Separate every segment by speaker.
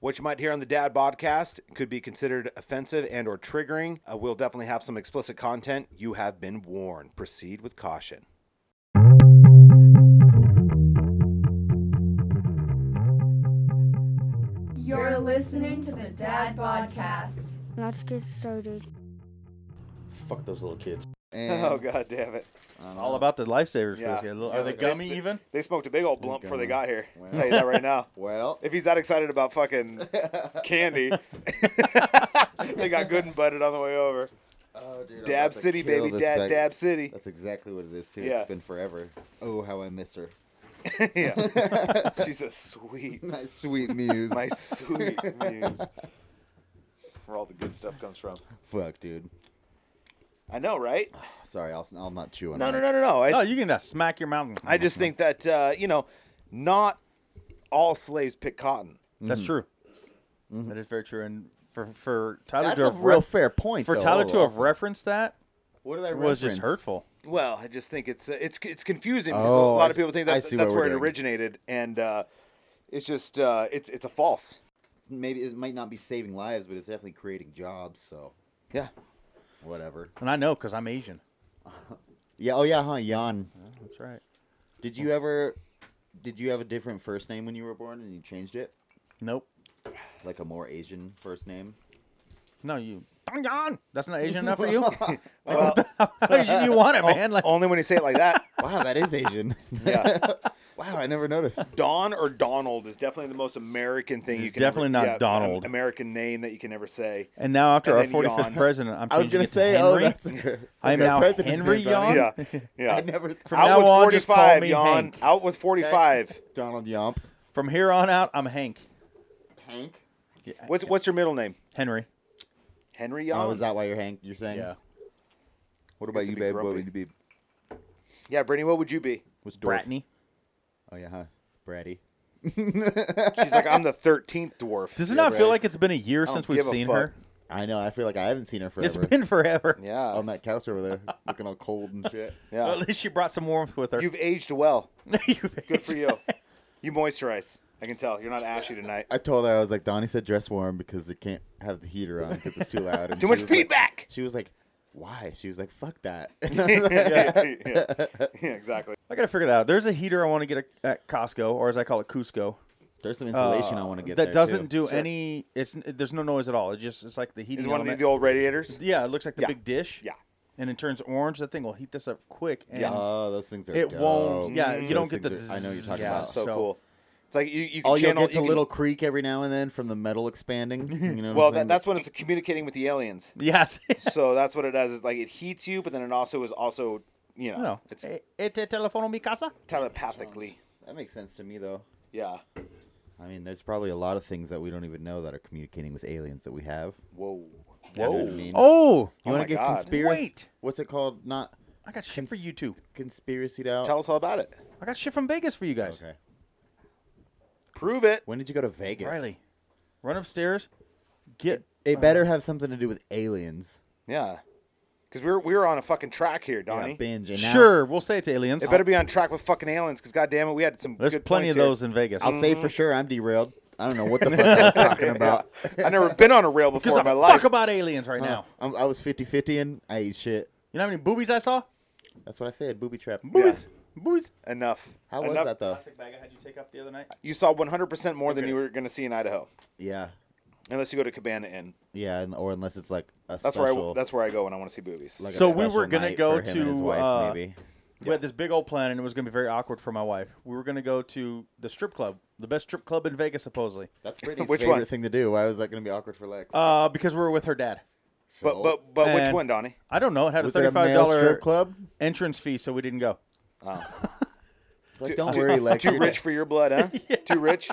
Speaker 1: What you might hear on the Dad Podcast could be considered offensive and or triggering. Uh, we'll definitely have some explicit content. You have been warned. Proceed with caution.
Speaker 2: You're listening to the Dad Podcast.
Speaker 3: Let's get started.
Speaker 4: Fuck those little kids.
Speaker 5: And
Speaker 1: Oh, god damn it.
Speaker 5: I don't
Speaker 4: All
Speaker 5: know.
Speaker 4: about the lifesavers.
Speaker 1: Yeah.
Speaker 4: Yeah. Little,
Speaker 1: Yeah,
Speaker 4: are they
Speaker 1: they-
Speaker 4: gummy
Speaker 1: they-
Speaker 4: even?
Speaker 1: They smoked a big old blunt before they got here.
Speaker 5: Well.
Speaker 1: tell you that right now.
Speaker 5: Well,
Speaker 1: If he's that excited about fucking candy, they got good and butted on the way over.
Speaker 5: oh, dude, I'm
Speaker 1: Dab
Speaker 5: about to
Speaker 1: City,
Speaker 5: kill
Speaker 1: baby.
Speaker 5: this
Speaker 1: Dad,
Speaker 5: bag.
Speaker 1: Dab City.
Speaker 5: That's exactly what it is. Too.
Speaker 1: Yeah.
Speaker 5: It's been forever. Oh, how I miss her.
Speaker 1: yeah. She's a sweet,
Speaker 5: My sweet muse.
Speaker 1: my sweet muse. Where all the good stuff comes from.
Speaker 5: Fuck, dude.
Speaker 1: I know, right?
Speaker 5: Sorry, I'll, I'll not chew on
Speaker 1: No,
Speaker 5: that.
Speaker 1: no, no, no, no. I,
Speaker 4: oh, you can uh, smack your mouth.
Speaker 1: I just think that, uh, you know, not all slaves pick cotton.
Speaker 5: Mm-hmm.
Speaker 4: that's true. That is very true. And for for Tyler
Speaker 5: That's
Speaker 4: to
Speaker 5: a
Speaker 4: have
Speaker 5: real
Speaker 4: ref-
Speaker 5: fair point.
Speaker 4: for
Speaker 5: though.
Speaker 4: Tyler
Speaker 5: Oh,
Speaker 4: to have
Speaker 5: awesome.
Speaker 4: referenced that
Speaker 5: What did I
Speaker 4: was just
Speaker 5: reference?
Speaker 4: hurtful.
Speaker 1: Well, I just think it's uh, it's it's confusing because
Speaker 5: Oh,
Speaker 1: a lot
Speaker 5: I-
Speaker 1: of people think
Speaker 5: I
Speaker 1: that
Speaker 5: see
Speaker 1: that's
Speaker 5: what we're
Speaker 1: where it
Speaker 5: doing.
Speaker 1: originated, and uh, it's just uh, it's it's a false.
Speaker 5: Maybe it might not be saving lives, but it's definitely creating jobs. So
Speaker 1: Yeah.
Speaker 5: whatever.
Speaker 4: And I know because I'm Asian.
Speaker 5: Yeah. Oh yeah, huh? Jan.
Speaker 4: That's right.
Speaker 5: Did you ever? Did you have a different first name when you were born and you changed it?
Speaker 4: Nope.
Speaker 5: Like a more Asian first name?
Speaker 4: No, you. Dang on. That's not Asian enough for you.
Speaker 1: Well,
Speaker 4: How Asian you want it,
Speaker 1: o-
Speaker 4: man? Like,
Speaker 5: Oh,
Speaker 1: only when you say it like that.
Speaker 5: Wow, that is Asian.
Speaker 1: Yeah.
Speaker 5: wow, I never noticed.
Speaker 1: Don or Donald is definitely the most American thing
Speaker 4: It's
Speaker 1: you can.
Speaker 4: definitely
Speaker 1: ever,
Speaker 4: not
Speaker 1: am-
Speaker 4: Donald.
Speaker 1: American name that you can ever say.
Speaker 4: and now after
Speaker 1: and
Speaker 4: our
Speaker 1: then
Speaker 4: 45th
Speaker 1: yawn.
Speaker 4: president, I'm
Speaker 5: I was
Speaker 4: changing
Speaker 5: gonna
Speaker 4: it to
Speaker 5: say, oh,
Speaker 4: Henry.
Speaker 5: that's. A,
Speaker 4: I am
Speaker 5: that's our
Speaker 4: now
Speaker 5: president's
Speaker 4: Henry
Speaker 5: name, Donnie.
Speaker 4: Yon.
Speaker 1: Yeah, yeah.
Speaker 5: I never.
Speaker 4: From
Speaker 1: Out
Speaker 4: now
Speaker 1: was
Speaker 4: on, just call
Speaker 1: 45,
Speaker 4: me
Speaker 1: Yon.
Speaker 4: Hank.
Speaker 1: Out was 45.
Speaker 5: Donald Yomp.
Speaker 4: From here on out, I'm Hank.
Speaker 5: Hank.
Speaker 4: Yeah,
Speaker 1: What's what's your middle name?
Speaker 4: Henry?
Speaker 1: Henry
Speaker 5: Oh,
Speaker 1: Yon.
Speaker 5: is that why you're Hank? You're saying?
Speaker 4: Yeah.
Speaker 5: What
Speaker 1: Guess
Speaker 5: about
Speaker 1: I'd
Speaker 5: you,
Speaker 1: be
Speaker 5: babe? What
Speaker 1: grumpy.
Speaker 5: would you be?
Speaker 1: yeah, Brittany. What would you be?
Speaker 5: What's dwarf?
Speaker 4: Bratney.
Speaker 5: Oh yeah, huh? Bratty.
Speaker 1: She's like, I'm the 13th dwarf.
Speaker 4: Does it
Speaker 5: Yeah,
Speaker 4: not feel
Speaker 5: right.
Speaker 4: like it's been a year
Speaker 1: don't
Speaker 4: since
Speaker 1: give
Speaker 4: we've
Speaker 1: a
Speaker 4: seen
Speaker 1: fuck.
Speaker 4: her?
Speaker 5: I know. I feel like I haven't seen her forever.
Speaker 4: It's been forever.
Speaker 1: yeah,
Speaker 5: on that couch over there, looking all cold and shit.
Speaker 4: Well,
Speaker 1: yeah.
Speaker 4: at least she brought some warmth with her.
Speaker 1: You've aged well.
Speaker 4: You've
Speaker 1: Good for you. You moisturize. I can tell. You're not ashy tonight.
Speaker 5: I told her I was like, Donnie said dress warm because it can't have the heater on because it's too loud. And
Speaker 1: Too
Speaker 5: she
Speaker 1: much
Speaker 5: was like-
Speaker 1: feedback.
Speaker 5: she was like, "Why?" She was like, "Fuck that."
Speaker 1: yeah, yeah, yeah, exactly.
Speaker 4: I gotta figure that out. There's a heater I want to get a, at Costco, or as I call it, Cusco.
Speaker 5: There's some insulation
Speaker 4: uh,
Speaker 5: I want to get
Speaker 4: that
Speaker 5: there,
Speaker 4: doesn't do
Speaker 5: too.
Speaker 4: any. It's n- there's no noise at all. It just it's like the heating.
Speaker 1: Is it one of the,
Speaker 4: element.
Speaker 1: the old radiators?
Speaker 4: yeah, it looks like the
Speaker 1: Yeah.
Speaker 4: big dish.
Speaker 1: Yeah.
Speaker 4: And it turns orange. That thing will heat this up quick. And
Speaker 1: Yeah.
Speaker 5: Oh, those things are.
Speaker 4: It won't-
Speaker 5: dope. Mm,
Speaker 4: yeah, you
Speaker 5: Those
Speaker 4: don't get
Speaker 5: things
Speaker 4: the
Speaker 5: Are, I know what you're talking
Speaker 4: Yeah,
Speaker 5: about.
Speaker 1: That's so,
Speaker 4: so-
Speaker 1: cool. It's like you, you can
Speaker 5: Oh, All you'll
Speaker 1: channel
Speaker 5: get's a
Speaker 1: you can-
Speaker 5: little creak every now and then from the metal expanding. You know what
Speaker 1: Well,
Speaker 5: I'm saying?
Speaker 1: that, that's when it's communicating with the aliens.
Speaker 4: Yes.
Speaker 1: so that's what it does. Is like it heats you, but then it also is also you know
Speaker 4: no.
Speaker 1: it's Mm.
Speaker 4: Eh, eh, te telefono mi casa.
Speaker 1: telepathically.
Speaker 5: that makes sense to me though.
Speaker 1: Yeah.
Speaker 5: I mean, there's probably a lot of things that we don't even know that are communicating with aliens that we have.
Speaker 1: Whoa.
Speaker 5: You know what I
Speaker 1: Whoa.
Speaker 5: mean?
Speaker 4: Oh,
Speaker 5: You
Speaker 1: Oh
Speaker 5: want
Speaker 1: my
Speaker 5: to get
Speaker 1: God.
Speaker 5: conspiracy?
Speaker 4: Wait.
Speaker 5: What's it called? Not
Speaker 4: I got shit for
Speaker 5: Cons-
Speaker 4: you too.
Speaker 5: conspiracy out.
Speaker 1: Tell us all about it.
Speaker 4: I got shit from Vegas for you guys.
Speaker 5: okay.
Speaker 1: Prove it.
Speaker 5: When did you go to Vegas?
Speaker 4: Riley, run upstairs. Get
Speaker 5: It better have something to do with aliens.
Speaker 1: Yeah. Because we're we were on a fucking track here,
Speaker 5: Yeah,
Speaker 1: Donnie.
Speaker 5: binge. And now-
Speaker 4: sure. We'll say it's aliens.
Speaker 1: it better be on track with fucking aliens. Because goddamn it, we had some.
Speaker 4: There's
Speaker 1: good
Speaker 4: plenty of
Speaker 1: points
Speaker 4: those in Vegas.
Speaker 5: I'll say for sure I'm derailed. I don't know what the fuck I was talking about.
Speaker 1: Here. I've never been on a rail
Speaker 4: Because
Speaker 1: before
Speaker 4: I
Speaker 1: in my
Speaker 4: fuck
Speaker 1: life.
Speaker 4: about aliens right now.
Speaker 5: Uh, I'm, I was 50 50 and I ate shit.
Speaker 4: You know how many boobies I saw?
Speaker 5: That's what I said. Booby trap.
Speaker 4: Boobies. Boobies.
Speaker 1: Enough.
Speaker 5: How was
Speaker 1: Enough.
Speaker 5: that though?
Speaker 4: bag I had you take up the other night.
Speaker 1: You saw 100% more than you were going to see in Idaho,
Speaker 5: Yeah.
Speaker 1: unless you go to Cabana Inn.
Speaker 5: Yeah. And, or unless it's like a
Speaker 1: That's
Speaker 5: special.
Speaker 1: where I that's where I go when I want to see boobies.
Speaker 5: like a
Speaker 4: So we were
Speaker 5: special
Speaker 4: gonna
Speaker 5: night
Speaker 4: go
Speaker 5: for him and his
Speaker 4: to,
Speaker 5: wife,
Speaker 4: uh,
Speaker 5: maybe.
Speaker 4: We had this big old plan, and it was going to be very awkward for my wife. We were going to go to the strip club, the best strip club in Vegas, supposedly,
Speaker 5: That's pretty
Speaker 1: which
Speaker 5: favorite
Speaker 1: one?
Speaker 5: thing to do. Why was that going to be awkward for Lex?
Speaker 4: uh, because we were with her dad.
Speaker 1: but but but which
Speaker 4: And-
Speaker 1: one, Donnie?
Speaker 4: I don't know. It had
Speaker 5: was
Speaker 4: a
Speaker 5: it a
Speaker 4: thirty-five
Speaker 5: male strip
Speaker 4: dollar
Speaker 5: club?
Speaker 4: entrance fee, so we didn't go.
Speaker 5: Like,
Speaker 1: Oh. Too-
Speaker 5: don't
Speaker 1: too-
Speaker 5: worry, Lex.
Speaker 1: Too
Speaker 5: you're
Speaker 1: rich for your blood, huh? Too rich.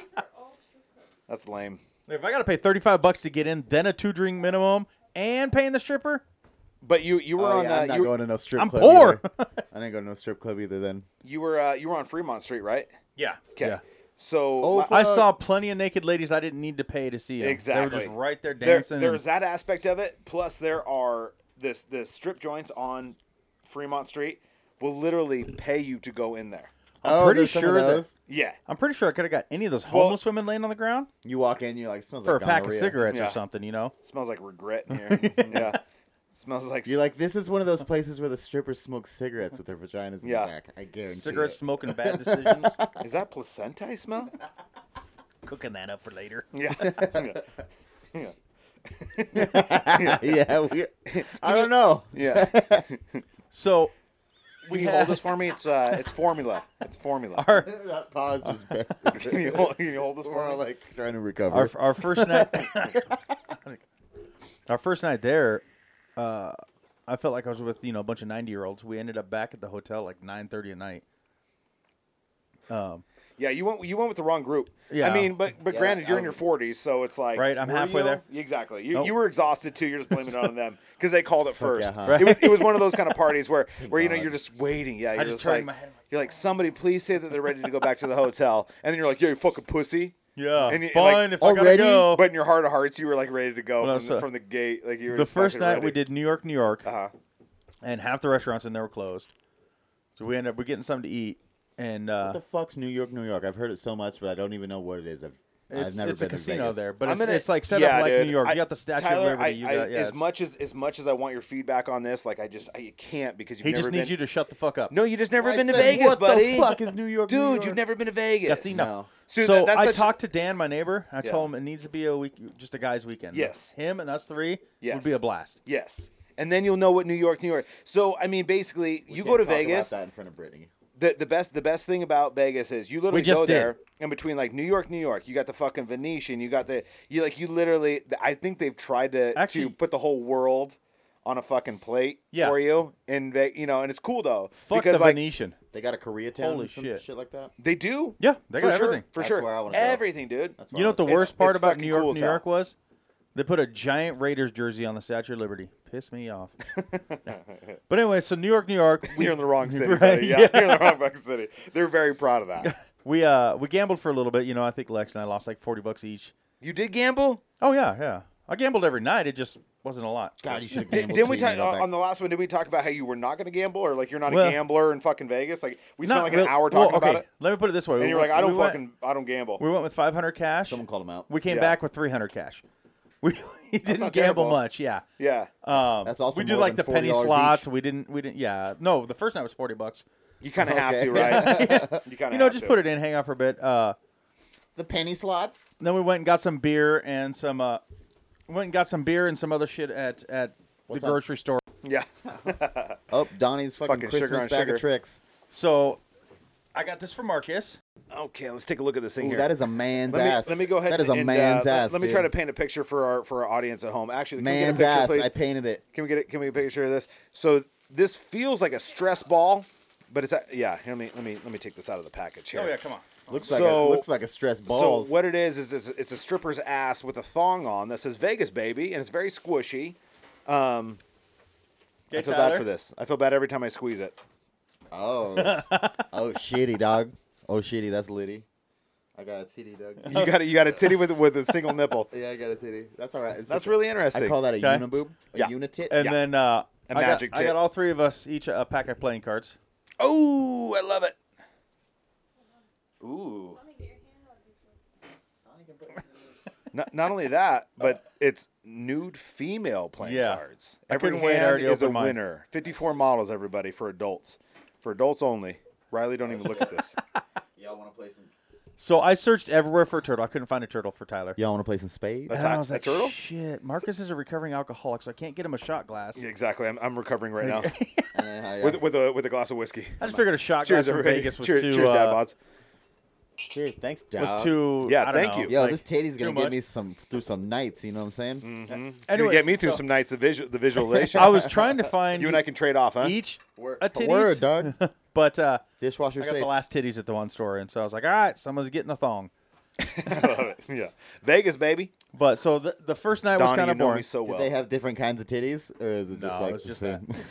Speaker 1: That's lame.
Speaker 4: If I got to pay thirty-five bucks to get in, then a two-drink minimum, and paying the stripper,
Speaker 1: But you you were
Speaker 5: Oh,
Speaker 1: on
Speaker 5: yeah, I'm
Speaker 1: uh,
Speaker 5: not
Speaker 1: you,
Speaker 5: going to no strip
Speaker 4: I'm
Speaker 5: club.
Speaker 4: poor.
Speaker 5: either. I didn't go to no strip club either then.
Speaker 1: you were uh, you were on Fremont Street, right?
Speaker 4: yeah,
Speaker 1: Okay.
Speaker 4: yeah.
Speaker 1: So
Speaker 5: Oh,
Speaker 1: my-
Speaker 5: fuck.
Speaker 4: I saw plenty of naked ladies I didn't need to pay to see. 'em. They were
Speaker 1: Exactly.
Speaker 4: just right there
Speaker 1: there,
Speaker 4: dancing.
Speaker 1: there's that aspect of it. Plus, there are this the strip joints on Fremont Street will literally pay you to go in there.
Speaker 4: I'm
Speaker 5: Oh,
Speaker 4: pretty
Speaker 5: there's some of
Speaker 4: sure that
Speaker 5: those?
Speaker 1: Yeah.
Speaker 4: I'm pretty sure I could have got any of those
Speaker 1: Well-
Speaker 4: homeless women laying on the ground
Speaker 5: You walk in, you're like, smells
Speaker 4: for
Speaker 5: like
Speaker 4: a pack of
Speaker 5: gonorrhea.
Speaker 4: cigarettes
Speaker 1: Yeah.
Speaker 4: or something. You know,
Speaker 1: Smells like regret in here. yeah. Smells like
Speaker 5: You're like, this is one of those places where the strippers smoke cigarettes with their vaginas in
Speaker 1: Yeah.
Speaker 5: the back. I guarantee
Speaker 4: cigarette
Speaker 5: it.
Speaker 4: smoking, bad decisions,
Speaker 1: is that placenta I smell?
Speaker 4: cooking that up for later.
Speaker 1: Yeah. yeah.
Speaker 5: yeah, we. I don't know.
Speaker 1: Yeah.
Speaker 4: So
Speaker 1: Can you hold this for me? It's uh, it's formula. It's formula.
Speaker 4: our
Speaker 5: that pause was bad.
Speaker 1: Can you hold, can you hold this
Speaker 5: We're
Speaker 1: for me?
Speaker 5: all like trying to recover.
Speaker 4: our, our first night our first night there uh, i felt like i was with you know a bunch of 90 year olds we ended up back at the hotel like 9.30 at night um,
Speaker 1: yeah, you went you went with the wrong group.
Speaker 4: Yeah.
Speaker 1: I mean, but but
Speaker 5: Yeah,
Speaker 1: granted, you're in
Speaker 5: I-
Speaker 1: your 40s, so it's like
Speaker 4: Right, I'm
Speaker 1: were
Speaker 4: halfway
Speaker 1: you?
Speaker 4: there.
Speaker 1: Exactly. You,
Speaker 4: Nope.
Speaker 1: you were exhausted too. You're just blaming it on them because they called it first.
Speaker 5: yeah, huh?
Speaker 1: It was it was one of those kind of parties where where you know
Speaker 5: God.
Speaker 1: you're just waiting. Yeah, you're
Speaker 4: just
Speaker 1: like
Speaker 4: turned my head, I'm like,
Speaker 1: you're like somebody please say that they're ready to go back to the hotel, and then you're like, yo, you fucking pussy.
Speaker 4: yeah
Speaker 1: And you-
Speaker 4: fine
Speaker 1: like,
Speaker 4: if i gotta
Speaker 5: already?
Speaker 4: go
Speaker 1: But in your heart of hearts, you were like ready to go
Speaker 4: Well,
Speaker 1: from,
Speaker 4: so-
Speaker 1: the, from the gate. Like you were
Speaker 4: the
Speaker 1: just
Speaker 4: first
Speaker 1: fucking
Speaker 4: night
Speaker 1: ready.
Speaker 4: we did new york new york
Speaker 1: Uh-huh.
Speaker 4: and half the restaurants in there were closed so we ended up we're getting something to eat and uh,
Speaker 5: what the fuck's New York, New York? I've heard it so much, but I don't even know what it is. I've,
Speaker 4: it's,
Speaker 5: I've never
Speaker 4: it's
Speaker 5: been
Speaker 4: a casino
Speaker 5: to Vegas.
Speaker 4: there but
Speaker 1: I'm
Speaker 4: it's,
Speaker 1: gonna-
Speaker 4: it's like set
Speaker 1: yeah,
Speaker 4: up like
Speaker 1: dude.
Speaker 4: new york
Speaker 1: I-
Speaker 4: you got the statue
Speaker 1: Tyler,
Speaker 4: of liberty you
Speaker 1: I, I-
Speaker 4: got yeah,
Speaker 1: as
Speaker 4: it's-
Speaker 1: much as as much as I want your feedback on this, like I just I can't because you've
Speaker 4: he
Speaker 1: never
Speaker 4: just
Speaker 1: been.
Speaker 4: needs you to shut the fuck up
Speaker 1: no, you just never
Speaker 5: I
Speaker 1: been to
Speaker 5: said,
Speaker 1: Vegas,
Speaker 5: what
Speaker 1: buddy.
Speaker 5: the fuck is New York, New
Speaker 1: Dude,
Speaker 5: York?
Speaker 1: you've never been to Vegas.
Speaker 4: Casino.
Speaker 5: No.
Speaker 4: So,
Speaker 1: that- that's
Speaker 4: I
Speaker 1: such-
Speaker 4: talked to Dan, my neighbor. I
Speaker 1: Yeah.
Speaker 4: told him it needs to be a week, just a guy's weekend.
Speaker 1: Yes.
Speaker 4: him and us three
Speaker 1: Yes.
Speaker 4: would be a blast.
Speaker 1: Yes, and then you'll know what New York, New York. So I mean, basically,
Speaker 5: We
Speaker 1: you go
Speaker 5: can't
Speaker 1: to
Speaker 5: talk about
Speaker 1: Vegas.
Speaker 5: that in front of Brittany.
Speaker 1: The, the best the best thing about Vegas is you literally
Speaker 4: just
Speaker 1: go
Speaker 4: did.
Speaker 1: there and between like New York, New York, you got the fucking Venetian, you got the you like you literally. I think they've tried to
Speaker 4: Actually-
Speaker 1: to put the whole world on a fucking plate
Speaker 4: Yeah.
Speaker 1: for you in Ve- you know, and it's cool though
Speaker 4: Fuck
Speaker 1: because
Speaker 4: the
Speaker 1: like
Speaker 4: Venetian.
Speaker 5: They got a Koreatown
Speaker 4: Holy
Speaker 5: and some
Speaker 4: shit.
Speaker 5: shit like that.
Speaker 1: They do.
Speaker 4: Yeah, they
Speaker 1: for
Speaker 4: got
Speaker 1: sure,
Speaker 4: everything.
Speaker 1: For
Speaker 5: That's
Speaker 1: sure.
Speaker 5: where I wanna go.
Speaker 1: everything, dude.
Speaker 5: That's
Speaker 4: You know what the
Speaker 1: It's-
Speaker 4: worst part
Speaker 1: it's
Speaker 4: about
Speaker 1: fucking
Speaker 4: New York,
Speaker 1: cool as
Speaker 4: New
Speaker 1: hell.
Speaker 4: York was? They put a giant Raiders jersey on the Statue of Liberty. Pissed me off. but anyway, so New York, New York, we,
Speaker 1: You're in the wrong city,
Speaker 4: Right,
Speaker 1: buddy. Yeah,
Speaker 4: yeah.
Speaker 1: you're in the wrong fucking city. They're very proud of that.
Speaker 4: we uh we gambled for a little bit. You know, I think Lex and I lost like forty bucks each.
Speaker 1: You did gamble?
Speaker 4: Oh yeah, yeah. I gambled every night. It just wasn't a lot.
Speaker 5: God, you should have
Speaker 1: Did,
Speaker 5: gambled.
Speaker 1: didn't we
Speaker 5: too, you
Speaker 1: talk
Speaker 5: know,
Speaker 1: on
Speaker 5: back-
Speaker 1: on the last one? Did we talk about how you were not going to gamble, or like you're not
Speaker 4: Well-
Speaker 1: a gambler in fucking Vegas? Like we spent
Speaker 4: Not
Speaker 1: like an
Speaker 4: real-
Speaker 1: hour
Speaker 4: well,
Speaker 1: talking
Speaker 4: okay,
Speaker 1: about it,
Speaker 4: Let me put it this way.
Speaker 1: and
Speaker 4: We
Speaker 1: you're like,
Speaker 4: went-
Speaker 1: I don't
Speaker 4: we went-
Speaker 1: fucking, I don't gamble.
Speaker 4: We went with 500 cash.
Speaker 5: Someone called him out.
Speaker 4: We came
Speaker 1: Yeah.
Speaker 4: back with 300 cash. We, we didn't
Speaker 1: not
Speaker 4: gamble
Speaker 1: terrible.
Speaker 4: much. Yeah.
Speaker 1: yeah,
Speaker 4: Um,
Speaker 5: That's also
Speaker 4: we did
Speaker 5: more
Speaker 4: like the
Speaker 5: than
Speaker 4: penny
Speaker 5: $40
Speaker 4: slots.
Speaker 5: each.
Speaker 4: We didn't. We didn't. Yeah. No, the first night was 40 bucks.
Speaker 1: you kind of have
Speaker 5: Okay.
Speaker 1: to, right? You kind of
Speaker 4: You know, just put it in, hang out for a bit. Uh,
Speaker 5: the penny slots.
Speaker 4: then we went and got some beer and some. Uh, went and got some beer and some other shit at at
Speaker 5: What's
Speaker 4: the
Speaker 5: up?
Speaker 4: grocery store.
Speaker 1: Yeah,
Speaker 5: Oh, Donnie's fucking,
Speaker 1: Fucking sugar
Speaker 5: Christmas
Speaker 1: on
Speaker 5: bag
Speaker 1: sugar.
Speaker 5: of tricks.
Speaker 4: So, I got this for Marcus. Oh,
Speaker 1: okay. Let's take a look at this thing
Speaker 5: Ooh,
Speaker 1: here.
Speaker 5: that is a man's
Speaker 1: let me,
Speaker 5: ass.
Speaker 1: let me go ahead.
Speaker 5: That is a
Speaker 1: and, uh,
Speaker 5: man's
Speaker 1: let-
Speaker 5: ass.
Speaker 1: Let me try to
Speaker 5: dude.
Speaker 1: paint a picture for our for our audience at home. Actually, can we get a
Speaker 5: Man's
Speaker 1: picture,
Speaker 5: ass.
Speaker 1: please?
Speaker 5: I painted it.
Speaker 1: Can we get it? Can we get a picture of this? So this feels like a stress ball, but it's a, yeah. Here, let me let me let me take this out of the package here.
Speaker 4: Oh yeah, come on.
Speaker 5: Looks like
Speaker 1: So-
Speaker 5: a, looks like a stress balls.
Speaker 1: So what it is is it's, it's a stripper's ass with a thong on that says Vegas baby, and it's very squishy.
Speaker 4: Okay,
Speaker 1: I feel
Speaker 4: Tyler.
Speaker 1: bad for this. I feel bad every time I squeeze it.
Speaker 5: Oh, oh, shitty dog. Oh, shitty. That's Liddy. I got a titty, dog.
Speaker 4: Oh.
Speaker 1: You got a, you got a titty with with a single nipple.
Speaker 5: yeah, I got a titty. That's all right. It's
Speaker 1: That's
Speaker 5: okay.
Speaker 1: really interesting.
Speaker 5: I call that a
Speaker 4: Okay.
Speaker 5: uniboob. A
Speaker 1: Yeah.
Speaker 5: unitit.
Speaker 4: And
Speaker 1: Yeah.
Speaker 4: then uh,
Speaker 1: A
Speaker 4: I got-
Speaker 1: magic
Speaker 4: I
Speaker 1: tip.
Speaker 4: got all three of us each a pack of playing cards.
Speaker 1: Oh, I love it. Ooh. Not, not only that, but it's nude female playing
Speaker 4: Yeah.
Speaker 1: cards.
Speaker 4: I
Speaker 1: Every
Speaker 4: couldn't wait, I
Speaker 1: hand
Speaker 4: already
Speaker 1: is a
Speaker 4: opened mine.
Speaker 1: winner. Fifty-four models, everybody, for adults. For adults only. Riley, don't even look at this.
Speaker 5: Y'all want to play some?
Speaker 4: So I searched everywhere for a turtle. I couldn't find a turtle for Tyler.
Speaker 5: Y'all want to play some spades?
Speaker 1: That's
Speaker 4: And I
Speaker 1: a-
Speaker 4: was
Speaker 1: a
Speaker 4: like,
Speaker 1: turtle?
Speaker 4: shit, Marcus is a recovering alcoholic, so I can't get him a shot glass.
Speaker 1: Yeah, exactly. I'm, I'm recovering right now
Speaker 5: Uh, yeah.
Speaker 1: with with a with a glass of whiskey.
Speaker 4: I just figured a shot
Speaker 1: Cheers,
Speaker 4: glass from
Speaker 1: everybody.
Speaker 4: Vegas was
Speaker 1: cheers,
Speaker 4: too
Speaker 1: cheers, Dad
Speaker 4: uh,
Speaker 1: Bods.
Speaker 5: Cheers. Thanks, dog.
Speaker 4: was too.
Speaker 1: Yeah,
Speaker 4: I don't
Speaker 1: thank
Speaker 4: know,
Speaker 1: you.
Speaker 5: Yo,
Speaker 4: like-
Speaker 5: this titty's gonna
Speaker 4: too
Speaker 5: get
Speaker 4: much. Mm.
Speaker 5: me some through some nights. You know what I'm saying?
Speaker 1: It's gonna get
Speaker 4: Anyways,
Speaker 1: me through
Speaker 4: so-
Speaker 1: some nights of visual the visualization.
Speaker 4: I was trying to find
Speaker 1: you and I can trade off, huh?
Speaker 4: each
Speaker 5: Word.
Speaker 4: a titties,
Speaker 5: Word, dog.
Speaker 4: but uh,
Speaker 5: Dishwasher
Speaker 4: I got
Speaker 5: safe.
Speaker 4: the last titties at the one store, and so I was like, all right, someone's getting a thong.
Speaker 1: I love it. Yeah, Vegas, baby.
Speaker 4: But so the, the first night was
Speaker 1: Donnie,
Speaker 4: kind
Speaker 1: you
Speaker 4: of
Speaker 1: know me
Speaker 4: boring.
Speaker 1: so
Speaker 5: Did
Speaker 1: well.
Speaker 5: they have different kinds of titties, or is it just
Speaker 4: No,
Speaker 5: like
Speaker 4: it's
Speaker 5: the
Speaker 4: just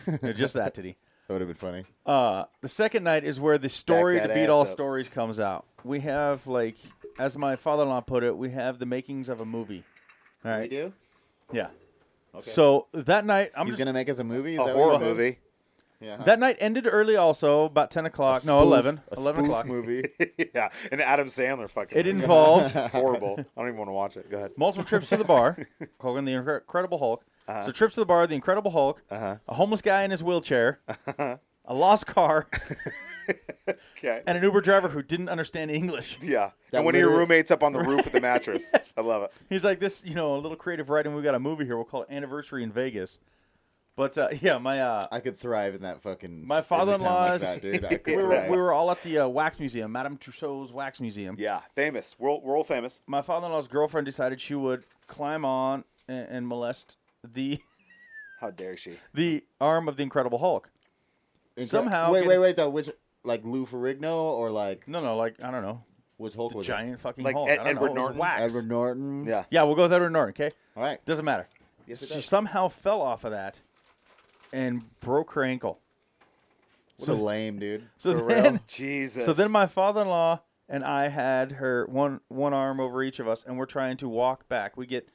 Speaker 5: same?
Speaker 4: Yeah, just that titty.
Speaker 5: That would have been funny.
Speaker 4: Uh, the second night is where the story
Speaker 1: that
Speaker 4: to beat
Speaker 1: ass
Speaker 4: all
Speaker 1: up.
Speaker 4: stories comes out. We have like, as my father-in-law put it, we have the makings of a movie. All right.
Speaker 5: do.
Speaker 4: Yeah. So that night, I'm
Speaker 5: He's
Speaker 4: just
Speaker 5: gonna make us a movie. Is
Speaker 1: a
Speaker 5: that
Speaker 1: horror
Speaker 5: what you said?
Speaker 1: movie.
Speaker 5: Yeah.
Speaker 4: That night ended early, also about ten o'clock. no,
Speaker 5: Spoof-
Speaker 4: eleven.
Speaker 5: uh, a
Speaker 4: Eleven
Speaker 5: spoof
Speaker 4: o'clock.
Speaker 5: movie.
Speaker 1: yeah, an Adam Sandler fucking.
Speaker 4: It
Speaker 1: movie.
Speaker 4: involved
Speaker 1: It's horrible. I don't even want to watch it. Go ahead.
Speaker 4: multiple trips to the bar. Hogan, the Incre- Incredible Hulk.
Speaker 1: Uh-huh.
Speaker 4: So trips to the bar, the Incredible Hulk,
Speaker 5: Uh-huh.
Speaker 1: Uh
Speaker 4: a homeless guy in his wheelchair,
Speaker 1: huh.
Speaker 4: a lost car,
Speaker 1: okay.
Speaker 4: and an Uber driver who didn't understand English.
Speaker 1: yeah.
Speaker 5: That
Speaker 1: and one of your
Speaker 5: literally-
Speaker 1: roommates up on the roof with the mattress. I love it.
Speaker 4: He's like this, you know, a little creative writing. We got a movie here. We'll call it Anniversary in Vegas. But uh, yeah, my uh,
Speaker 5: I could thrive in that fucking.
Speaker 4: my
Speaker 5: every time like
Speaker 4: father-in-law's.
Speaker 5: that, dude. I could
Speaker 4: we, were,
Speaker 5: thrive.
Speaker 4: we were all at the uh, wax museum, Madame Tussauds wax museum.
Speaker 1: Yeah. Famous. World world famous.
Speaker 4: my father-in-law's girlfriend decided she would climb on and, and molest the
Speaker 1: How dare she?
Speaker 4: the arm of the Incredible Hulk.
Speaker 5: Incre-
Speaker 4: somehow
Speaker 5: Wait,
Speaker 4: get-
Speaker 5: wait, wait. Though, which like Lou Ferrigno or like
Speaker 4: No, no, like I don't know,
Speaker 5: which Hulk
Speaker 4: the
Speaker 5: was it?
Speaker 4: giant fucking
Speaker 1: Like
Speaker 4: Hulk.
Speaker 1: Ed-
Speaker 4: I don't
Speaker 1: Edward
Speaker 4: know. it was
Speaker 1: Norton?
Speaker 4: Wax.
Speaker 5: Edward Norton.
Speaker 1: Yeah.
Speaker 4: Yeah, we'll go with Edward Norton. Okay,
Speaker 5: All right.
Speaker 4: doesn't matter.
Speaker 5: Yes, it
Speaker 4: she
Speaker 5: does.
Speaker 4: somehow fell off of that and broke her ankle.
Speaker 5: What a lame dude.
Speaker 4: So
Speaker 5: For
Speaker 4: then,
Speaker 5: real.
Speaker 1: Jesus.
Speaker 4: so then my father-in-law and I had her one one arm over each of us, and we're trying to walk back. We get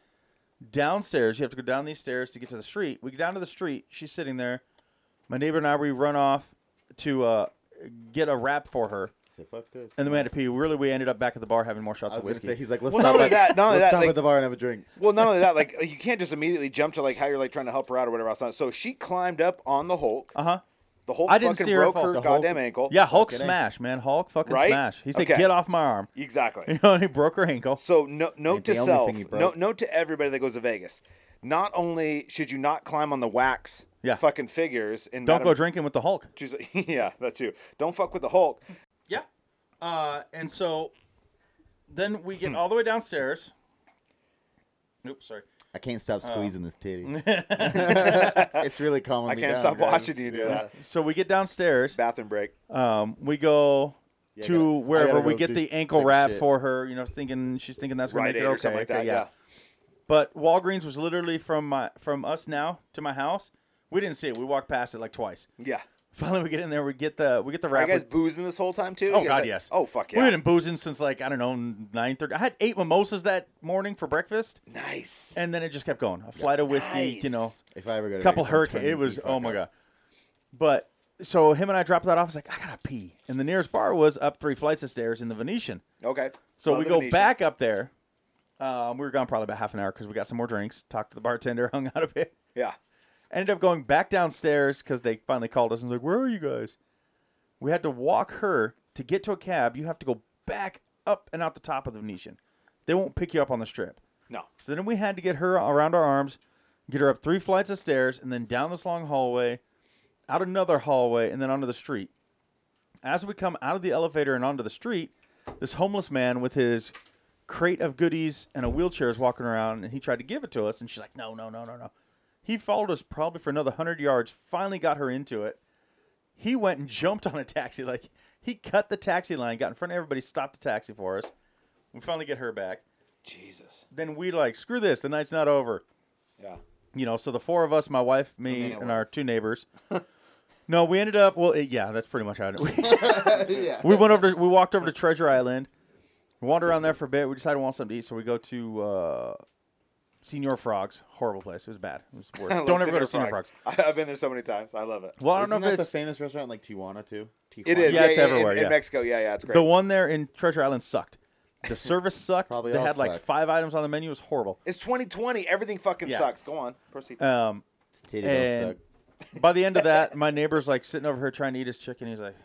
Speaker 4: downstairs. You have to go down these stairs to get to the street. We get down to the street. She's sitting there. My neighbor and I we run off to uh, get a wrap for her,
Speaker 5: Say, fuck this.
Speaker 4: and then we had to pee. Really, we ended up back at the bar having more shots
Speaker 5: I
Speaker 4: of
Speaker 5: was
Speaker 4: whiskey.
Speaker 5: gonna say he's like, let's
Speaker 1: Well,
Speaker 5: stop
Speaker 1: not only
Speaker 5: at
Speaker 1: that, not only
Speaker 5: let's
Speaker 1: that,
Speaker 5: stop
Speaker 1: like-
Speaker 5: at the bar and have a drink.
Speaker 1: Well, not only that, like you can't just immediately jump to like how you're like trying to help her out or whatever else. So she climbed up on the Hulk.
Speaker 4: uh huh.
Speaker 1: The Hulk
Speaker 4: I didn't
Speaker 1: fucking
Speaker 4: see her
Speaker 1: broke
Speaker 4: fall.
Speaker 1: her
Speaker 5: The Hulk-
Speaker 1: goddamn ankle.
Speaker 4: Yeah, Hulk
Speaker 5: Fucking A.
Speaker 4: smash, man. Hulk fucking
Speaker 1: Right?
Speaker 4: smash. He said,
Speaker 1: Okay.
Speaker 4: "Get off my arm."
Speaker 1: Exactly.
Speaker 4: You know, and he broke her ankle.
Speaker 1: So no, note
Speaker 5: Ain't
Speaker 1: to
Speaker 5: the only
Speaker 1: self,
Speaker 5: thing he broke.
Speaker 1: note, note to everybody that goes to Vegas. Not only should you not climb on the wax
Speaker 4: Yeah.
Speaker 1: fucking figures and
Speaker 4: Don't go drinking with the Hulk.
Speaker 1: She's- yeah, that's you. Don't fuck with the Hulk.
Speaker 4: Yeah. Uh, and so then we
Speaker 1: Hmm.
Speaker 4: get all the way downstairs. Oops, sorry.
Speaker 5: I can't
Speaker 4: Oh.
Speaker 5: stop squeezing this titty. it's really calming
Speaker 1: I
Speaker 5: me
Speaker 1: can't
Speaker 5: down,
Speaker 1: stop
Speaker 5: guys.
Speaker 1: watching you do
Speaker 5: Yeah.
Speaker 1: that.
Speaker 4: So we get downstairs.
Speaker 1: Bathroom break.
Speaker 4: Um, we go
Speaker 5: I
Speaker 4: to
Speaker 5: gotta- I
Speaker 4: wherever
Speaker 5: gotta
Speaker 4: we
Speaker 5: go
Speaker 4: get
Speaker 5: do-
Speaker 4: the ankle
Speaker 5: take a
Speaker 4: wrap
Speaker 5: shit.
Speaker 4: for her. You know, thinking she's thinking that's gonna
Speaker 1: Right
Speaker 4: make
Speaker 1: Aid
Speaker 4: it
Speaker 1: or
Speaker 4: okay.
Speaker 1: something like
Speaker 4: okay,
Speaker 1: that. Yeah.
Speaker 4: But Walgreens was literally from my from us now to my house. We didn't see it. We walked past it like twice.
Speaker 1: Yeah.
Speaker 4: Finally, we get in there. We get the we get the
Speaker 1: Are
Speaker 4: wrap.
Speaker 1: you guys
Speaker 4: We-
Speaker 1: boozing this whole time too? You
Speaker 4: Oh
Speaker 1: guys,
Speaker 4: God,
Speaker 1: like-
Speaker 4: yes.
Speaker 1: Oh fuck yeah.
Speaker 4: We've been boozing since like I don't know nine thirty. I had eight mimosas that morning for breakfast,
Speaker 1: nice.
Speaker 4: and then it just kept going. A flight of whiskey, you know,
Speaker 1: Nice.
Speaker 5: If I ever go to
Speaker 4: a couple
Speaker 5: Vegas, I'm
Speaker 4: hurricanes.
Speaker 5: turning
Speaker 4: It was
Speaker 5: the
Speaker 4: oh
Speaker 5: fuck
Speaker 4: my
Speaker 5: up.
Speaker 4: god. But so him and I dropped that off. I was like, I gotta pee, and the nearest bar was up three flights of stairs in the Venetian.
Speaker 1: Okay.
Speaker 4: So
Speaker 1: Love
Speaker 4: we
Speaker 1: the
Speaker 4: go
Speaker 1: Venetian.
Speaker 4: back up there. Um, we were gone probably about half an hour because we got some more drinks, talked to the bartender, hung out a bit.
Speaker 1: Yeah.
Speaker 4: Ended up going back downstairs because they finally called us and was like, "Where are you guys?" We had to walk her to get to a cab. You have to go back up and out the top of the Venetian. They won't pick you up on the strip.
Speaker 1: No.
Speaker 4: So then we had to get her around our arms, get her up three flights of stairs, and then down this long hallway, out another hallway, and then onto the street. As we come out of the elevator and onto the street, this homeless man with his crate of goodies and a wheelchair is walking around, and he tried to give it to us, and she's like, "No, no, no, no, no." He followed us probably for another hundred yards. Finally, got her into it. He went and jumped on a taxi. Like he cut the taxi line, got in front of everybody, stopped the taxi for us. We finally get her back
Speaker 1: Jesus.
Speaker 4: then we like screw this the night's not over
Speaker 1: Yeah.
Speaker 4: you know so the four of us my wife me
Speaker 5: mean, it
Speaker 4: and our
Speaker 5: was.
Speaker 4: two neighbors no we ended up well it, yeah that's pretty much how it
Speaker 5: yeah.
Speaker 4: we went over to, we walked over to treasure island wandered around there for a bit we decided we want something to eat so we go to uh senior frogs horrible place it was bad it was the worst.
Speaker 1: I love
Speaker 4: don't ever go to
Speaker 1: Cinnamon
Speaker 4: senior frogs
Speaker 1: I- I've been there so many times. I love it.
Speaker 4: well i don't
Speaker 5: Isn't
Speaker 4: know
Speaker 5: that
Speaker 4: if
Speaker 5: the
Speaker 4: it's
Speaker 5: famous restaurant in, like Tijuana too? Tijuana?
Speaker 1: It is.
Speaker 4: Yeah,
Speaker 1: yeah,
Speaker 4: it's
Speaker 1: yeah,
Speaker 4: everywhere,
Speaker 1: In,
Speaker 4: yeah.
Speaker 1: in Mexico, yeah, yeah, it's great.
Speaker 4: the one there in treasure island sucked the service sucked
Speaker 5: Probably
Speaker 4: they
Speaker 5: all
Speaker 4: had like
Speaker 5: sucked.
Speaker 4: five items on the menu it was horrible
Speaker 1: it's 2020. Everything fucking
Speaker 4: Yeah.
Speaker 1: sucks. Go on. Proceed.
Speaker 4: um
Speaker 5: Titty don't
Speaker 4: And
Speaker 5: suck.
Speaker 4: by the end of that, my neighbor's like sitting over here trying to eat his chicken. He's like,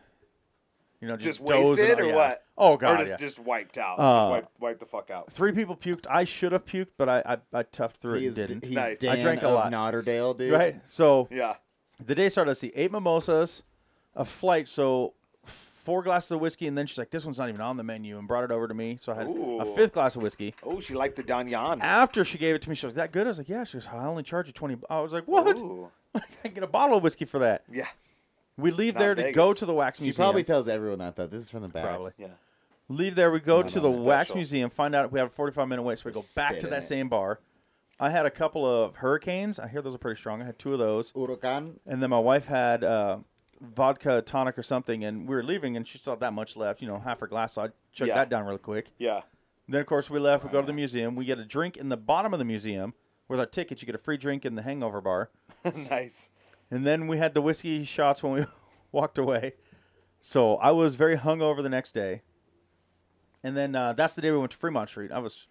Speaker 4: you know, just,
Speaker 1: just wasted
Speaker 4: dozing-
Speaker 1: or
Speaker 4: yeah.
Speaker 1: what?
Speaker 4: Oh
Speaker 1: Or
Speaker 4: god,
Speaker 1: just,
Speaker 4: yeah.
Speaker 1: just wiped out.
Speaker 4: Uh,
Speaker 1: just wiped, wiped the fuck out.
Speaker 4: three people puked. I should have puked, but I I, I toughed through
Speaker 5: He
Speaker 4: it
Speaker 5: is,
Speaker 4: and didn't.
Speaker 5: he's
Speaker 1: Nice.
Speaker 5: Dan
Speaker 4: I drank a
Speaker 5: of
Speaker 4: lot.
Speaker 5: Notterdale, dude.
Speaker 4: right. So
Speaker 1: Yeah.
Speaker 4: the day started. Let's see, eight mimosas, a flight. So four glasses of whiskey, and then she's like, this one's not even on the menu, and brought it over to me. So I had a
Speaker 1: Ooh.
Speaker 4: fifth glass of whiskey.
Speaker 1: Oh, she liked the Don Yan.
Speaker 4: After she gave it to me, she was that good. I was like, yeah. She goes, I only charge you twenty. bu-" I was like, what?
Speaker 1: Ooh.
Speaker 4: I can get a bottle of whiskey for that.
Speaker 1: Yeah.
Speaker 4: We leave
Speaker 1: Not
Speaker 4: there to
Speaker 1: Vegas.
Speaker 4: go to the wax
Speaker 5: She
Speaker 4: museum.
Speaker 5: probably tells everyone that though. This is from the back.
Speaker 4: probably.
Speaker 1: Yeah.
Speaker 4: Leave there. We go
Speaker 5: Not
Speaker 4: to the
Speaker 5: on.
Speaker 4: wax
Speaker 1: Special.
Speaker 4: museum. Find out we have a forty-five minute wait. So we go back
Speaker 5: Spit
Speaker 4: to
Speaker 5: in
Speaker 4: that
Speaker 5: it.
Speaker 4: same bar. I had a couple of hurricanes. I hear those are pretty strong. I had two of those,
Speaker 5: Huracan.
Speaker 4: and then my wife had uh, vodka tonic or something. And we were leaving, and she still had that much left. You know, half her glass. So I chugged
Speaker 1: Yeah.
Speaker 4: that down really quick.
Speaker 1: Yeah.
Speaker 4: Then of course we left. We go to the museum. We get a drink in the bottom of the museum with our tickets. You get a free drink in the Hangover bar.
Speaker 1: nice.
Speaker 4: And then we had the whiskey shots when we walked away. So I was very hungover the next day. And then uh, that's the day we went to Fremont Street. I was,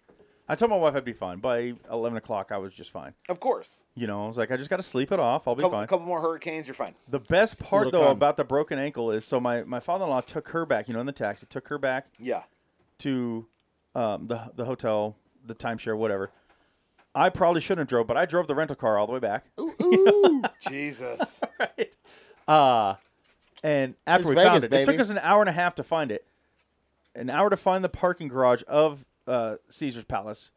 Speaker 4: I told my wife I'd be fine. By 11 o'clock, I was just fine.
Speaker 1: Of course.
Speaker 4: You know, I was like, I just got to sleep it off. I'll be
Speaker 1: Couple,
Speaker 4: fine.
Speaker 1: couple more hurricanes, you're fine.
Speaker 4: The best part,
Speaker 5: Little
Speaker 4: though,
Speaker 5: cum.
Speaker 4: about the broken ankle is so my, my father in law took her back, you know, in the taxi, took her back
Speaker 1: Yeah.
Speaker 4: to um, the the hotel, the timeshare, whatever. I probably shouldn't have drove, but I drove the rental car all the way back.
Speaker 1: Jesus.
Speaker 4: Right. Uh, and after
Speaker 5: It's
Speaker 4: we found
Speaker 5: Vegas,
Speaker 4: it, it took
Speaker 5: baby.
Speaker 4: us an hour and a half to find it. An hour to find the parking garage of uh, Caesar's Palace,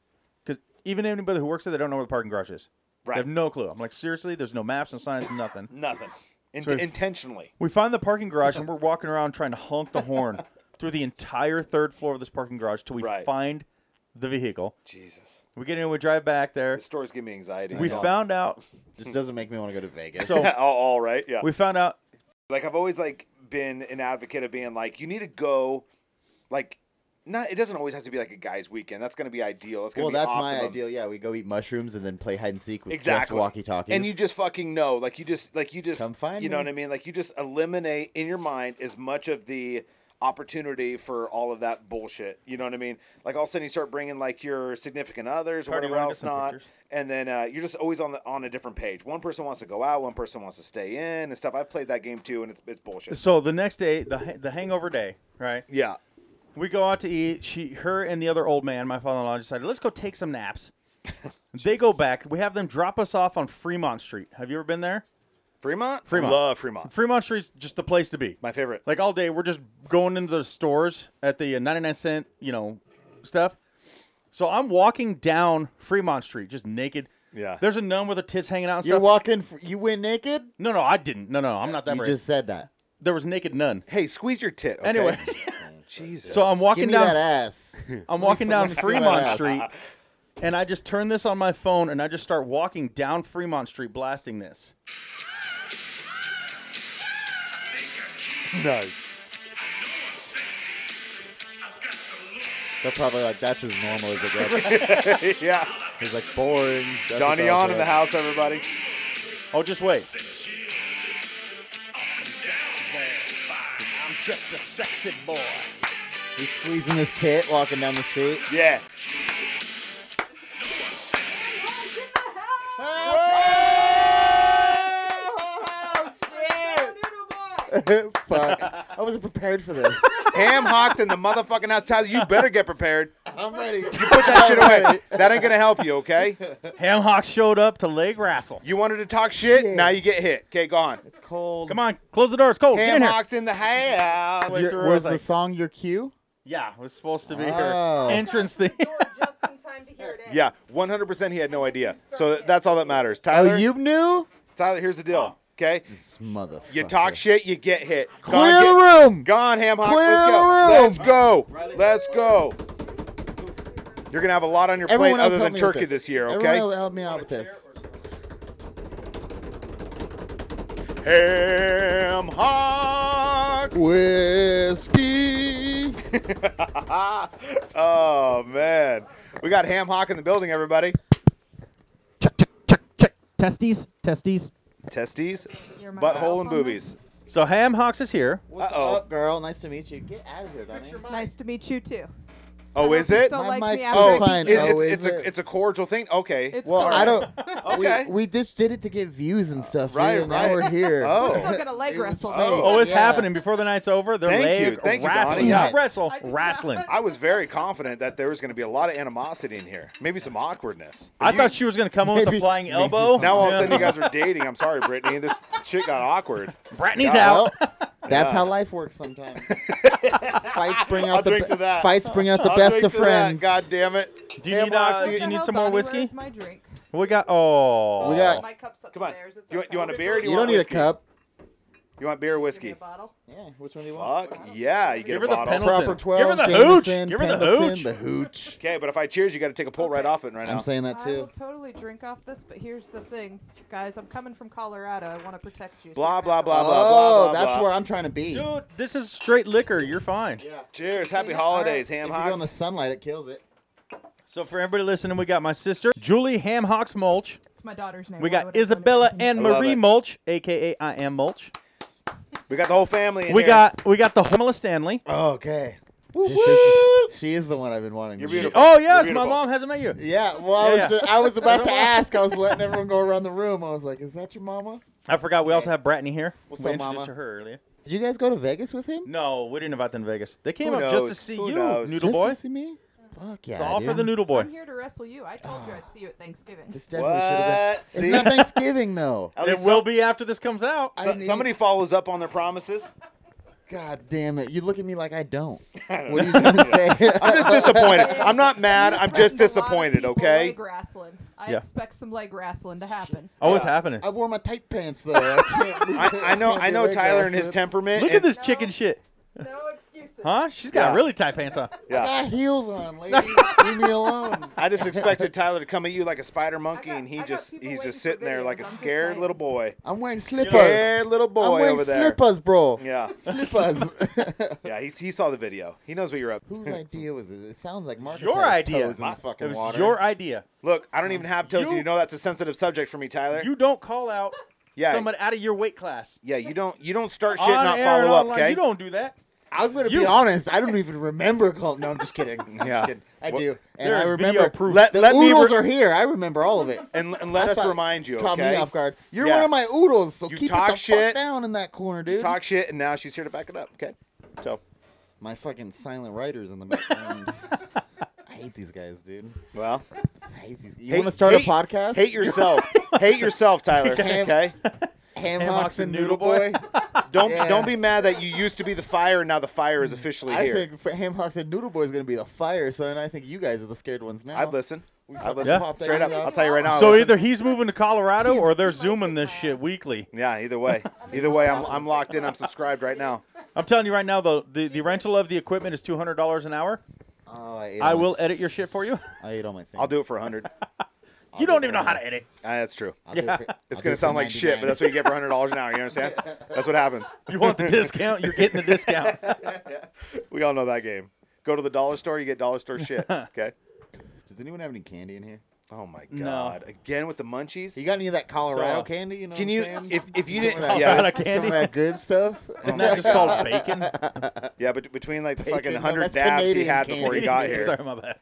Speaker 4: because even anybody who works there, they don't know where the parking garage is. They
Speaker 1: Right.
Speaker 4: have no clue. I'm like, seriously, there's no maps and signs, nothing.
Speaker 1: Nothing. In-
Speaker 4: So if-
Speaker 1: intentionally.
Speaker 4: We find the parking garage and we're walking around trying to honk the horn through the entire third floor of this parking garage till we
Speaker 1: Right.
Speaker 4: find the vehicle.
Speaker 1: Jesus.
Speaker 4: We get in, we drive back there.
Speaker 1: The stories give me anxiety.
Speaker 4: We
Speaker 1: Go on.
Speaker 4: found out.
Speaker 5: This doesn't make me want to go to Vegas.
Speaker 4: Hmm. So-
Speaker 1: Yeah, all, all right. Yeah.
Speaker 4: We found out.
Speaker 1: like I've always like been an advocate of being like you need to go, like, not it doesn't always have to be like a guy's weekend. That's gonna be ideal. That's gonna
Speaker 5: well,
Speaker 1: be
Speaker 5: that's my
Speaker 1: optimum.
Speaker 5: ideal. Yeah, we go eat mushrooms and then play hide and seek with
Speaker 1: Exactly.
Speaker 5: walkie talkies.
Speaker 1: And you just fucking know, like you just like you just
Speaker 5: Come find
Speaker 1: you know
Speaker 5: me.
Speaker 1: what I mean? Like you just eliminate in your mind as much of the opportunity for all of that bullshit. You know what I mean? Like all of a sudden you start bringing like your significant others or
Speaker 4: Cardi,
Speaker 1: whatever
Speaker 4: wanna get
Speaker 1: else
Speaker 4: some
Speaker 1: not,
Speaker 4: pictures?
Speaker 1: and then uh, you're just always on the on a different page. One person wants to go out, one person wants to stay in and stuff. I've played that game too, and it's it's bullshit.
Speaker 4: So the next day, the ha- the hangover day, right?
Speaker 1: Yeah.
Speaker 4: We go out to eat. She, her, and the other old man, my father-in-law, decided let's go take some naps. they go back. We have them drop us off on Fremont Street. Have you ever been there?
Speaker 1: Fremont?
Speaker 4: Fremont.
Speaker 1: Love Fremont.
Speaker 4: Fremont Street's just the place to be.
Speaker 1: My favorite.
Speaker 4: Like all day, we're just going into the stores at the uh, 99 cent, you know, stuff. So I'm walking down Fremont Street just naked.
Speaker 1: Yeah.
Speaker 4: There's a nun with her tits hanging out. And
Speaker 5: you're
Speaker 4: stuff.
Speaker 5: walking. F- you went naked.
Speaker 4: no, no, I didn't. No, no, I'm not that
Speaker 5: You
Speaker 4: brave.
Speaker 5: just said that.
Speaker 4: There was naked nun.
Speaker 1: hey, squeeze your tit. okay? Oh,
Speaker 4: Anyway,
Speaker 1: Jesus.
Speaker 4: so I'm walking
Speaker 5: Give me
Speaker 4: down.
Speaker 5: that ass.
Speaker 4: I'm walking down
Speaker 5: feel that
Speaker 4: Fremont
Speaker 5: ass.
Speaker 4: Street, and I just turn this on my phone, and I just start walking down Fremont Street, blasting this.
Speaker 1: nice.
Speaker 5: They're probably like, that's as normal as it gets.
Speaker 1: yeah.
Speaker 5: He's like, boring. That's what
Speaker 1: Donnie
Speaker 5: that was
Speaker 1: on in the
Speaker 5: like.
Speaker 1: house, everybody.
Speaker 4: Oh, just wait.
Speaker 3: I'm just a sexy boy.
Speaker 5: He's squeezing his tit, walking down the street.
Speaker 1: Yeah. Oh,
Speaker 5: Fuck. I wasn't prepared for this.
Speaker 1: Ham hocks in the motherfucking house. Tyler, you better get prepared.
Speaker 5: I'm ready.
Speaker 1: Put that shit away. That ain't gonna help you, okay?
Speaker 4: Ham Hock showed up to Lake Rassel.
Speaker 1: You wanted to talk shit, now you get hit. Okay, go on.
Speaker 5: It's cold.
Speaker 4: Come on, close the door. It's cold. Get in
Speaker 1: Ham
Speaker 4: here.
Speaker 1: hocks in the house.
Speaker 5: Your-
Speaker 4: through, I was
Speaker 5: was the
Speaker 4: like-
Speaker 5: song your cue?
Speaker 4: Yeah, it was supposed to be
Speaker 5: Oh.
Speaker 4: her entrance thing.
Speaker 6: just in time to hear it.
Speaker 1: Yeah, 100% he had no idea. So that's all that matters. Tyler,
Speaker 5: Oh, you knew?
Speaker 1: Tyler, here's the deal, okay?
Speaker 5: This motherfucker.
Speaker 1: You talk shit, you get hit.
Speaker 5: Clear
Speaker 1: Gone,
Speaker 5: the
Speaker 1: get-
Speaker 5: room.
Speaker 1: Gone, ham hock.
Speaker 5: Clear
Speaker 1: Let's go.
Speaker 5: the room.
Speaker 1: Let's go. Let's go. You're gonna have a lot on your plate
Speaker 5: Everyone else
Speaker 1: other
Speaker 5: help
Speaker 1: than
Speaker 5: me with
Speaker 1: turkey this. year,
Speaker 5: Everyone
Speaker 1: okay?
Speaker 5: else help me out with this.
Speaker 1: Ham hock.
Speaker 5: Whiskey.
Speaker 1: oh man, we got ham hock in the building, everybody.
Speaker 7: Check, check, check, check. Testes, testes.
Speaker 1: Testes,
Speaker 6: Your
Speaker 1: butthole, and
Speaker 6: mouth.
Speaker 1: boobies.
Speaker 4: So Ham Hocks is here.
Speaker 5: What's
Speaker 1: Uh-oh.
Speaker 5: up, girl? Nice to meet you. Get out of here, Donnie.
Speaker 6: Nice to meet you too.
Speaker 1: Oh, is
Speaker 6: you
Speaker 1: it?
Speaker 6: still
Speaker 5: My
Speaker 6: like
Speaker 5: mic's
Speaker 6: me
Speaker 5: so
Speaker 6: after
Speaker 1: Oh,
Speaker 6: I
Speaker 5: fine.
Speaker 6: beat
Speaker 1: it-
Speaker 6: you?
Speaker 1: it's,
Speaker 5: Oh,
Speaker 1: it's
Speaker 5: is
Speaker 1: a
Speaker 5: it?
Speaker 1: it's a cordial thing. Okay.
Speaker 6: It's
Speaker 5: Well, I
Speaker 6: cordial.
Speaker 5: don't.
Speaker 1: Okay. Uh,
Speaker 5: We, we just did it to get views and stuff.
Speaker 1: Right,
Speaker 5: dude, and
Speaker 1: right.
Speaker 5: Now we're here.
Speaker 1: Oh.
Speaker 6: We're still gonna leg
Speaker 5: It was
Speaker 6: wrestle.
Speaker 5: fake.
Speaker 6: babe.
Speaker 4: Oh, it's
Speaker 5: Yeah.
Speaker 4: happening before the night's over. They're
Speaker 1: Thank you.
Speaker 4: leg
Speaker 1: Thank you,
Speaker 4: wrestling.
Speaker 5: Donnie.
Speaker 4: Not
Speaker 5: Yes.
Speaker 4: wrestle,
Speaker 6: I did not-
Speaker 4: wrestling.
Speaker 1: I was very confident that there was going to be a lot of animosity in here, maybe some awkwardness.
Speaker 4: I thought she was gonna come in with the
Speaker 5: Maybe-
Speaker 4: flying
Speaker 5: maybe
Speaker 4: elbow.
Speaker 5: some-
Speaker 1: Now all of a
Speaker 4: Yeah.
Speaker 1: sudden you guys are dating. I'm sorry, Brittany. This shit got awkward.
Speaker 4: Brittany's
Speaker 5: Well,
Speaker 4: out.
Speaker 5: that's how life works sometimes. fights bring out
Speaker 1: I'll
Speaker 5: the
Speaker 1: drink
Speaker 5: be-
Speaker 1: to that.
Speaker 5: fights bring out the
Speaker 1: I'll
Speaker 5: best
Speaker 1: drink
Speaker 5: of
Speaker 1: to that,
Speaker 5: friends.
Speaker 1: God damn it.
Speaker 4: Do you
Speaker 1: Ham
Speaker 4: need, uh,
Speaker 1: hocks,
Speaker 4: do
Speaker 1: dude.
Speaker 4: you
Speaker 6: The
Speaker 4: need
Speaker 6: hell,
Speaker 4: some more
Speaker 6: Donnie, where's
Speaker 4: whiskey?
Speaker 6: my drink?
Speaker 4: We got. Oh,
Speaker 5: We got-
Speaker 6: My cup's upstairs.
Speaker 1: Come on.
Speaker 6: It's
Speaker 1: You want- you want a
Speaker 6: okay.
Speaker 1: beer or do
Speaker 5: you
Speaker 1: want
Speaker 5: don't need a
Speaker 1: whiskey?
Speaker 5: cup.
Speaker 1: You want beer or
Speaker 6: Give me
Speaker 1: whiskey?
Speaker 6: a bottle.
Speaker 5: Yeah, which one do you want?
Speaker 1: Fuck yeah, you get
Speaker 4: Give
Speaker 1: a
Speaker 4: her the
Speaker 1: bottle.
Speaker 4: penalty.
Speaker 5: Proper
Speaker 4: Pendleton.
Speaker 5: twelve.
Speaker 4: Give her the
Speaker 5: Jameson,
Speaker 4: hooch. Give her the
Speaker 5: Pendleton,
Speaker 4: hooch.
Speaker 5: The hooch.
Speaker 1: Okay, but if I cheers, you got to take a pull right
Speaker 6: Okay.
Speaker 1: off it right now.
Speaker 5: I'm saying that
Speaker 6: I will
Speaker 5: too.
Speaker 6: totally drink off this, but here's the thing, guys. I'm coming from Colorado. I want to protect you. so
Speaker 1: Blah,
Speaker 6: you're
Speaker 1: blah,
Speaker 6: gonna
Speaker 1: blah,
Speaker 6: have
Speaker 1: blah, blah,
Speaker 5: Oh,
Speaker 1: blah,
Speaker 5: that's
Speaker 1: blah.
Speaker 5: where I'm trying to be.
Speaker 4: dude, this is straight liquor. You're fine.
Speaker 1: Cheers. Happy
Speaker 6: All right.
Speaker 1: holidays,
Speaker 5: If
Speaker 1: ham
Speaker 5: you go in the
Speaker 1: hocks.
Speaker 5: sunlight, it kills it.
Speaker 4: So for everybody listening, we got my sister Julie Ham Hocks Mulch.
Speaker 6: It's my daughter's name.
Speaker 4: We
Speaker 6: I
Speaker 4: got
Speaker 6: would've known
Speaker 4: Isabella
Speaker 6: everything.
Speaker 4: and
Speaker 1: I love
Speaker 4: Marie
Speaker 1: it.
Speaker 4: Mulch, aka I am Mulch.
Speaker 1: We got the whole family. In
Speaker 4: We
Speaker 1: here.
Speaker 4: got we got the Hormela Stanley.
Speaker 5: Okay. This is- she is the one I've been wanting.
Speaker 1: You're
Speaker 5: to meet.
Speaker 1: beautiful.
Speaker 4: Oh yes, my
Speaker 1: beautiful.
Speaker 4: mom hasn't met you.
Speaker 5: Yeah. Well, I
Speaker 4: Yeah,
Speaker 5: was
Speaker 4: yeah.
Speaker 5: Just, I was about to ask. I was letting everyone go around the room. I was like, "Is that your mama?
Speaker 4: I forgot we also have Brittany here.
Speaker 5: What's
Speaker 4: we
Speaker 5: up,
Speaker 4: introduced
Speaker 5: mama?
Speaker 4: to her earlier.
Speaker 5: Did you guys go to Vegas with him?
Speaker 4: No, we didn't invite them to Vegas. They came
Speaker 1: Who
Speaker 4: up
Speaker 1: knows?
Speaker 4: just to see
Speaker 1: Who
Speaker 4: you,
Speaker 1: knows?
Speaker 4: Noodle
Speaker 5: Just
Speaker 4: Boy.
Speaker 5: to see me? Fuck yeah.
Speaker 4: It's all for
Speaker 5: dude.
Speaker 4: the Noodle Boy.
Speaker 6: I'm here to wrestle you. I told you I'd see you at Thanksgiving.
Speaker 5: This definitely should have
Speaker 1: What?
Speaker 5: been. It's not Thanksgiving though.
Speaker 1: At
Speaker 4: It
Speaker 1: least
Speaker 4: will
Speaker 1: some-
Speaker 4: be after this comes out.
Speaker 5: I
Speaker 1: so-
Speaker 5: need-
Speaker 1: somebody follows up on their promises.
Speaker 5: God damn it! You look at me like I don't.
Speaker 1: don't
Speaker 5: What are you gonna say?
Speaker 1: I'm just disappointed. I'm not mad.
Speaker 6: You
Speaker 1: I'm just
Speaker 6: threatened a lot
Speaker 1: disappointed.
Speaker 6: of people
Speaker 1: Okay.
Speaker 6: Leg wrestling. I
Speaker 4: Yeah.
Speaker 6: expect some leg wrestling to happen.
Speaker 4: Oh, it's
Speaker 1: Yeah.
Speaker 4: happening.
Speaker 5: I wore my tight pants though. I, can't, we can't-
Speaker 1: I, I know.
Speaker 5: can't
Speaker 1: I
Speaker 5: do
Speaker 1: know
Speaker 5: leg
Speaker 1: Tyler and
Speaker 5: wrestling.
Speaker 1: his temperament.
Speaker 4: Look at
Speaker 1: and-
Speaker 4: this chicken shit,
Speaker 6: No excuses.
Speaker 4: huh? She's got
Speaker 1: Yeah.
Speaker 4: really tight pants on.
Speaker 5: I
Speaker 1: Yeah.
Speaker 5: got heels on, lady. Leave me alone.
Speaker 1: I just expected Tyler to come at you like a spider monkey,
Speaker 6: got-
Speaker 1: and he
Speaker 6: I got
Speaker 1: just
Speaker 6: people
Speaker 1: he's
Speaker 6: waiting
Speaker 1: just
Speaker 6: for
Speaker 1: sitting there
Speaker 6: videos,
Speaker 1: like a
Speaker 6: I'm just
Speaker 1: scared
Speaker 6: saying.
Speaker 1: little boy.
Speaker 5: I'm wearing slippers.
Speaker 1: Scared little
Speaker 5: I'm
Speaker 1: boy
Speaker 5: wearing
Speaker 1: over there.
Speaker 5: slippers, bro.
Speaker 1: Yeah.
Speaker 5: Slippers.
Speaker 1: Yeah. He, he saw the video. He knows what you're up.
Speaker 5: Whose idea was it? It sounds like Marcus.
Speaker 4: Your
Speaker 5: had his
Speaker 4: idea.
Speaker 5: Toes in
Speaker 4: My-
Speaker 5: the fucking
Speaker 4: It was
Speaker 5: water.
Speaker 4: your idea.
Speaker 1: Look, I don't even have toes, and
Speaker 4: You-
Speaker 1: you know that's a sensitive subject for me, Tyler.
Speaker 4: You don't call out
Speaker 1: yeah.
Speaker 4: someone out of your weight class.
Speaker 1: Yeah. You don't. You don't start shit,
Speaker 4: On
Speaker 1: and not
Speaker 4: air
Speaker 1: follow
Speaker 4: and
Speaker 1: up.
Speaker 4: online,
Speaker 1: Okay.
Speaker 4: You don't do that.
Speaker 5: I'm gonna
Speaker 4: You-
Speaker 5: be honest. I don't even remember. Call- no, I'm just kidding. I'm
Speaker 1: Yeah.
Speaker 5: just kidding. I
Speaker 1: What-
Speaker 5: do, and
Speaker 4: There
Speaker 5: I
Speaker 4: is video
Speaker 5: remember.
Speaker 4: proof.
Speaker 1: Let-
Speaker 5: the
Speaker 1: let me
Speaker 5: oodles
Speaker 1: re-
Speaker 5: are here. I remember all of it.
Speaker 1: And, and let
Speaker 5: I
Speaker 1: us
Speaker 5: thought-
Speaker 1: remind you.
Speaker 5: Caught
Speaker 1: okay.
Speaker 5: me off guard. You're
Speaker 1: Yeah.
Speaker 5: one of my oodles, so
Speaker 1: You
Speaker 5: keep
Speaker 1: talk
Speaker 5: it the
Speaker 1: shit.
Speaker 5: fuck down in that corner, dude.
Speaker 1: Talk shit, and now she's here to back it up. Okay. So.
Speaker 5: My fucking silent writers in the background. I hate these guys, dude.
Speaker 1: Well.
Speaker 5: I hate these. You
Speaker 1: Hate-
Speaker 5: want to start
Speaker 1: hate-
Speaker 5: a podcast?
Speaker 1: Hate yourself. hate yourself, Tyler.
Speaker 5: Ham-
Speaker 1: Okay.
Speaker 4: Ham
Speaker 5: ham, hocks
Speaker 4: hocks and
Speaker 5: and noodle
Speaker 4: Noodle
Speaker 5: boy.
Speaker 1: Don't
Speaker 5: Yeah.
Speaker 1: don't be mad that you used to be the fire and now the fire is officially
Speaker 5: I
Speaker 1: here.
Speaker 5: think for ham hocks and noodle boy is gonna be the fire, son. I think you guys are the scared ones now.
Speaker 1: I'd listen.
Speaker 5: We
Speaker 1: I'd
Speaker 5: fucking
Speaker 1: listen.
Speaker 5: pop that
Speaker 1: Straight up.
Speaker 5: thing
Speaker 1: I'll
Speaker 5: out.
Speaker 1: tell you right now. I'll
Speaker 4: So
Speaker 1: listen.
Speaker 4: either he's moving to Colorado or they're
Speaker 6: Dude, he might
Speaker 4: zooming
Speaker 6: get
Speaker 4: this
Speaker 6: mad.
Speaker 4: shit weekly.
Speaker 1: Yeah, either way. Either way, I'm, I'm locked in. I'm subscribed right now.
Speaker 4: I'm telling you right now, though, the, the rental of the equipment is two hundred dollars an hour.
Speaker 5: Oh, I, ate
Speaker 4: I
Speaker 5: all my
Speaker 4: will
Speaker 5: s-
Speaker 4: edit your shit for you.
Speaker 5: I ate all my things.
Speaker 1: I'll do it for 100. Uh,
Speaker 4: You don't even know how to edit.
Speaker 1: that's true.
Speaker 5: yeah. for,
Speaker 1: It's
Speaker 5: I'll
Speaker 1: going
Speaker 5: do it
Speaker 1: to sound
Speaker 5: for
Speaker 1: like shit, but
Speaker 5: 99.
Speaker 1: that's what you get for $100 an hour. You understand? That's what happens.
Speaker 4: You want the discount? You're getting the discount.
Speaker 1: We all know that game. Go to the dollar store, you get dollar store shit. Okay?
Speaker 5: Does anyone have any candy in here?
Speaker 1: Oh my
Speaker 4: No.
Speaker 1: God. Again with the munchies?
Speaker 5: You got any of that Colorado
Speaker 4: So,
Speaker 5: candy? You know
Speaker 1: Can
Speaker 5: what
Speaker 1: you,
Speaker 5: I'm saying?
Speaker 1: if, if you didn't,
Speaker 5: Colorado
Speaker 1: yeah, but-
Speaker 4: Colorado
Speaker 5: Some
Speaker 4: candy?
Speaker 5: of that good stuff. Um,
Speaker 4: Isn't that just called bacon?
Speaker 1: yeah, but between like the
Speaker 5: Bacon,
Speaker 1: fucking
Speaker 5: no,
Speaker 1: 100
Speaker 5: that's
Speaker 1: dabs he
Speaker 5: Canadian
Speaker 1: had before he
Speaker 5: candy.
Speaker 1: got here.
Speaker 4: Sorry, my bad.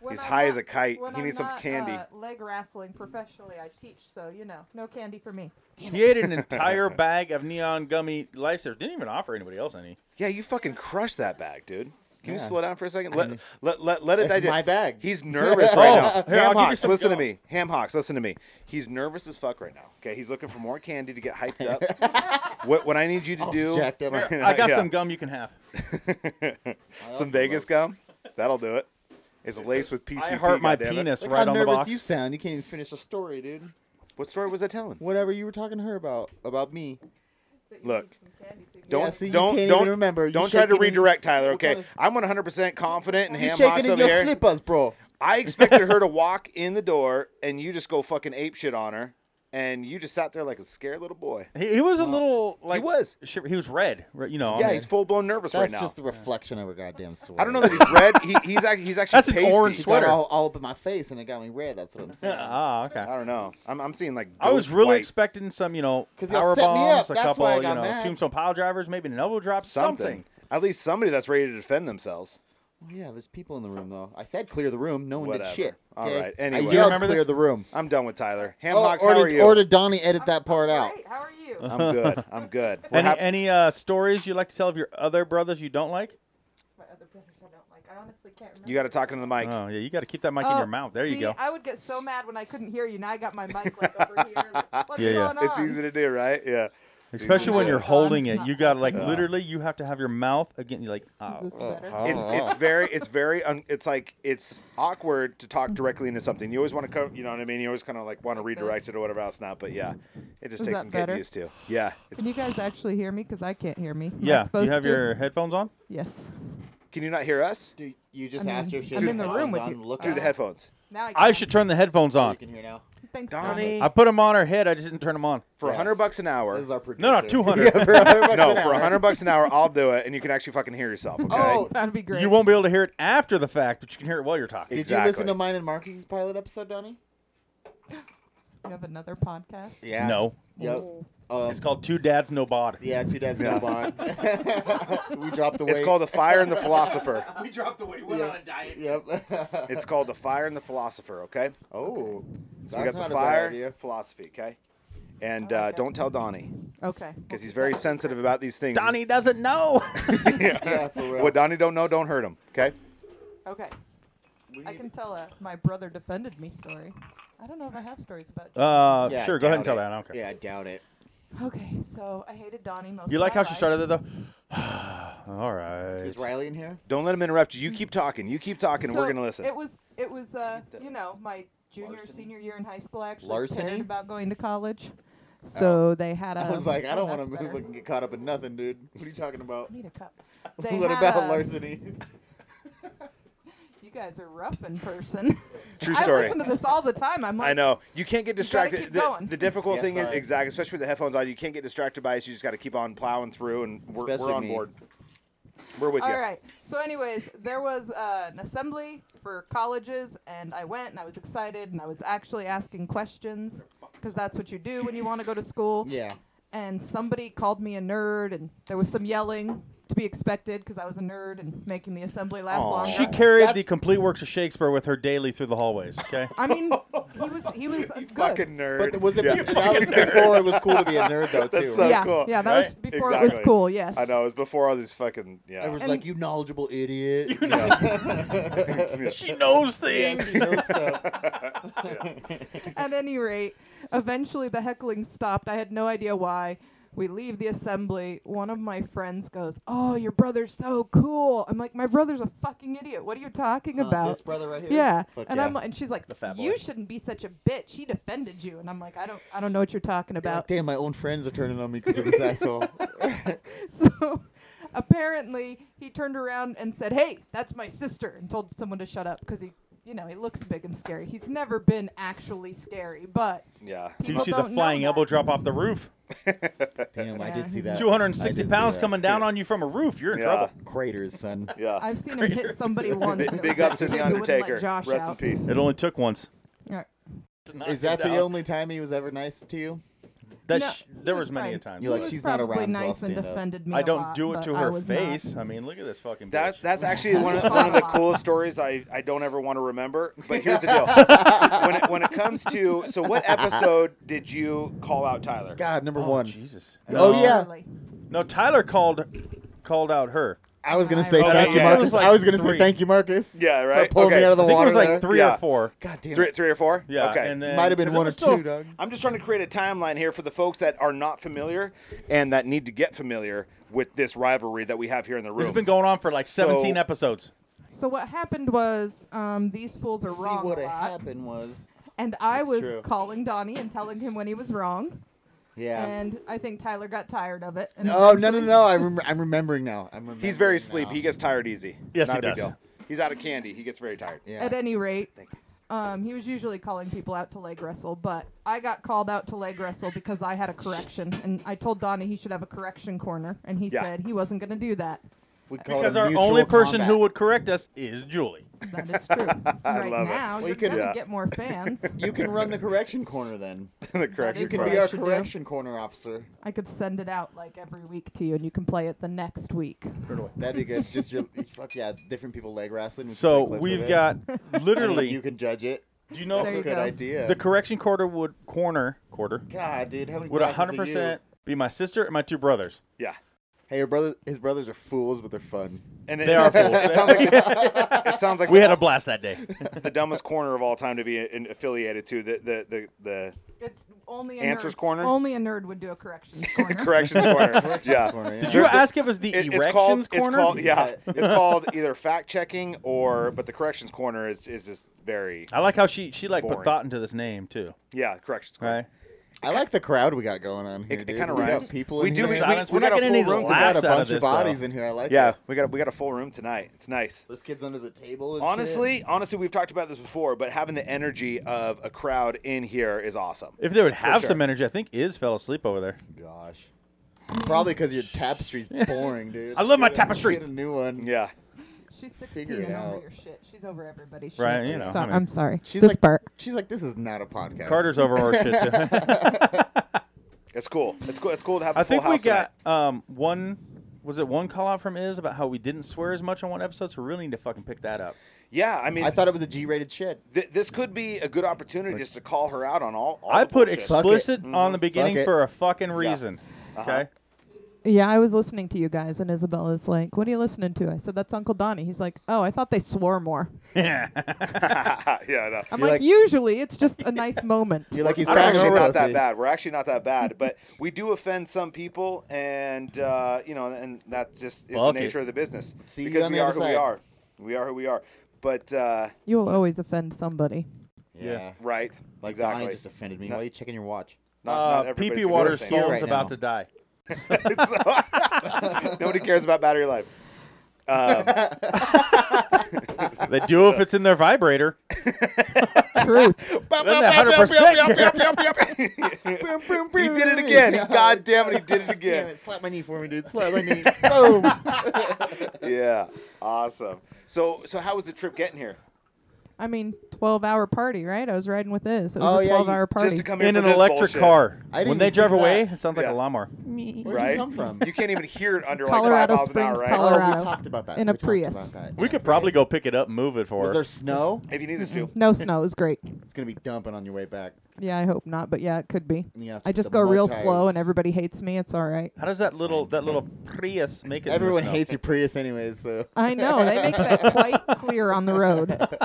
Speaker 6: When
Speaker 1: He's
Speaker 6: I'm
Speaker 1: high as
Speaker 6: not-
Speaker 1: a kite.
Speaker 6: when
Speaker 1: He
Speaker 6: I'm
Speaker 1: needs some
Speaker 6: not,
Speaker 1: candy.
Speaker 6: uh, leg wrestling professionally, I teach, so you know, no candy for me.
Speaker 4: He ate an entire bag of neon gummy lifesavers. Didn't even offer anybody else any.
Speaker 1: Yeah, you fucking crushed that bag, dude. Can you
Speaker 5: Yeah.
Speaker 1: slow down for a second? Let let let, let it
Speaker 5: That's
Speaker 1: digest.
Speaker 5: my bag.
Speaker 1: He's nervous right now.
Speaker 4: here, I'll
Speaker 1: Ham
Speaker 4: give you
Speaker 1: hocks,
Speaker 4: some
Speaker 1: Oh, listen to
Speaker 4: gum.
Speaker 1: me. Ham hocks, listen to me. He's nervous as fuck right now. Okay, he's looking for more candy to get hyped up. what what I need you to do?
Speaker 5: jacked up. Here,
Speaker 4: I got
Speaker 1: Yeah.
Speaker 4: some gum you can have.
Speaker 5: also
Speaker 1: some Vegas
Speaker 5: love-
Speaker 1: gum. That'll do it. It's laced with PCP.
Speaker 4: I hurt my
Speaker 1: goddammit.
Speaker 4: penis
Speaker 5: Look
Speaker 4: right
Speaker 5: how
Speaker 4: on the
Speaker 5: nervous
Speaker 4: box.
Speaker 5: you sound. You can't even finish a story, dude.
Speaker 1: What story was I telling?
Speaker 5: Whatever you were talking to her about, about me.
Speaker 6: But you
Speaker 1: Look,
Speaker 6: need some candy so you can
Speaker 1: Don't
Speaker 5: Yeah,
Speaker 6: get
Speaker 5: see, you
Speaker 1: don't
Speaker 5: can't even
Speaker 1: don't
Speaker 5: remember. You
Speaker 1: Don't try to
Speaker 5: shaking in-
Speaker 1: redirect, Tyler. Okay,
Speaker 5: kind of-
Speaker 1: I'm 100 percent confident in
Speaker 5: You
Speaker 1: ham hocks
Speaker 5: shaking in
Speaker 1: over
Speaker 5: your
Speaker 1: here.
Speaker 5: slippers, bro.
Speaker 1: I expected her to walk in the door and you just go fucking ape shit on her, and you just sat there like a scared little boy.
Speaker 4: He, he was a little like
Speaker 1: was.
Speaker 4: shi- He was red. right, You know.
Speaker 1: yeah,
Speaker 4: I mean,
Speaker 1: he's full blown nervous
Speaker 5: That's
Speaker 1: right now.
Speaker 5: just the reflection of her goddamn sweater.
Speaker 1: I don't know that he's red. He, he's act, he's actually
Speaker 4: That's an
Speaker 1: pasty.
Speaker 4: orange
Speaker 5: She
Speaker 4: sweater.
Speaker 5: got all, all up in my face and it got me red. That's what I'm saying.
Speaker 4: Ah, okay.
Speaker 1: I don't know. I'm, I'm seeing like
Speaker 4: I was
Speaker 1: ghost
Speaker 4: really
Speaker 1: white.
Speaker 4: expecting some, you know,
Speaker 5: 'Cause y'all
Speaker 4: power
Speaker 5: set me up.
Speaker 4: bombs, a
Speaker 5: That's
Speaker 4: couple,
Speaker 5: why I
Speaker 4: you
Speaker 5: got
Speaker 4: know,
Speaker 5: mad.
Speaker 4: tombstone pile drivers, maybe an elbow drop,
Speaker 1: something.
Speaker 4: something.
Speaker 1: At least somebody that's ready to defend themselves.
Speaker 5: Well, yeah, there's people in the room though. I said clear the room. No one
Speaker 1: Whatever.
Speaker 5: did shit.
Speaker 1: All
Speaker 5: okay?
Speaker 1: right, anyway.
Speaker 5: I
Speaker 1: Do you
Speaker 5: yelled
Speaker 4: remember
Speaker 5: clear
Speaker 4: this?
Speaker 5: the room.
Speaker 1: I'm done with Tyler.
Speaker 5: Oh,
Speaker 1: Hamlocks,
Speaker 5: or,
Speaker 1: how are
Speaker 5: did,
Speaker 1: you?
Speaker 5: or did Donnie edit that part out? Uh-huh.
Speaker 6: Great. How are you?
Speaker 1: I'm good. I'm good. We're
Speaker 4: Any
Speaker 1: hap-
Speaker 4: any uh, stories you like to tell of your other brothers you don't like?
Speaker 6: My other brothers I don't like. I honestly can't remember.
Speaker 1: you got to talk into the mic.
Speaker 4: Oh yeah, you got to keep that mic in
Speaker 6: Oh,
Speaker 4: your mouth. There you
Speaker 6: see,
Speaker 4: go.
Speaker 6: I would get so mad when I couldn't hear you. Now I got my mic like over here. Like, What's
Speaker 4: Yeah, yeah.
Speaker 6: going on?
Speaker 1: It's easy to do, right? Yeah.
Speaker 4: Especially when
Speaker 6: Yeah.
Speaker 4: you're
Speaker 6: Yeah.
Speaker 4: holding it, you got to like
Speaker 1: Yeah.
Speaker 4: literally, you have to have your mouth again. You're like, oh,
Speaker 6: Is this better?
Speaker 1: It, it's very, it's very, un, it's like, it's awkward to talk directly into something. You always want to come, you know what I mean? You always kind of like want to redirect it or whatever else not, but yeah, it just
Speaker 6: Is
Speaker 1: takes
Speaker 6: that
Speaker 1: some
Speaker 6: better?
Speaker 1: getting used to. Yeah. It's,
Speaker 6: Can you guys actually hear me? Because I can't hear me. Am I
Speaker 4: yeah. You
Speaker 6: supposed
Speaker 4: have
Speaker 6: to?
Speaker 4: your headphones on?
Speaker 6: Yes.
Speaker 1: can you not hear us?
Speaker 5: Dude, you just
Speaker 6: I'm
Speaker 5: asked
Speaker 6: in-
Speaker 5: her if she
Speaker 6: I'm
Speaker 5: had
Speaker 6: in the
Speaker 5: headphones
Speaker 6: room with
Speaker 5: on.
Speaker 6: you.
Speaker 5: Look
Speaker 1: Through
Speaker 5: at
Speaker 1: the
Speaker 5: her.
Speaker 1: headphones.
Speaker 6: Now I,
Speaker 4: I should turn the headphones
Speaker 5: You
Speaker 4: on.
Speaker 5: can hear now.
Speaker 6: Thanks,
Speaker 1: Donnie.
Speaker 4: I put them on her head. I just didn't turn them on.
Speaker 1: For a
Speaker 5: Yeah.
Speaker 1: 100 bucks an hour.
Speaker 5: This is our producer.
Speaker 4: No, no, two hundred.
Speaker 5: for 100 bucks
Speaker 1: No,
Speaker 5: an
Speaker 1: for
Speaker 5: hour.
Speaker 1: a hundred bucks an hour, I'll do it, and you can actually fucking hear yourself. Okay.
Speaker 5: Oh,
Speaker 6: That'd be great.
Speaker 4: You won't be able to hear it after the fact, but you can hear it while you're talking.
Speaker 5: did you
Speaker 1: Exactly.
Speaker 5: listen to mine and Marcus's pilot episode, Donnie?
Speaker 6: You have another podcast?
Speaker 5: Yeah.
Speaker 4: No.
Speaker 5: Yep. Um,
Speaker 4: It's called Two Dads No Bod.
Speaker 5: Yeah, two dads
Speaker 1: Yeah.
Speaker 5: no bond. we dropped away.
Speaker 1: It's called The Fire and the Philosopher.
Speaker 4: We dropped away.
Speaker 5: went on a
Speaker 4: diet.
Speaker 5: Yep.
Speaker 1: It's called The Fire and the Philosopher, okay?
Speaker 5: oh.
Speaker 1: So we got
Speaker 5: that's not
Speaker 1: the
Speaker 5: a bad
Speaker 1: fire
Speaker 5: idea.
Speaker 1: philosophy, okay? And
Speaker 6: I like
Speaker 1: uh,
Speaker 6: it.
Speaker 1: don't tell Donnie
Speaker 6: Okay.
Speaker 1: because he's very sensitive about these things.
Speaker 4: Donnie doesn't know.
Speaker 1: yeah.
Speaker 5: Yeah, for real.
Speaker 1: What Donnie don't know, don't hurt him, okay?
Speaker 6: Okay. I can tell a my brother defended me story. I don't know if I have stories about.
Speaker 4: Uh,
Speaker 5: Yeah, I
Speaker 4: sure. Go ahead and
Speaker 5: doubt
Speaker 4: tell
Speaker 5: it.
Speaker 4: that. I don't care.
Speaker 5: Yeah, I doubt it.
Speaker 6: Okay, so I hated Donnie most.
Speaker 4: You
Speaker 6: of
Speaker 4: like
Speaker 6: my
Speaker 4: how she
Speaker 6: life.
Speaker 4: started it though? All right.
Speaker 5: Is Riley in here?
Speaker 1: Don't let him interrupt you. You keep talking. You keep talking.
Speaker 6: So
Speaker 1: we're gonna listen.
Speaker 6: It was it was uh
Speaker 1: Eat the-
Speaker 6: you know my junior
Speaker 5: Larceny?
Speaker 6: senior year in high school I actually
Speaker 5: Larceny?
Speaker 6: cared about going to college, so they had a.
Speaker 5: I was like, I don't want
Speaker 6: want
Speaker 5: to move and get caught up in nothing, dude. What are you talking about?
Speaker 6: I need a cup. They
Speaker 5: what
Speaker 6: had
Speaker 5: about
Speaker 6: a-
Speaker 5: larceny?
Speaker 6: You guys are rough in person.
Speaker 1: True
Speaker 6: I
Speaker 1: story.
Speaker 6: listen to this all the time. I'm like,
Speaker 1: I know you can't get distracted.
Speaker 6: keep
Speaker 1: the,
Speaker 6: going.
Speaker 1: the difficult
Speaker 5: Yeah,
Speaker 1: thing is
Speaker 5: sorry.
Speaker 1: exactly, especially with the headphones on, you can't get distracted by it. So you just got to keep on plowing through, and we're, we're
Speaker 5: Especially
Speaker 1: on
Speaker 5: me.
Speaker 1: board. We're with
Speaker 6: All
Speaker 1: you.
Speaker 6: right. So, anyways, there was uh, an assembly for colleges, and I went and I was excited and I was actually asking questions because that's what you do when you want to go to school.
Speaker 5: Yeah.
Speaker 6: And somebody called me a nerd, and there was some yelling to be expected because I was a nerd and making the assembly last
Speaker 1: Aw.
Speaker 6: longer.
Speaker 4: She carried the complete works of Shakespeare with her daily through the hallways. Okay.
Speaker 6: I mean, he was he was uh, good.
Speaker 1: Fucking nerd.
Speaker 5: But was it?
Speaker 1: Yeah.
Speaker 5: That was before it was cool to be a nerd, though. Too.
Speaker 1: That's so
Speaker 5: right?
Speaker 6: yeah,
Speaker 1: cool,
Speaker 6: yeah, that was
Speaker 1: right?
Speaker 6: before it was
Speaker 1: Exactly.
Speaker 6: cool. Yes.
Speaker 1: I know it was before all these fucking yeah.
Speaker 5: Everyone's
Speaker 6: And-
Speaker 5: like, you knowledgeable idiot. You
Speaker 1: Yeah.
Speaker 4: she knows
Speaker 5: yeah,
Speaker 4: things.
Speaker 5: she knows stuff.
Speaker 6: At any rate, eventually the heckling stopped. I had no idea why. We leave the assembly. One of my friends goes, "Oh, your brother's so cool." I'm like, "My brother's a fucking idiot. What are you talking
Speaker 5: Uh,
Speaker 6: about?"
Speaker 5: this brother right here.
Speaker 6: yeah.
Speaker 5: Fuck
Speaker 6: and
Speaker 5: yeah.
Speaker 6: I'm and she's like,
Speaker 4: fat boy.
Speaker 6: "You shouldn't be such a bitch. He defended you." And I'm like, "I don't I don't know what you're talking
Speaker 5: God
Speaker 6: about."
Speaker 5: damn, my own friends are turning on me because of this asshole.
Speaker 6: so apparently he turned around and said, "Hey, that's my sister," and told someone to shut up because he, you know, he looks big and scary. He's never been actually scary, but
Speaker 1: yeah.
Speaker 4: Do you
Speaker 6: people
Speaker 4: see the
Speaker 6: don't know
Speaker 4: flying
Speaker 6: that.
Speaker 4: elbow drop off the roof?
Speaker 5: Damn, I
Speaker 6: Yeah,
Speaker 5: did see
Speaker 6: he's-
Speaker 5: that. I
Speaker 4: 260
Speaker 5: did see
Speaker 4: pounds
Speaker 5: that.
Speaker 4: coming down on you from a roof. You're in
Speaker 1: Yeah.
Speaker 4: trouble.
Speaker 5: Craters, son.
Speaker 1: Yeah.
Speaker 6: I've seen him
Speaker 4: Crater.
Speaker 6: hit somebody once. and it
Speaker 1: Big
Speaker 6: was
Speaker 1: ups to
Speaker 6: actually
Speaker 1: the
Speaker 6: he wouldn't let
Speaker 1: Undertaker.
Speaker 6: Josh
Speaker 1: Rest in
Speaker 6: out.
Speaker 1: peace.
Speaker 4: It only took once.
Speaker 6: Alright.
Speaker 5: Is that the only time he was ever nice to you?
Speaker 4: That
Speaker 6: No,
Speaker 4: sh-
Speaker 6: he
Speaker 4: there
Speaker 6: was
Speaker 4: was many a
Speaker 6: fine.
Speaker 4: time.
Speaker 5: You're like,
Speaker 6: He was
Speaker 5: "She's not
Speaker 6: probably
Speaker 5: around, so I'll
Speaker 6: nice and
Speaker 5: stand up."
Speaker 6: defended me.
Speaker 4: I
Speaker 6: a
Speaker 4: don't
Speaker 6: lot,
Speaker 4: do it
Speaker 6: but
Speaker 4: to
Speaker 6: I
Speaker 4: her
Speaker 6: was
Speaker 4: face.
Speaker 6: Not.
Speaker 4: I mean, look at this fucking.
Speaker 1: That
Speaker 4: bitch.
Speaker 1: that's actually one of, one of the coolest stories I, I don't ever want to remember. But here's the deal: when it, when it comes to so, what episode did you call out Tyler?
Speaker 5: God, number
Speaker 4: Oh,
Speaker 5: one.
Speaker 4: Jesus.
Speaker 5: Oh, yeah.
Speaker 6: Literally.
Speaker 4: No, Tyler called called out her.
Speaker 5: I was gonna
Speaker 6: I
Speaker 5: say
Speaker 6: remember.
Speaker 5: thank you,
Speaker 1: Okay.
Speaker 5: Marcus.
Speaker 4: It was like
Speaker 5: I was gonna
Speaker 4: three.
Speaker 5: say thank you, Marcus.
Speaker 1: Yeah, right.
Speaker 5: For pulling
Speaker 1: Okay.
Speaker 5: me out of the
Speaker 4: I think it
Speaker 5: water.
Speaker 4: was like
Speaker 5: there.
Speaker 4: three
Speaker 1: Yeah.
Speaker 4: or four.
Speaker 5: God damn.
Speaker 1: Three,
Speaker 5: it.
Speaker 1: three or four.
Speaker 4: Yeah.
Speaker 1: Okay.
Speaker 4: And then,
Speaker 5: Might have been
Speaker 4: 'cause it
Speaker 5: one or
Speaker 4: was
Speaker 5: two,
Speaker 4: still-
Speaker 5: dog.
Speaker 1: I'm just trying to create a timeline here for the folks that are not familiar and that need to get familiar with this rivalry that we have here in the room.
Speaker 4: This has been going on for like 17
Speaker 1: So-
Speaker 4: episodes.
Speaker 6: So what happened was um, these fools are wrong a lot,
Speaker 5: was.
Speaker 6: and I
Speaker 5: That's
Speaker 6: was
Speaker 5: true.
Speaker 6: calling Donnie and telling him when he was wrong,
Speaker 5: Yeah.
Speaker 6: and I think Tyler got tired of it. And
Speaker 5: oh no no
Speaker 6: eventually-
Speaker 5: no! I rem- I'm remembering now. I'm remembering
Speaker 1: He's very
Speaker 5: now.
Speaker 1: sleep. He gets tired easy.
Speaker 4: Yes,
Speaker 1: Not
Speaker 4: he
Speaker 1: a big
Speaker 4: does.
Speaker 1: deal. He's out of candy. He gets very tired.
Speaker 5: Yeah.
Speaker 6: At any rate,
Speaker 1: Thank
Speaker 6: um, he was usually calling people out to leg wrestle, but I got called out to leg wrestle because I had a correction, and I told Donnie he should have a correction corner, and he
Speaker 1: Yeah.
Speaker 6: said he wasn't going to do that.
Speaker 5: we call it
Speaker 4: Because
Speaker 5: a
Speaker 4: our
Speaker 5: mutual
Speaker 4: only person
Speaker 5: combat.
Speaker 4: who would correct us is Julie.
Speaker 6: That is true. right
Speaker 1: love it.
Speaker 6: now,
Speaker 5: Well, you
Speaker 6: you're
Speaker 5: could-
Speaker 6: gonna
Speaker 1: yeah.
Speaker 6: get more fans.
Speaker 5: You can run the correction corner then.
Speaker 1: the correction.
Speaker 5: You
Speaker 6: is
Speaker 5: can
Speaker 6: what
Speaker 5: be
Speaker 6: I
Speaker 5: our
Speaker 6: should do.
Speaker 5: correction corner officer.
Speaker 6: I could send it out like every week to you, and you can play it the next week.
Speaker 5: That'd be good. Just your fuck yeah, different people leg wrestling. We can
Speaker 4: So
Speaker 5: take clips of
Speaker 4: we've
Speaker 5: it.
Speaker 4: got
Speaker 5: And then you
Speaker 4: literally.
Speaker 5: can judge it.
Speaker 4: do you
Speaker 5: That's
Speaker 6: There
Speaker 5: a
Speaker 6: you
Speaker 4: know
Speaker 5: good
Speaker 6: go.
Speaker 5: idea.
Speaker 4: the correction quarter would corner quarter
Speaker 5: God, dude, how many
Speaker 4: would
Speaker 5: glasses
Speaker 4: 100
Speaker 5: are you-
Speaker 4: percent be my sister and my two brothers?
Speaker 1: Yeah.
Speaker 5: Hey, your brother, his brothers are fools, but they're fun.
Speaker 1: And it,
Speaker 4: They are fools.
Speaker 1: it sounds like it sounds like
Speaker 4: We had a blast that day.
Speaker 1: the dumbest corner of all time to be in, affiliated to the the the, the
Speaker 6: It's only a
Speaker 1: Answers
Speaker 6: nerd.
Speaker 1: corner?
Speaker 6: Only a nerd would do a corrections corner.
Speaker 1: corrections corner. yeah.
Speaker 5: corner, yeah.
Speaker 4: Did
Speaker 5: They're-
Speaker 4: you ask if it was the
Speaker 1: It-
Speaker 4: erections
Speaker 1: it's called
Speaker 4: corner?
Speaker 1: it's called yeah,
Speaker 5: Yeah.
Speaker 1: it's called either fact checking or but the corrections corner is is just very
Speaker 4: I like how she she like put
Speaker 1: Boring.
Speaker 4: thought into this name too.
Speaker 1: yeah corrections corner.
Speaker 4: Right?
Speaker 5: I like the crowd we got going on here.
Speaker 1: It- it
Speaker 5: dude.
Speaker 1: kinda
Speaker 5: we
Speaker 1: rhymes.
Speaker 5: got people
Speaker 1: We
Speaker 5: in
Speaker 1: do-
Speaker 5: here.
Speaker 1: we-
Speaker 4: Silence.
Speaker 1: we
Speaker 4: We're not
Speaker 1: got a
Speaker 4: getting
Speaker 1: full
Speaker 4: any
Speaker 1: room
Speaker 5: we got
Speaker 4: laughs
Speaker 5: a
Speaker 4: out of
Speaker 5: bunch
Speaker 4: this.
Speaker 5: of
Speaker 4: though.
Speaker 5: bodies in here. I like
Speaker 1: Yeah,
Speaker 5: it.
Speaker 1: we got we got a full room tonight. It's nice.
Speaker 5: This kid's under the table. and shit.
Speaker 1: Honestly, honestly, we've talked about this before, but having the energy of a crowd in here is awesome.
Speaker 4: If they would have
Speaker 1: sure.
Speaker 4: some energy, I think Iz fell asleep over there.
Speaker 5: gosh, probably because your tapestry's boring, dude.
Speaker 4: I love my
Speaker 5: Get a-
Speaker 4: tapestry.
Speaker 5: Get a new one.
Speaker 1: Yeah,
Speaker 6: She's 16
Speaker 5: Figure it
Speaker 6: and over
Speaker 5: out.
Speaker 6: your shit. She's over everybody's shit.
Speaker 4: Right, you know,
Speaker 6: So,
Speaker 4: I mean-
Speaker 6: I'm sorry.
Speaker 5: She's
Speaker 6: this
Speaker 5: like
Speaker 6: part.
Speaker 5: She's like, this is not a podcast.
Speaker 4: Carter's over our shit too.
Speaker 1: It's cool. It's cool. It's cool to have. a
Speaker 4: I
Speaker 1: full
Speaker 4: think we
Speaker 1: house tonight.
Speaker 4: got um, one. Was it one call out from Iz about how we didn't swear as much on one episode? So we really need to fucking pick that up.
Speaker 1: Yeah, I mean,
Speaker 5: I thought it was a G-rated shit.
Speaker 1: th- this could be a good opportunity just to call her out on all. all
Speaker 4: I
Speaker 1: the
Speaker 4: put
Speaker 1: bullshit.
Speaker 5: Fuck it.
Speaker 4: explicit on the beginning
Speaker 5: it.
Speaker 4: for a fucking reason. Okay.
Speaker 6: Yeah, I was listening to you guys, and Isabella's like, "What are you listening to?" I said, "That's Uncle Donnie." He's like, "Oh, I thought they swore more."
Speaker 1: yeah, I know.
Speaker 6: I'm like,
Speaker 5: You're like-
Speaker 6: usually it's just a nice moment.
Speaker 5: You're like, he's
Speaker 1: We're actually
Speaker 5: talking
Speaker 1: not
Speaker 5: about
Speaker 1: that bad. We're actually not that bad, but we do offend some people, and uh, you know, and that just is
Speaker 4: Fuck
Speaker 1: the
Speaker 4: it.
Speaker 1: nature of the business.
Speaker 5: See you
Speaker 1: because
Speaker 5: on
Speaker 1: we
Speaker 5: the
Speaker 1: are
Speaker 5: other
Speaker 1: who we
Speaker 5: side.
Speaker 1: are. We are who we are. But uh,
Speaker 6: You will always offend somebody.
Speaker 5: Yeah.
Speaker 1: right,
Speaker 5: Like
Speaker 1: exactly.
Speaker 5: Donnie just offended me.
Speaker 1: No.
Speaker 5: Why are you checking your watch?
Speaker 1: Not, not
Speaker 4: uh,
Speaker 1: everybody's
Speaker 4: PP
Speaker 1: gonna
Speaker 4: Waters'
Speaker 1: be
Speaker 5: Here
Speaker 4: phone's
Speaker 5: right
Speaker 4: about
Speaker 5: now.
Speaker 4: to die.
Speaker 1: the same. Nobody cares about battery life. Um,
Speaker 4: They do if it's in their vibrator.
Speaker 6: Truth.
Speaker 4: Then they 100% care.
Speaker 1: he did it again. God damn it, he did it
Speaker 5: Damn
Speaker 1: again.
Speaker 5: it, slap my knee for me, dude. Slap my knee. Boom.
Speaker 1: Yeah, awesome. So, so how was the trip getting here?
Speaker 6: I mean, 12 hour party, right? I was riding with this. It was
Speaker 5: Oh,
Speaker 6: a
Speaker 5: yeah,
Speaker 6: 12
Speaker 5: you-
Speaker 6: hour party.
Speaker 1: Just to come here
Speaker 4: In
Speaker 1: for
Speaker 4: an
Speaker 1: this
Speaker 4: electric
Speaker 1: bullshit,
Speaker 4: car.
Speaker 5: I didn't
Speaker 4: When they
Speaker 5: even
Speaker 4: drive
Speaker 5: think of
Speaker 4: away,
Speaker 5: that.
Speaker 4: it sounds like
Speaker 1: Yeah.
Speaker 4: a lawnmower.
Speaker 5: Where'd
Speaker 1: right?
Speaker 5: you come from?
Speaker 1: You can't even hear it under
Speaker 6: Colorado
Speaker 1: like five miles an hour,
Speaker 6: Springs,
Speaker 1: right?
Speaker 5: Oh,
Speaker 6: Colorado.
Speaker 5: we talked about that.
Speaker 6: In a
Speaker 5: we talked
Speaker 6: Prius.
Speaker 5: about that.
Speaker 4: We
Speaker 5: Yeah.
Speaker 4: could probably go pick it up, and move it for
Speaker 5: Was there
Speaker 4: her.
Speaker 5: snow?
Speaker 1: If you need us to.
Speaker 6: no snow is great.
Speaker 5: It's gonna be dumping on your way back.
Speaker 6: Yeah, I hope not, but yeah, it could be.
Speaker 5: You have to
Speaker 6: I
Speaker 5: put
Speaker 6: just
Speaker 5: the
Speaker 6: go
Speaker 5: mud
Speaker 6: real
Speaker 5: tires.
Speaker 6: slow and everybody hates me. It's all right.
Speaker 4: How does that little that little Prius make it? in the
Speaker 5: Everyone
Speaker 4: snow?
Speaker 5: hates your Prius anyways, so
Speaker 6: I know. They make that quite clear on the road.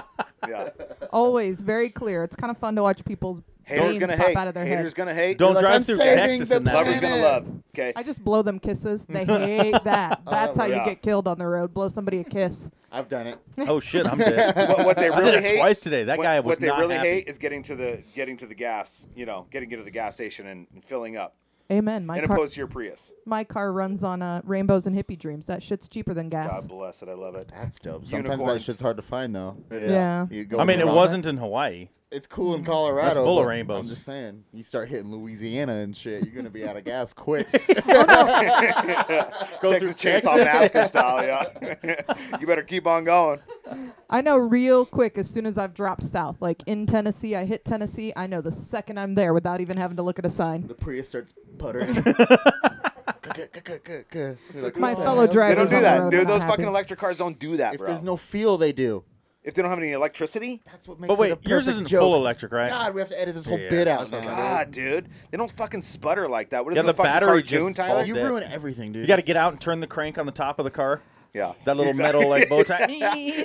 Speaker 1: Yeah.
Speaker 6: Always very clear. It's kind of fun to watch people's
Speaker 1: Haters
Speaker 6: veins
Speaker 1: gonna
Speaker 6: pop
Speaker 1: hate.
Speaker 6: out of their
Speaker 1: Haters
Speaker 6: head.
Speaker 1: gonna hate.
Speaker 4: Don't
Speaker 5: You're like,
Speaker 4: drive
Speaker 5: "I'm
Speaker 4: through
Speaker 5: saving
Speaker 4: Texas
Speaker 5: the
Speaker 4: in that.
Speaker 1: Lovers
Speaker 4: way.
Speaker 1: gonna love. Okay.
Speaker 6: I just blow them kisses. They hate that. That's how
Speaker 1: Oh, yeah.
Speaker 6: you get killed on the road. Blow somebody a kiss.
Speaker 5: I've done it.
Speaker 4: Oh shit, I'm dead.
Speaker 1: What, what they
Speaker 4: I
Speaker 1: really
Speaker 4: did it
Speaker 1: hate
Speaker 4: twice today. That
Speaker 1: what,
Speaker 4: guy was
Speaker 1: What they
Speaker 4: not
Speaker 1: really
Speaker 4: happy.
Speaker 1: hate is getting to the getting to the gas. You know, getting into the gas station and, and filling up,
Speaker 6: Amen. My
Speaker 1: and
Speaker 6: car,
Speaker 1: opposed to your Prius.
Speaker 6: my car runs on uh, rainbows and hippie dreams. That shit's cheaper than gas.
Speaker 1: God bless it. I love it.
Speaker 5: That's dope. Sometimes that
Speaker 1: Unicorns.
Speaker 5: shit's hard to find though.
Speaker 6: Yeah.
Speaker 5: You go
Speaker 4: I mean, it
Speaker 5: around
Speaker 4: wasn't in Hawaii.
Speaker 5: It's cool in Colorado.
Speaker 4: That's full of
Speaker 5: but
Speaker 4: rainbows.
Speaker 5: I'm just saying, you start hitting Louisiana and shit, you're gonna be out of gas quick.
Speaker 4: Go
Speaker 1: Texas
Speaker 4: through
Speaker 1: Chainsaw Massacre style. Yeah. you better keep on going.
Speaker 6: I know real quick as soon as I've dropped south. Like in Tennessee, I hit Tennessee. I know the second I'm there without even having to look at a sign.
Speaker 5: the Prius starts puttering. You're like,
Speaker 6: My
Speaker 5: "What the
Speaker 6: fellow
Speaker 5: hell?"
Speaker 1: They
Speaker 6: drivers
Speaker 1: don't
Speaker 6: on
Speaker 1: do
Speaker 6: the
Speaker 1: that,
Speaker 6: road
Speaker 1: dude.
Speaker 6: are not
Speaker 1: Those
Speaker 6: happy.
Speaker 1: fucking electric cars don't do that,
Speaker 5: If
Speaker 1: bro.
Speaker 5: there's no fuel, they do.
Speaker 1: if they don't have any electricity,
Speaker 5: That's what makes
Speaker 4: But
Speaker 5: it a
Speaker 4: wait, yours
Speaker 5: perfect
Speaker 4: isn't
Speaker 5: joke.
Speaker 4: full electric, right?
Speaker 5: God, we have to edit this whole
Speaker 4: Yeah,
Speaker 5: bit
Speaker 4: I
Speaker 5: out
Speaker 4: was gonna-
Speaker 5: now.
Speaker 1: God, dude, they don't fucking sputter like that. What is
Speaker 4: Yeah,
Speaker 1: this, a
Speaker 4: the
Speaker 1: fucking
Speaker 4: battery
Speaker 1: cartoon,
Speaker 4: just
Speaker 1: Tyler?
Speaker 4: falls.
Speaker 5: You
Speaker 4: Dead.
Speaker 5: ruin everything, dude.
Speaker 4: You got to get out and turn the crank on the top of the car.
Speaker 1: Yeah,
Speaker 4: That little
Speaker 1: Exactly.
Speaker 4: metal like bow tie.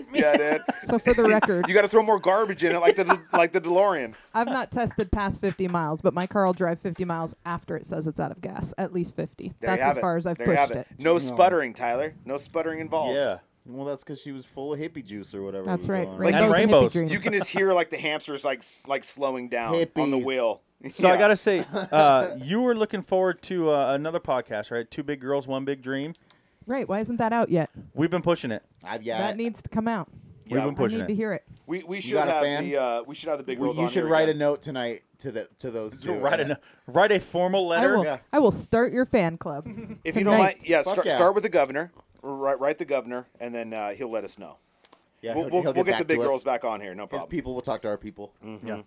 Speaker 1: yeah, dude.
Speaker 6: So for the record,
Speaker 1: You got to throw more garbage in it, like the like the DeLorean.
Speaker 6: I've not tested past 50 miles, but my car will drive 50 miles after it says it's out of gas. At least 50.
Speaker 1: There you
Speaker 6: That's as
Speaker 1: have it.
Speaker 6: far as I've
Speaker 1: There you
Speaker 6: pushed
Speaker 1: have
Speaker 6: it.
Speaker 1: No sputtering, Tyler. No sputtering involved.
Speaker 4: yeah.
Speaker 5: Well, that's because she was full of hippie juice or whatever.
Speaker 6: That's
Speaker 5: was
Speaker 6: right.
Speaker 5: going on.
Speaker 6: Rainbows
Speaker 4: And
Speaker 6: and
Speaker 4: rainbows.
Speaker 6: hippie dreams.
Speaker 1: You can just hear like the hamsters like s- like slowing down on the
Speaker 5: Hippies.
Speaker 1: wheel.
Speaker 4: So I
Speaker 1: Yeah.
Speaker 4: gotta say, uh, you were looking forward to uh, another podcast, right? Two big girls, one big dream.
Speaker 6: right. Why isn't that out yet?
Speaker 4: We've been pushing it.
Speaker 5: I've got.
Speaker 6: That needs to come out.
Speaker 1: Yeah,
Speaker 4: We've been
Speaker 6: I
Speaker 4: pushing
Speaker 6: need to
Speaker 4: it.
Speaker 6: hear it.
Speaker 1: we we should
Speaker 5: got a
Speaker 1: have
Speaker 5: fan?
Speaker 1: the uh, we should have the big girls.
Speaker 5: you
Speaker 1: on
Speaker 5: should
Speaker 1: here
Speaker 5: write
Speaker 1: again.
Speaker 5: a note tonight to the to those
Speaker 4: So
Speaker 5: two. uh,
Speaker 4: write a write a formal
Speaker 6: I
Speaker 4: letter.
Speaker 6: will. I will start your fan club.
Speaker 1: If you don't
Speaker 6: tonight.
Speaker 1: mind, yeah,
Speaker 5: Fuck
Speaker 1: start,
Speaker 5: yeah.
Speaker 1: start with the governor. Write write the governor, and then uh, he'll let us know.
Speaker 5: Yeah,
Speaker 1: We'll,
Speaker 5: he'll-
Speaker 1: we'll,
Speaker 5: he'll
Speaker 1: we'll get the
Speaker 5: back
Speaker 1: big
Speaker 5: to us.
Speaker 1: girls back Mm. on here. No
Speaker 5: His
Speaker 1: problem.
Speaker 5: people will talk to our people.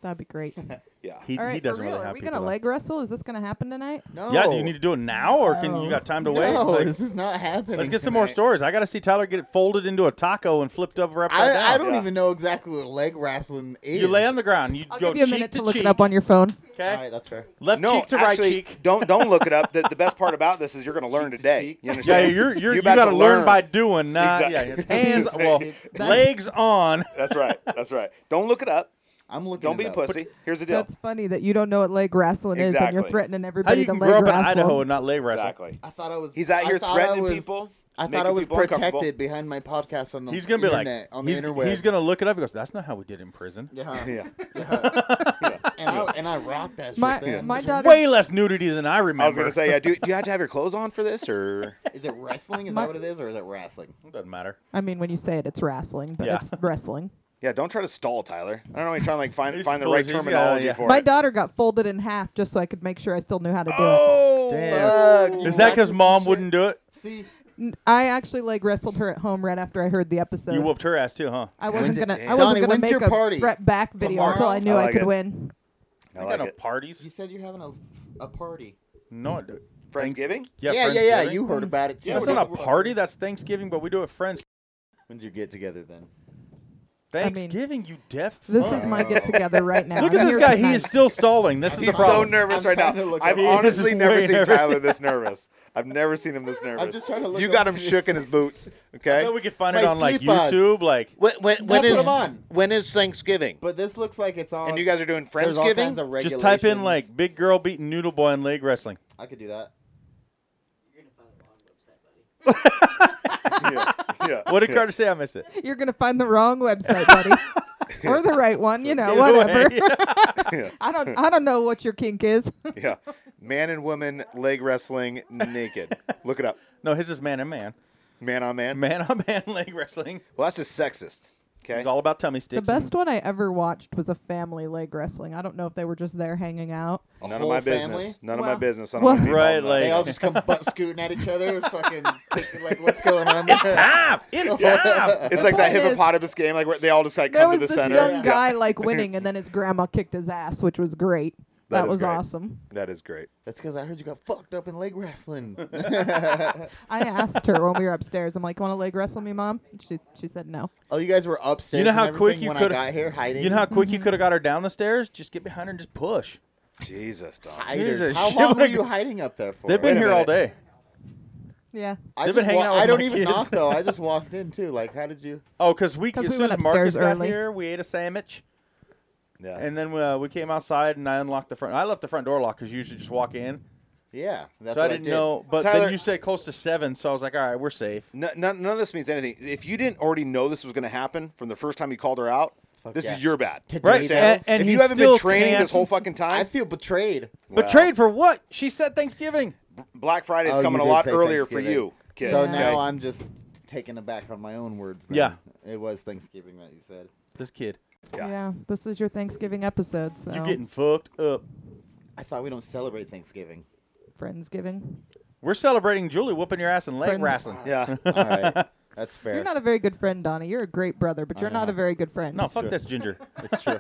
Speaker 6: That'd be great.
Speaker 1: Yeah.
Speaker 4: He,
Speaker 6: All right,
Speaker 4: he doesn't
Speaker 6: for real.
Speaker 4: really have
Speaker 6: Are we
Speaker 4: people,
Speaker 6: gonna
Speaker 4: though.
Speaker 6: leg wrestle? Is this gonna happen tonight?
Speaker 5: No.
Speaker 4: Yeah, do you need to do it now, or can you
Speaker 6: No.
Speaker 4: got time to wait?
Speaker 5: No,
Speaker 4: Like,
Speaker 5: this is not happening.
Speaker 4: let's get some more
Speaker 5: tonight.
Speaker 4: stories. I gotta see Tyler get it folded into a taco and flipped over upside down.
Speaker 5: I, I don't
Speaker 1: Yeah.
Speaker 5: even know exactly what leg wrestling is.
Speaker 4: you lay on the ground. You
Speaker 6: I'll
Speaker 4: go
Speaker 6: give you a
Speaker 4: cheek
Speaker 6: minute
Speaker 4: to,
Speaker 6: to, look
Speaker 4: cheek,
Speaker 6: it up on your phone.
Speaker 4: Okay,
Speaker 5: All right, that's fair.
Speaker 4: left
Speaker 1: No,
Speaker 4: cheek to
Speaker 1: actually,
Speaker 4: right cheek.
Speaker 1: don't don't look it up. The, the best part about this is you're going to learn
Speaker 5: Cheek to
Speaker 1: today.
Speaker 5: cheek.
Speaker 1: You
Speaker 4: Yeah,
Speaker 1: understand?
Speaker 4: you're, you're, you
Speaker 1: about
Speaker 4: got to
Speaker 1: to
Speaker 4: learn by doing, not
Speaker 1: Exactly.
Speaker 4: yeah. it's Hands, well,
Speaker 5: That's-
Speaker 4: legs on.
Speaker 1: That's right. That's right. Don't look it up.
Speaker 5: I'm looking.
Speaker 1: Don't
Speaker 5: it
Speaker 1: be a
Speaker 5: up.
Speaker 1: pussy. Here's the deal.
Speaker 6: That's funny that you don't know what leg wrestling is and you're
Speaker 1: Exactly.
Speaker 6: threatening
Speaker 4: How
Speaker 6: everybody
Speaker 4: you
Speaker 6: to
Speaker 4: can
Speaker 6: leg
Speaker 4: grow up in
Speaker 6: wrestle.
Speaker 4: Idaho and not leg wrestle?
Speaker 1: exactly.
Speaker 5: I thought I was.
Speaker 1: He's out
Speaker 5: I
Speaker 1: here
Speaker 5: thought I
Speaker 1: threatening
Speaker 5: was-
Speaker 1: people,
Speaker 5: I thought
Speaker 1: making
Speaker 5: I was
Speaker 1: people uncomfortable.
Speaker 5: protected behind my podcast on the
Speaker 4: He's gonna be
Speaker 5: internet,
Speaker 4: like,
Speaker 5: on the
Speaker 4: he's,
Speaker 5: interwebs.
Speaker 4: he's gonna look it up. He goes, "That's not how we did in prison.
Speaker 5: Yeah.
Speaker 1: Yeah.
Speaker 5: And I, and I rocked that shit.
Speaker 6: My
Speaker 5: then.
Speaker 6: my
Speaker 5: Is it-
Speaker 6: daughter
Speaker 4: Way less nudity than I remember."
Speaker 1: I was going to say, yeah, do, do you have to have your clothes on for this or
Speaker 5: Is it wrestling? Is
Speaker 6: My-
Speaker 5: that what it is, or is it wrestling?
Speaker 4: doesn't matter.
Speaker 6: I mean when you say it it's wrestling, but
Speaker 4: Yeah.
Speaker 6: it's wrestling.
Speaker 1: Yeah, don't try to stall, Tyler. I don't know. You're trying to like find
Speaker 4: He's
Speaker 1: find the
Speaker 4: full
Speaker 1: right
Speaker 4: of- he's- yeah,
Speaker 1: terminology
Speaker 4: yeah.
Speaker 1: for
Speaker 6: My
Speaker 1: it.
Speaker 6: daughter got folded in half just so I could make sure I still knew how to do it.
Speaker 1: oh,
Speaker 4: Damn.
Speaker 5: Fuck, you
Speaker 4: Is that
Speaker 5: practice
Speaker 4: because
Speaker 5: this
Speaker 4: mom
Speaker 5: shit?
Speaker 4: wouldn't do it?
Speaker 5: See,
Speaker 6: N- I actually like wrestled her at home right after I heard the episode.
Speaker 4: You whooped her ass too, huh?
Speaker 6: I wasn't
Speaker 5: When's it-
Speaker 6: gonna.
Speaker 5: Hey,
Speaker 6: I wasn't
Speaker 5: Donnie,
Speaker 6: gonna
Speaker 5: when's
Speaker 6: make
Speaker 5: your
Speaker 6: a
Speaker 5: party?
Speaker 6: threat back video until
Speaker 4: Tomorrow?
Speaker 6: I knew
Speaker 1: I
Speaker 6: I,
Speaker 1: like
Speaker 6: could
Speaker 1: it.
Speaker 6: win.
Speaker 1: I
Speaker 4: I
Speaker 1: like
Speaker 4: got no
Speaker 1: it.
Speaker 5: You
Speaker 4: parties.
Speaker 5: said you're having a, a party.
Speaker 4: No, I do.
Speaker 1: Friendsgiving?
Speaker 5: Yeah,
Speaker 4: Yeah,
Speaker 5: yeah, yeah.
Speaker 4: Friendsgiving.
Speaker 5: You heard about it. Too.
Speaker 1: Yeah,
Speaker 4: That's
Speaker 1: we're
Speaker 4: not a
Speaker 1: doing-
Speaker 4: party. That's Thanksgiving, but we do it friends.
Speaker 5: When'd you get together then?
Speaker 6: mean,
Speaker 4: Thanksgiving, you deaf.
Speaker 6: This
Speaker 4: fuck.
Speaker 6: is my get together right now.
Speaker 4: Look
Speaker 6: I'm
Speaker 4: at this
Speaker 6: here
Speaker 4: guy. He
Speaker 6: tonight.
Speaker 4: is still stalling. This is
Speaker 1: He's
Speaker 4: the
Speaker 1: so
Speaker 4: problem.
Speaker 1: nervous
Speaker 5: I'm
Speaker 1: right now.
Speaker 5: trying to look
Speaker 1: I've
Speaker 5: up-
Speaker 1: honestly
Speaker 4: He's
Speaker 1: never
Speaker 4: way
Speaker 1: seen
Speaker 4: nervous.
Speaker 1: Tyler this nervous. I've never seen him this nervous.
Speaker 5: just trying to look
Speaker 1: You
Speaker 5: up
Speaker 1: got him
Speaker 5: his-
Speaker 1: shook in his boots.
Speaker 4: I
Speaker 1: Okay.
Speaker 4: bet we could find
Speaker 5: My
Speaker 4: it on like
Speaker 5: sleep pods.
Speaker 4: YouTube. Like
Speaker 1: When, when, when
Speaker 5: That's what
Speaker 1: is
Speaker 5: I'm on.
Speaker 1: when is Thanksgiving?
Speaker 5: But this looks like it's all.
Speaker 1: And you guys are doing
Speaker 5: there's all
Speaker 1: friendsgiving.
Speaker 5: kinds of
Speaker 4: just type in
Speaker 5: regulations.
Speaker 4: like big girl beating noodle boy in leg wrestling.
Speaker 5: I could do that.
Speaker 1: yeah. yeah.
Speaker 4: What did
Speaker 1: yeah.
Speaker 4: Carter say? I missed it.
Speaker 6: You're gonna find the wrong website, buddy, or the right one. You know,
Speaker 4: Either way,
Speaker 6: whatever.
Speaker 4: yeah.
Speaker 6: I don't. I don't know what your kink is.
Speaker 1: Yeah. Man and woman leg wrestling naked. Look it up.
Speaker 4: No, his is man and man,
Speaker 1: Man on man.
Speaker 4: man on man leg wrestling.
Speaker 1: Well, that's just sexist. Okay.
Speaker 4: It's all about tummy
Speaker 6: the
Speaker 4: sticks.
Speaker 6: best one I ever watched was a family leg wrestling. I don't know if they were just there hanging out.
Speaker 5: A
Speaker 1: None of
Speaker 5: whole
Speaker 1: my
Speaker 5: family?
Speaker 1: business. None
Speaker 6: Well-
Speaker 1: of my business. I don't
Speaker 6: Well-
Speaker 1: wanna be
Speaker 4: Right,
Speaker 1: involved in that.
Speaker 4: like-
Speaker 5: They all just come butt scooting at each other, fucking kicking, like what's going on? It's
Speaker 4: time. It's time.
Speaker 1: It's like that
Speaker 6: point is-
Speaker 1: hippopotamus game, like where they all just like
Speaker 6: There
Speaker 1: come to
Speaker 6: was
Speaker 1: the
Speaker 6: this
Speaker 1: center. Yeah.
Speaker 6: young guy like winning, and then his grandma kicked his ass, which was great.
Speaker 1: That is
Speaker 6: That, was
Speaker 1: great.
Speaker 6: awesome.
Speaker 1: That is great.
Speaker 5: That's because I heard you got fucked up in leg wrestling.
Speaker 6: I asked her when we were upstairs. I'm like, "Want to leg wrestle me, mom?" She she said no.
Speaker 5: oh, you guys were upstairs.
Speaker 4: You know
Speaker 5: and
Speaker 4: how quick
Speaker 5: everything
Speaker 4: you
Speaker 5: when
Speaker 4: coulda-
Speaker 5: I got here hiding.
Speaker 4: You know how quick you could have got her down the stairs? Just get behind her and just push.
Speaker 1: Jesus, dog.
Speaker 5: hiders.
Speaker 4: Jesus,
Speaker 5: How
Speaker 4: she
Speaker 5: long were
Speaker 4: would've-
Speaker 5: you hiding up there for?
Speaker 4: They've been
Speaker 1: a
Speaker 4: here all
Speaker 1: minute.
Speaker 4: day.
Speaker 6: Yeah,
Speaker 5: I
Speaker 4: they've
Speaker 5: just
Speaker 4: been hanging
Speaker 5: wa-
Speaker 4: out with
Speaker 5: I don't
Speaker 4: my
Speaker 5: even
Speaker 4: kids.
Speaker 5: knock though. I just walked in too. Like, how did you?
Speaker 4: Oh, because we,
Speaker 6: 'Cause
Speaker 4: as
Speaker 6: we
Speaker 4: soon
Speaker 6: went
Speaker 4: as Marcus
Speaker 6: upstairs
Speaker 4: got
Speaker 6: early.
Speaker 4: here, we ate a sandwich,
Speaker 1: Yeah.
Speaker 4: and then uh, we came outside, and I unlocked the front. I left the front door locked because you usually just walk in.
Speaker 5: Yeah, that's
Speaker 4: so
Speaker 5: what
Speaker 4: I didn't
Speaker 5: did.
Speaker 4: know. But
Speaker 1: Tyler-
Speaker 4: then you said close to seven, so I was like, all right, we're safe.
Speaker 1: No, none, none of this means anything. If you didn't already know this was going to happen from the first time you called her out,
Speaker 5: Fuck
Speaker 1: this
Speaker 5: yeah.
Speaker 1: is your bad.
Speaker 5: Today,
Speaker 4: Right,
Speaker 5: though,
Speaker 4: and-
Speaker 1: if
Speaker 4: he
Speaker 1: you haven't
Speaker 4: still
Speaker 1: been training
Speaker 4: can't-
Speaker 1: this whole fucking
Speaker 5: I
Speaker 1: time,
Speaker 5: feel betrayed.
Speaker 4: Betrayed for what? She said Thanksgiving.
Speaker 1: Black Friday's
Speaker 5: Oh,
Speaker 1: coming
Speaker 5: you
Speaker 1: a
Speaker 5: did
Speaker 1: lot
Speaker 5: say
Speaker 1: earlier for
Speaker 5: Thanksgiving.
Speaker 1: you, kid.
Speaker 5: So
Speaker 6: Yeah.
Speaker 5: now I'm just taken aback on my own words. Then.
Speaker 4: Yeah.
Speaker 5: it was Thanksgiving that you said.
Speaker 4: This kid,
Speaker 1: Yeah.
Speaker 6: yeah. This is your Thanksgiving episode, so
Speaker 4: you're getting fucked up.
Speaker 5: I thought we don't celebrate Thanksgiving.
Speaker 6: friendsgiving.
Speaker 4: We're celebrating Julie whooping your ass and leg
Speaker 6: Friends- Ah,
Speaker 4: wrestling.
Speaker 1: yeah.
Speaker 5: All right, that's fair.
Speaker 6: You're not a very good friend, Donnie. You're a great brother, but you're not a very good friend.
Speaker 4: No, fuck that's Ginger.
Speaker 5: it's true.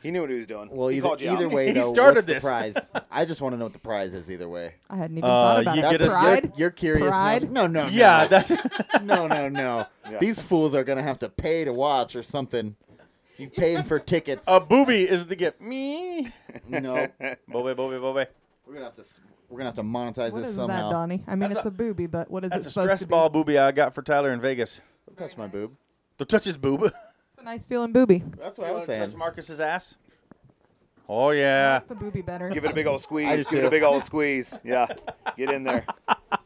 Speaker 1: He knew what he was doing.
Speaker 5: Well,
Speaker 1: he
Speaker 5: either,
Speaker 1: called you
Speaker 5: either
Speaker 1: out.
Speaker 5: way,
Speaker 4: He
Speaker 5: though,
Speaker 4: started
Speaker 5: what's
Speaker 4: this.
Speaker 5: the prize? I just want to know what the prize is. Either way,
Speaker 6: I hadn't even
Speaker 4: Uh,
Speaker 6: thought about
Speaker 4: you
Speaker 6: it.
Speaker 4: get a-
Speaker 5: That's- you're-
Speaker 6: Pride.
Speaker 5: You're, curious. now.
Speaker 6: Pride?
Speaker 5: No, no, no.
Speaker 4: yeah, that's
Speaker 5: no, no, no.
Speaker 1: Yeah.
Speaker 5: These fools are gonna have to pay to watch or something. You paying for tickets?
Speaker 4: a booby is the gift. Me,
Speaker 5: no,
Speaker 4: booby, booby, booby.
Speaker 5: we're gonna have to. s- We're gonna have to monetize
Speaker 6: What
Speaker 5: this
Speaker 6: is
Speaker 5: somehow.
Speaker 6: that, Donnie? I mean,
Speaker 4: That's
Speaker 6: it's
Speaker 4: a-
Speaker 6: a, booby, but what is
Speaker 4: That's
Speaker 6: it
Speaker 4: a
Speaker 6: supposed
Speaker 4: stress
Speaker 6: to be?
Speaker 4: ball booby I got for Tyler in Vegas.
Speaker 5: Don't touch my boob.
Speaker 4: Don't touch his boob.
Speaker 6: It's a nice feeling booby.
Speaker 5: That's
Speaker 4: You
Speaker 5: what I was
Speaker 4: wanna touch
Speaker 5: saying.
Speaker 4: Marcus's ass? Oh yeah.
Speaker 6: The booby better.
Speaker 1: Give it a big old
Speaker 5: I
Speaker 1: squeeze.
Speaker 5: just
Speaker 1: Give it
Speaker 5: do.
Speaker 1: a big old squeeze. Yeah. Get in there.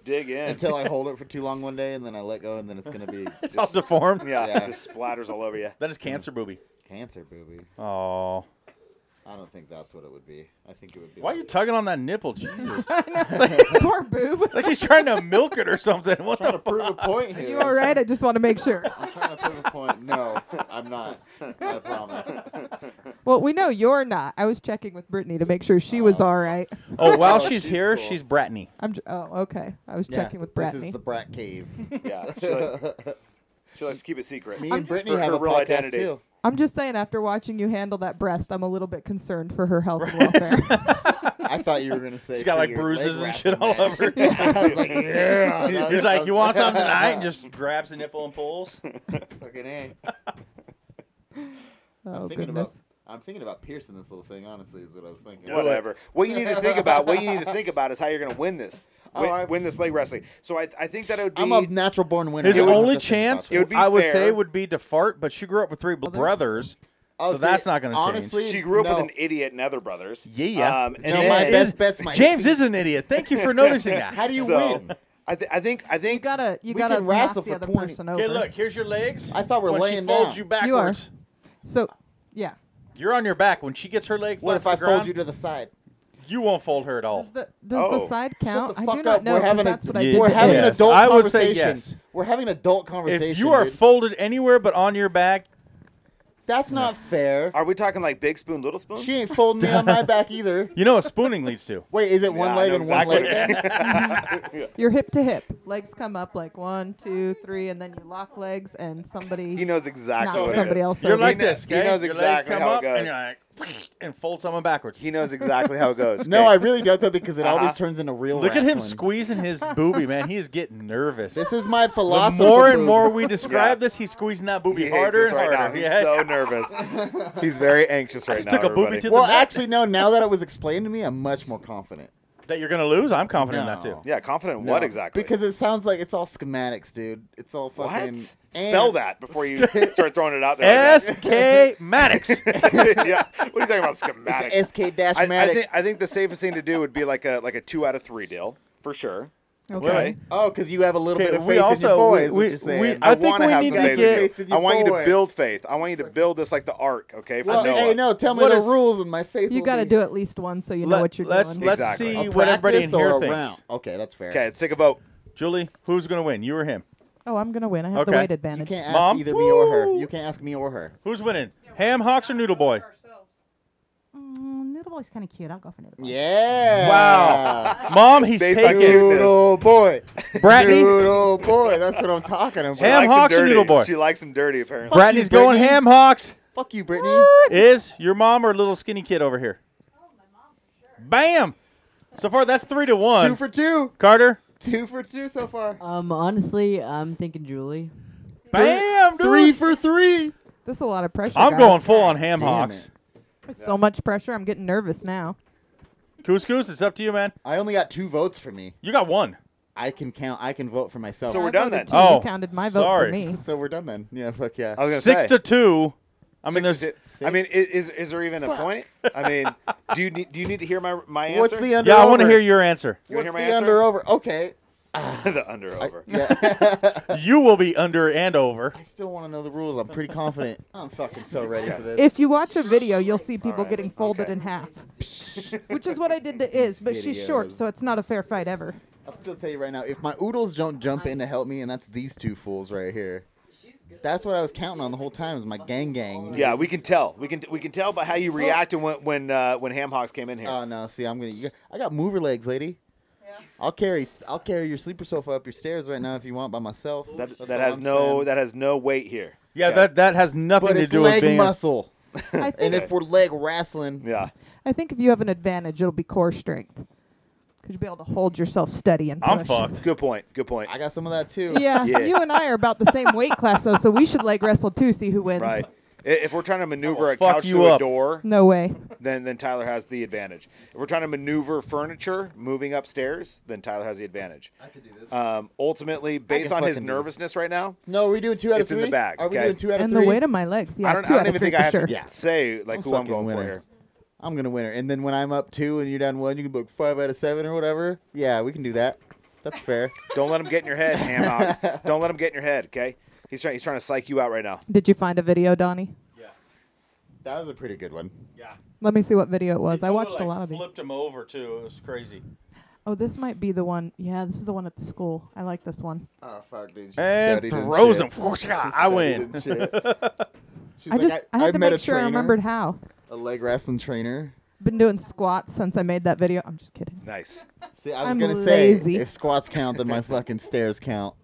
Speaker 1: Dig in.
Speaker 5: Until I hold it for too long one day, and then I let go, and then it's gonna be
Speaker 4: It's all deformed.
Speaker 1: yeah,
Speaker 5: Yeah.
Speaker 1: Just splatters all over you.
Speaker 4: That is cancer booby.
Speaker 5: cancer, booby.
Speaker 4: Oh.
Speaker 5: I don't think that's what it would be. I think it would be.
Speaker 4: Why are you
Speaker 5: like,
Speaker 4: tugging on that nipple? Jesus.
Speaker 6: Poor boob.
Speaker 4: like he's trying to milk it or something. What
Speaker 5: trying
Speaker 4: the
Speaker 5: to
Speaker 4: fuck?
Speaker 5: prove a point here?
Speaker 6: you all right? I just want to make sure.
Speaker 5: I'm trying to prove a point. No, I'm not. I promise.
Speaker 6: Well, we know you're not. I was checking with Brittany to make sure she was all right.
Speaker 4: Oh, while
Speaker 5: Oh,
Speaker 4: she's
Speaker 5: she's
Speaker 4: here,
Speaker 5: cool.
Speaker 4: she's Bratney.
Speaker 6: I'm. J- oh, okay. I was
Speaker 5: Yeah,
Speaker 6: checking with
Speaker 5: This
Speaker 6: Brittany.
Speaker 5: is the brat cave.
Speaker 1: Yeah. She, like, she likes to keep it secret.
Speaker 5: Me and Brittany
Speaker 1: For
Speaker 5: have
Speaker 1: her
Speaker 5: a
Speaker 1: real
Speaker 5: podcast
Speaker 1: identity.
Speaker 5: too.
Speaker 6: I'm just saying, after watching you handle that breast, I'm a little bit concerned for her health and welfare.
Speaker 5: I thought you were gonna say
Speaker 4: She's got
Speaker 5: for
Speaker 4: like
Speaker 5: your
Speaker 4: bruises
Speaker 5: leg
Speaker 4: and shit all
Speaker 5: wrestling
Speaker 4: over.
Speaker 5: match. I was like, yeah.
Speaker 4: He's like, "You want something tonight?" And just grabs the nipple and pulls.
Speaker 5: Fucking a.
Speaker 6: oh
Speaker 5: I'm thinking
Speaker 6: goodness.
Speaker 5: about. I'm thinking about piercing this little thing. Honestly, is what I was thinking.
Speaker 1: Whatever. What you need to think about, what you need to think about, is how you're going to win this,
Speaker 5: Oh,
Speaker 1: win,
Speaker 5: I-
Speaker 1: win this leg wrestling. So I, I think that it would be.
Speaker 5: I'm a natural born winner.
Speaker 4: His
Speaker 5: I wouldn't
Speaker 4: only
Speaker 5: have to think
Speaker 4: chance,
Speaker 5: about
Speaker 1: would
Speaker 5: this.
Speaker 1: be
Speaker 4: I would
Speaker 1: fair.
Speaker 4: say, would be to fart. But she grew up with three brothers.
Speaker 5: Oh,
Speaker 4: so that's not gonna change.
Speaker 5: honestly,
Speaker 1: she grew up
Speaker 5: no.
Speaker 1: with an idiot Nether Brothers.
Speaker 4: Yeah.
Speaker 1: Um, and
Speaker 5: No,
Speaker 1: then-
Speaker 5: my best bet's my
Speaker 4: James
Speaker 5: feet.
Speaker 4: is an idiot. Thank you for noticing
Speaker 5: How
Speaker 4: that.
Speaker 5: do you
Speaker 1: so,
Speaker 5: win?
Speaker 1: I, th- I think I
Speaker 6: You
Speaker 1: think
Speaker 6: gotta, you
Speaker 5: We
Speaker 6: gotta
Speaker 5: can
Speaker 6: knock
Speaker 5: wrestle
Speaker 6: the
Speaker 5: for
Speaker 6: other
Speaker 5: 20.
Speaker 6: person over.
Speaker 4: Okay, look. Here's your legs.
Speaker 5: I thought we're
Speaker 4: when
Speaker 5: laying
Speaker 4: she folds
Speaker 5: down.
Speaker 4: you
Speaker 6: You are.
Speaker 4: backwards.
Speaker 6: So, yeah.
Speaker 4: You're on your back. When she gets her leg,
Speaker 5: What
Speaker 4: off
Speaker 5: if I
Speaker 4: the ground,
Speaker 5: fold you to the side?
Speaker 4: you won't fold her at all.
Speaker 6: Does the, does
Speaker 1: Oh.
Speaker 6: the side count?
Speaker 5: the
Speaker 6: I
Speaker 5: fuck
Speaker 6: do not
Speaker 5: up.
Speaker 6: know
Speaker 5: We're
Speaker 6: because
Speaker 5: having a-
Speaker 6: that's what I
Speaker 4: Yeah.
Speaker 6: did.
Speaker 5: We're
Speaker 6: to
Speaker 5: having
Speaker 6: Ed.
Speaker 5: an
Speaker 4: Yes.
Speaker 5: adult
Speaker 4: I would say
Speaker 5: conversation.
Speaker 4: yes.
Speaker 5: We're having an adult conversation.
Speaker 4: If you are
Speaker 5: dude.
Speaker 4: folded anywhere but on your back,
Speaker 5: That's not fair.
Speaker 1: Are we talking like big spoon, little spoon?
Speaker 5: She ain't folding me on my back either.
Speaker 4: You know what spooning leads to?
Speaker 5: Wait, is it
Speaker 1: Yeah,
Speaker 5: one
Speaker 1: I
Speaker 5: leg
Speaker 1: know
Speaker 5: and one leg? Mm-hmm.
Speaker 1: exactly.
Speaker 6: You're hip to hip. Legs come up like one, two, three, and then you lock legs and somebody
Speaker 1: he knows exactly.
Speaker 6: knocks
Speaker 1: what it
Speaker 6: somebody
Speaker 1: is.
Speaker 6: else
Speaker 4: You're
Speaker 6: over.
Speaker 4: like
Speaker 1: kno-
Speaker 4: this.
Speaker 1: he
Speaker 4: Okay?
Speaker 1: knows
Speaker 4: Your legs
Speaker 1: exactly
Speaker 4: come
Speaker 1: how it
Speaker 4: up And,
Speaker 1: goes.
Speaker 4: you're like, and fold someone backwards.
Speaker 1: He knows exactly how it goes.
Speaker 5: No, I
Speaker 1: okay?
Speaker 5: really don't though because it always
Speaker 1: Uh-huh.
Speaker 5: turns into real.
Speaker 4: Look at him
Speaker 5: wrestling.
Speaker 4: squeezing his booby, man. He is getting nervous.
Speaker 5: This is my
Speaker 4: the
Speaker 5: philosophy.
Speaker 4: more and
Speaker 5: boob.
Speaker 4: more we describe
Speaker 1: Yeah.
Speaker 4: this, he's squeezing that booby
Speaker 1: He hates
Speaker 4: harder
Speaker 1: us
Speaker 4: and
Speaker 1: right
Speaker 4: harder.
Speaker 1: now. He's
Speaker 4: Yeah.
Speaker 1: so nervous. He's very anxious right
Speaker 4: just
Speaker 1: now.
Speaker 4: took a booby
Speaker 1: everybody.
Speaker 4: to the
Speaker 5: Well,
Speaker 4: neck.
Speaker 5: actually, no. Now that it was explained to me, I'm much more confident.
Speaker 4: that you're gonna lose. I'm confident in that
Speaker 5: No.
Speaker 4: too.
Speaker 1: Yeah, confident in what
Speaker 5: No,
Speaker 1: exactly?
Speaker 5: Because it sounds like it's all schematics, dude. It's all
Speaker 1: what?
Speaker 5: fucking.
Speaker 1: Spell
Speaker 5: and-
Speaker 1: that before you start throwing it out there.
Speaker 4: S K Maddox.
Speaker 1: yeah. What are you talking about? Schematic.
Speaker 5: It's SK dash
Speaker 1: I, I think I think the safest thing to do would be like a like a two out of three deal for sure.
Speaker 4: Okay.
Speaker 5: Oh, because you have a little
Speaker 4: Okay,
Speaker 5: bit of
Speaker 4: we
Speaker 5: faith in
Speaker 4: also-
Speaker 5: your boys.
Speaker 4: we-
Speaker 5: what you're
Speaker 4: we-
Speaker 5: saying.
Speaker 4: I
Speaker 1: I,
Speaker 4: think
Speaker 1: want to
Speaker 4: we
Speaker 1: have
Speaker 4: need
Speaker 1: some
Speaker 4: to
Speaker 1: faith,
Speaker 4: get-
Speaker 1: in
Speaker 5: Faith in
Speaker 1: you. I
Speaker 5: your
Speaker 1: want you to
Speaker 5: boy.
Speaker 1: build faith. I want you to build this like the ark, okay? For
Speaker 5: well,
Speaker 1: Noah.
Speaker 5: hey, no, tell me
Speaker 4: What
Speaker 5: the
Speaker 4: is-
Speaker 5: rules and my faith.
Speaker 6: You
Speaker 5: will
Speaker 6: got to
Speaker 5: be-
Speaker 6: do at least one so you know what you're
Speaker 4: let's
Speaker 6: doing.
Speaker 4: let's
Speaker 1: Exactly.
Speaker 4: see
Speaker 5: A
Speaker 4: what everybody in
Speaker 5: practice or
Speaker 4: here
Speaker 5: a
Speaker 4: thinks.
Speaker 5: round? Okay, that's fair.
Speaker 1: Okay, let's take a vote.
Speaker 4: Julie, who's gonna win? You or him?
Speaker 6: Oh, I'm gonna win. I have the
Speaker 4: Okay.
Speaker 6: weight
Speaker 5: You
Speaker 6: advantage.
Speaker 5: can't ask
Speaker 4: Mom?
Speaker 5: either me or her.
Speaker 4: Woo!
Speaker 5: You can't ask me or her.
Speaker 4: Who's winning? Ham Hawks or Noodle Boy?
Speaker 8: Mm, Noodle Boy's kind of cute. I'll go for Noodle Boy.
Speaker 5: Yeah.
Speaker 4: Wow. Mom, he's
Speaker 1: Based on
Speaker 4: taken.
Speaker 1: you.
Speaker 5: Noodle boy.
Speaker 4: Bratney,
Speaker 5: Noodle boy. That's what I'm talking about.
Speaker 1: She
Speaker 4: Ham
Speaker 1: likes him
Speaker 4: hocks or
Speaker 1: dirty.
Speaker 4: noodle boy?
Speaker 1: She likes him dirty, apparently.
Speaker 4: Bratney's
Speaker 5: Brittany.
Speaker 4: going Ham Hawks.
Speaker 5: Fuck you, Brittany.
Speaker 4: Is your mom or little skinny kid over here? Bam. So far, that's three to one.
Speaker 5: Two for two.
Speaker 4: Carter.
Speaker 5: Two for two so far.
Speaker 9: Um, honestly, I'm thinking Julie.
Speaker 4: Bam. Dude.
Speaker 5: Three for three.
Speaker 6: That's a lot of pressure.
Speaker 4: I'm
Speaker 6: guys.
Speaker 4: going full on Ham
Speaker 5: Damn
Speaker 4: Hawks.
Speaker 6: So much pressure. I'm getting nervous now.
Speaker 4: Couscous, it's up to you, man.
Speaker 5: I only got two votes for me.
Speaker 4: You got one.
Speaker 5: I can count. I can vote for myself.
Speaker 1: So
Speaker 6: I
Speaker 1: we're done then.
Speaker 6: voted two.
Speaker 4: Oh,
Speaker 6: You counted my vote
Speaker 4: sorry.
Speaker 6: for me.
Speaker 5: So we're done then. Yeah, fuck yeah.
Speaker 1: I was gonna
Speaker 4: Six
Speaker 1: say.
Speaker 4: to two. I mean,
Speaker 1: Six
Speaker 4: there's
Speaker 1: to- I mean, i- is is there even a point? I mean, do you need do you need to hear my my answer?
Speaker 5: What's the under?
Speaker 4: Yeah, I
Speaker 5: want to
Speaker 4: hear your answer.
Speaker 1: You wanna
Speaker 5: What's
Speaker 1: hear
Speaker 5: the
Speaker 1: my
Speaker 5: under
Speaker 1: answer?
Speaker 5: over? Okay.
Speaker 1: the under over.
Speaker 5: Yeah.
Speaker 4: You will be under and over.
Speaker 5: I still want to know the rules. I'm pretty confident. I'm fucking so ready for this.
Speaker 6: If you watch a video, you'll see people
Speaker 1: right.
Speaker 6: getting folded
Speaker 1: Okay.
Speaker 6: in half, which is what I did to Iz. But she's short,
Speaker 5: Videos.
Speaker 6: so it's not a fair fight ever.
Speaker 5: I'll still tell you right now, if my oodles don't jump in to help me, and that's these two fools right here. That's what I was counting on the whole time. Is my gang gang.
Speaker 1: Yeah, we can tell. We can we can tell by how you reacted when when uh, when Ham Hawks came in here.
Speaker 5: Oh no! See, I'm gonna. You, I got mover legs, lady. I'll carry. I'll carry your sleeper sofa up your stairs right now if you want by myself.
Speaker 1: that
Speaker 5: That's all
Speaker 1: that has
Speaker 5: I'm
Speaker 1: no
Speaker 5: saying.
Speaker 1: that has no weight here.
Speaker 4: Yeah,
Speaker 1: Okay.
Speaker 4: that that has nothing
Speaker 5: But
Speaker 4: to
Speaker 5: it's
Speaker 4: do with
Speaker 5: leg
Speaker 4: being.
Speaker 5: muscle,
Speaker 6: I
Speaker 5: and
Speaker 6: think
Speaker 5: if we're leg wrestling,
Speaker 1: yeah.
Speaker 6: I think if you have an advantage, it'll be core strength, because you'll be able to hold yourself steady and.
Speaker 4: I'm
Speaker 6: push.
Speaker 4: fucked.
Speaker 1: Good point. Good point.
Speaker 5: I got some of that too.
Speaker 6: Yeah,
Speaker 1: Yeah.
Speaker 6: you and I are about the same weight class though, so we should leg wrestle too. See who wins.
Speaker 1: Right. I- If we're trying to maneuver a
Speaker 4: fuck
Speaker 1: couch
Speaker 4: you
Speaker 1: through a
Speaker 4: up.
Speaker 1: door,
Speaker 6: No way.
Speaker 1: then then Tyler has the advantage. If we're trying to maneuver furniture moving upstairs, then Tyler has the advantage. I could do this. Um, ultimately, based
Speaker 5: can
Speaker 1: on his
Speaker 5: fucking do this.
Speaker 1: nervousness right now,
Speaker 5: No, are we doing two out
Speaker 1: It's
Speaker 5: of
Speaker 1: in
Speaker 5: three?
Speaker 1: the bag,
Speaker 5: Are we
Speaker 1: okay?
Speaker 5: doing two out of
Speaker 6: And
Speaker 5: three?
Speaker 6: the weight of my legs. Yeah,
Speaker 1: I don't,
Speaker 6: two
Speaker 1: I
Speaker 6: out
Speaker 1: don't
Speaker 6: of
Speaker 1: even
Speaker 6: three
Speaker 1: think
Speaker 6: for
Speaker 1: I have
Speaker 6: sure.
Speaker 1: to say like
Speaker 5: I'm
Speaker 1: who I'm
Speaker 5: fucking
Speaker 1: going for
Speaker 5: winning.
Speaker 1: here.
Speaker 5: I'm gonna win her. And then when I'm up two and you're down one, you can book five out of seven or whatever. Yeah, we can do that. That's fair.
Speaker 1: Don't let him get in your head, Ham Hawks. Don't let him get in your head. Okay. He's trying. He's trying to psych you out right now.
Speaker 6: Did you find a video, Donnie?
Speaker 5: that was a pretty good one.
Speaker 6: Let me see what video it was. I watched a lot of these.
Speaker 4: Flipped him over too. It was crazy.
Speaker 6: Oh, this might be the one. Yeah, this is the one at the school. I like this one.
Speaker 5: Oh fuck, dude. She
Speaker 4: And
Speaker 5: studied and
Speaker 4: throws
Speaker 5: shit.
Speaker 4: him. Whoosh, ah,
Speaker 5: She
Speaker 4: I
Speaker 5: studied
Speaker 4: win.
Speaker 5: and shit. She's
Speaker 6: I
Speaker 5: like,
Speaker 6: just I, had
Speaker 5: I've
Speaker 6: to
Speaker 5: met
Speaker 6: make
Speaker 5: a
Speaker 6: sure I
Speaker 5: trainer,
Speaker 6: remembered how.
Speaker 5: a leg wrestling trainer.
Speaker 6: Been doing squats since I made that video. I'm just kidding.
Speaker 1: Nice.
Speaker 5: See, I was
Speaker 6: I'm
Speaker 5: gonna
Speaker 6: lazy.
Speaker 5: say if squats count, then my fucking stairs count.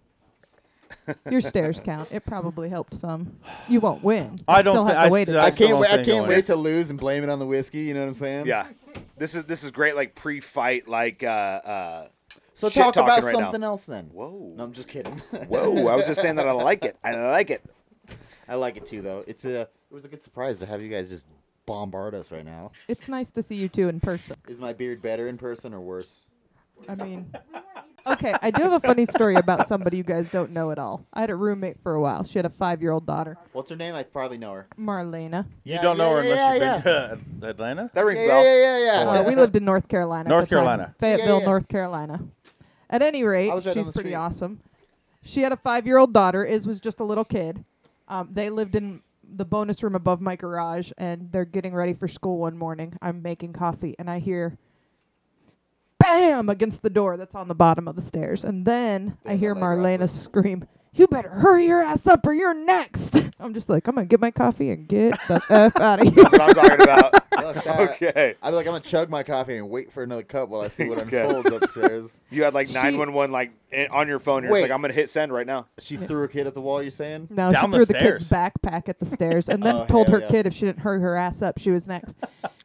Speaker 6: Your stairs count. It probably helped some. You won't win.
Speaker 4: I
Speaker 6: You
Speaker 4: don't
Speaker 6: Still
Speaker 4: thi-
Speaker 6: have
Speaker 4: I
Speaker 6: to wait.
Speaker 4: still- I
Speaker 5: I can't.
Speaker 4: don't
Speaker 5: Wait, I
Speaker 4: think
Speaker 5: can't
Speaker 4: I'll
Speaker 5: wait
Speaker 4: win.
Speaker 5: to lose and blame it on the whiskey. You know what I'm saying?
Speaker 1: Yeah. This is this is great. Like pre-fight. Like uh. uh
Speaker 5: So
Speaker 1: Shit
Speaker 5: talk about
Speaker 1: talking right now.
Speaker 5: something else then.
Speaker 1: Whoa.
Speaker 5: No, I'm just kidding.
Speaker 1: Whoa! I was just saying that I like it. I like it.
Speaker 5: I like it too, though. It's a. It was a good surprise to have you guys just bombard us right now.
Speaker 6: It's nice to see you two in person.
Speaker 5: Is my beard better in person or worse?
Speaker 6: I mean, okay. I do have a funny story about somebody you guys don't know at all. I had a roommate for a while. She had a five-year-old daughter,
Speaker 5: What's her name? I probably know her.
Speaker 6: Marlena.
Speaker 4: You
Speaker 5: Yeah,
Speaker 4: don't know
Speaker 5: yeah,
Speaker 4: her
Speaker 5: yeah,
Speaker 4: unless you've been to uh, Atlanta.
Speaker 1: That rings a
Speaker 5: Yeah,
Speaker 1: bell.
Speaker 5: yeah, yeah, yeah.
Speaker 6: Uh, we lived in North Carolina. at
Speaker 4: North
Speaker 6: the time.
Speaker 4: Carolina.
Speaker 6: Fayetteville,
Speaker 5: yeah.
Speaker 6: North Carolina. At any rate,
Speaker 5: I was right down
Speaker 6: she's
Speaker 5: the
Speaker 6: pretty
Speaker 5: street.
Speaker 6: awesome. She had a five-year-old daughter. Is was just a little kid. Um, they lived in the bonus room above my garage, and they're getting ready for school one morning. I'm making coffee, and I hear, "Bam!" against the door that's on the bottom of the stairs, and then I
Speaker 5: Damn, I
Speaker 6: hear
Speaker 5: like
Speaker 6: Marlena
Speaker 5: wrestling.
Speaker 6: scream, you better hurry your ass up or you're next. I'm just like, I'm going to get my coffee and get the F out of here.
Speaker 1: That's what I'm talking about.
Speaker 5: Fuck that.
Speaker 1: okay.
Speaker 5: I'd be like, I'm gonna chug my coffee and wait for another cup while I see what
Speaker 1: Okay.
Speaker 5: unfolds upstairs.
Speaker 1: You had like
Speaker 6: She-
Speaker 1: 911 like in- on your phone. You're just
Speaker 5: Wait.
Speaker 1: like, I'm going to hit send right now.
Speaker 5: She threw a kid at the wall. You're saying?
Speaker 6: No,
Speaker 4: Down
Speaker 6: she
Speaker 4: the
Speaker 6: threw the, kid's
Speaker 4: stairs.
Speaker 6: backpack at the stairs and then
Speaker 5: Oh,
Speaker 6: told
Speaker 5: hell
Speaker 6: her
Speaker 5: yeah.
Speaker 6: kid if she didn't hurry her ass up, she was next.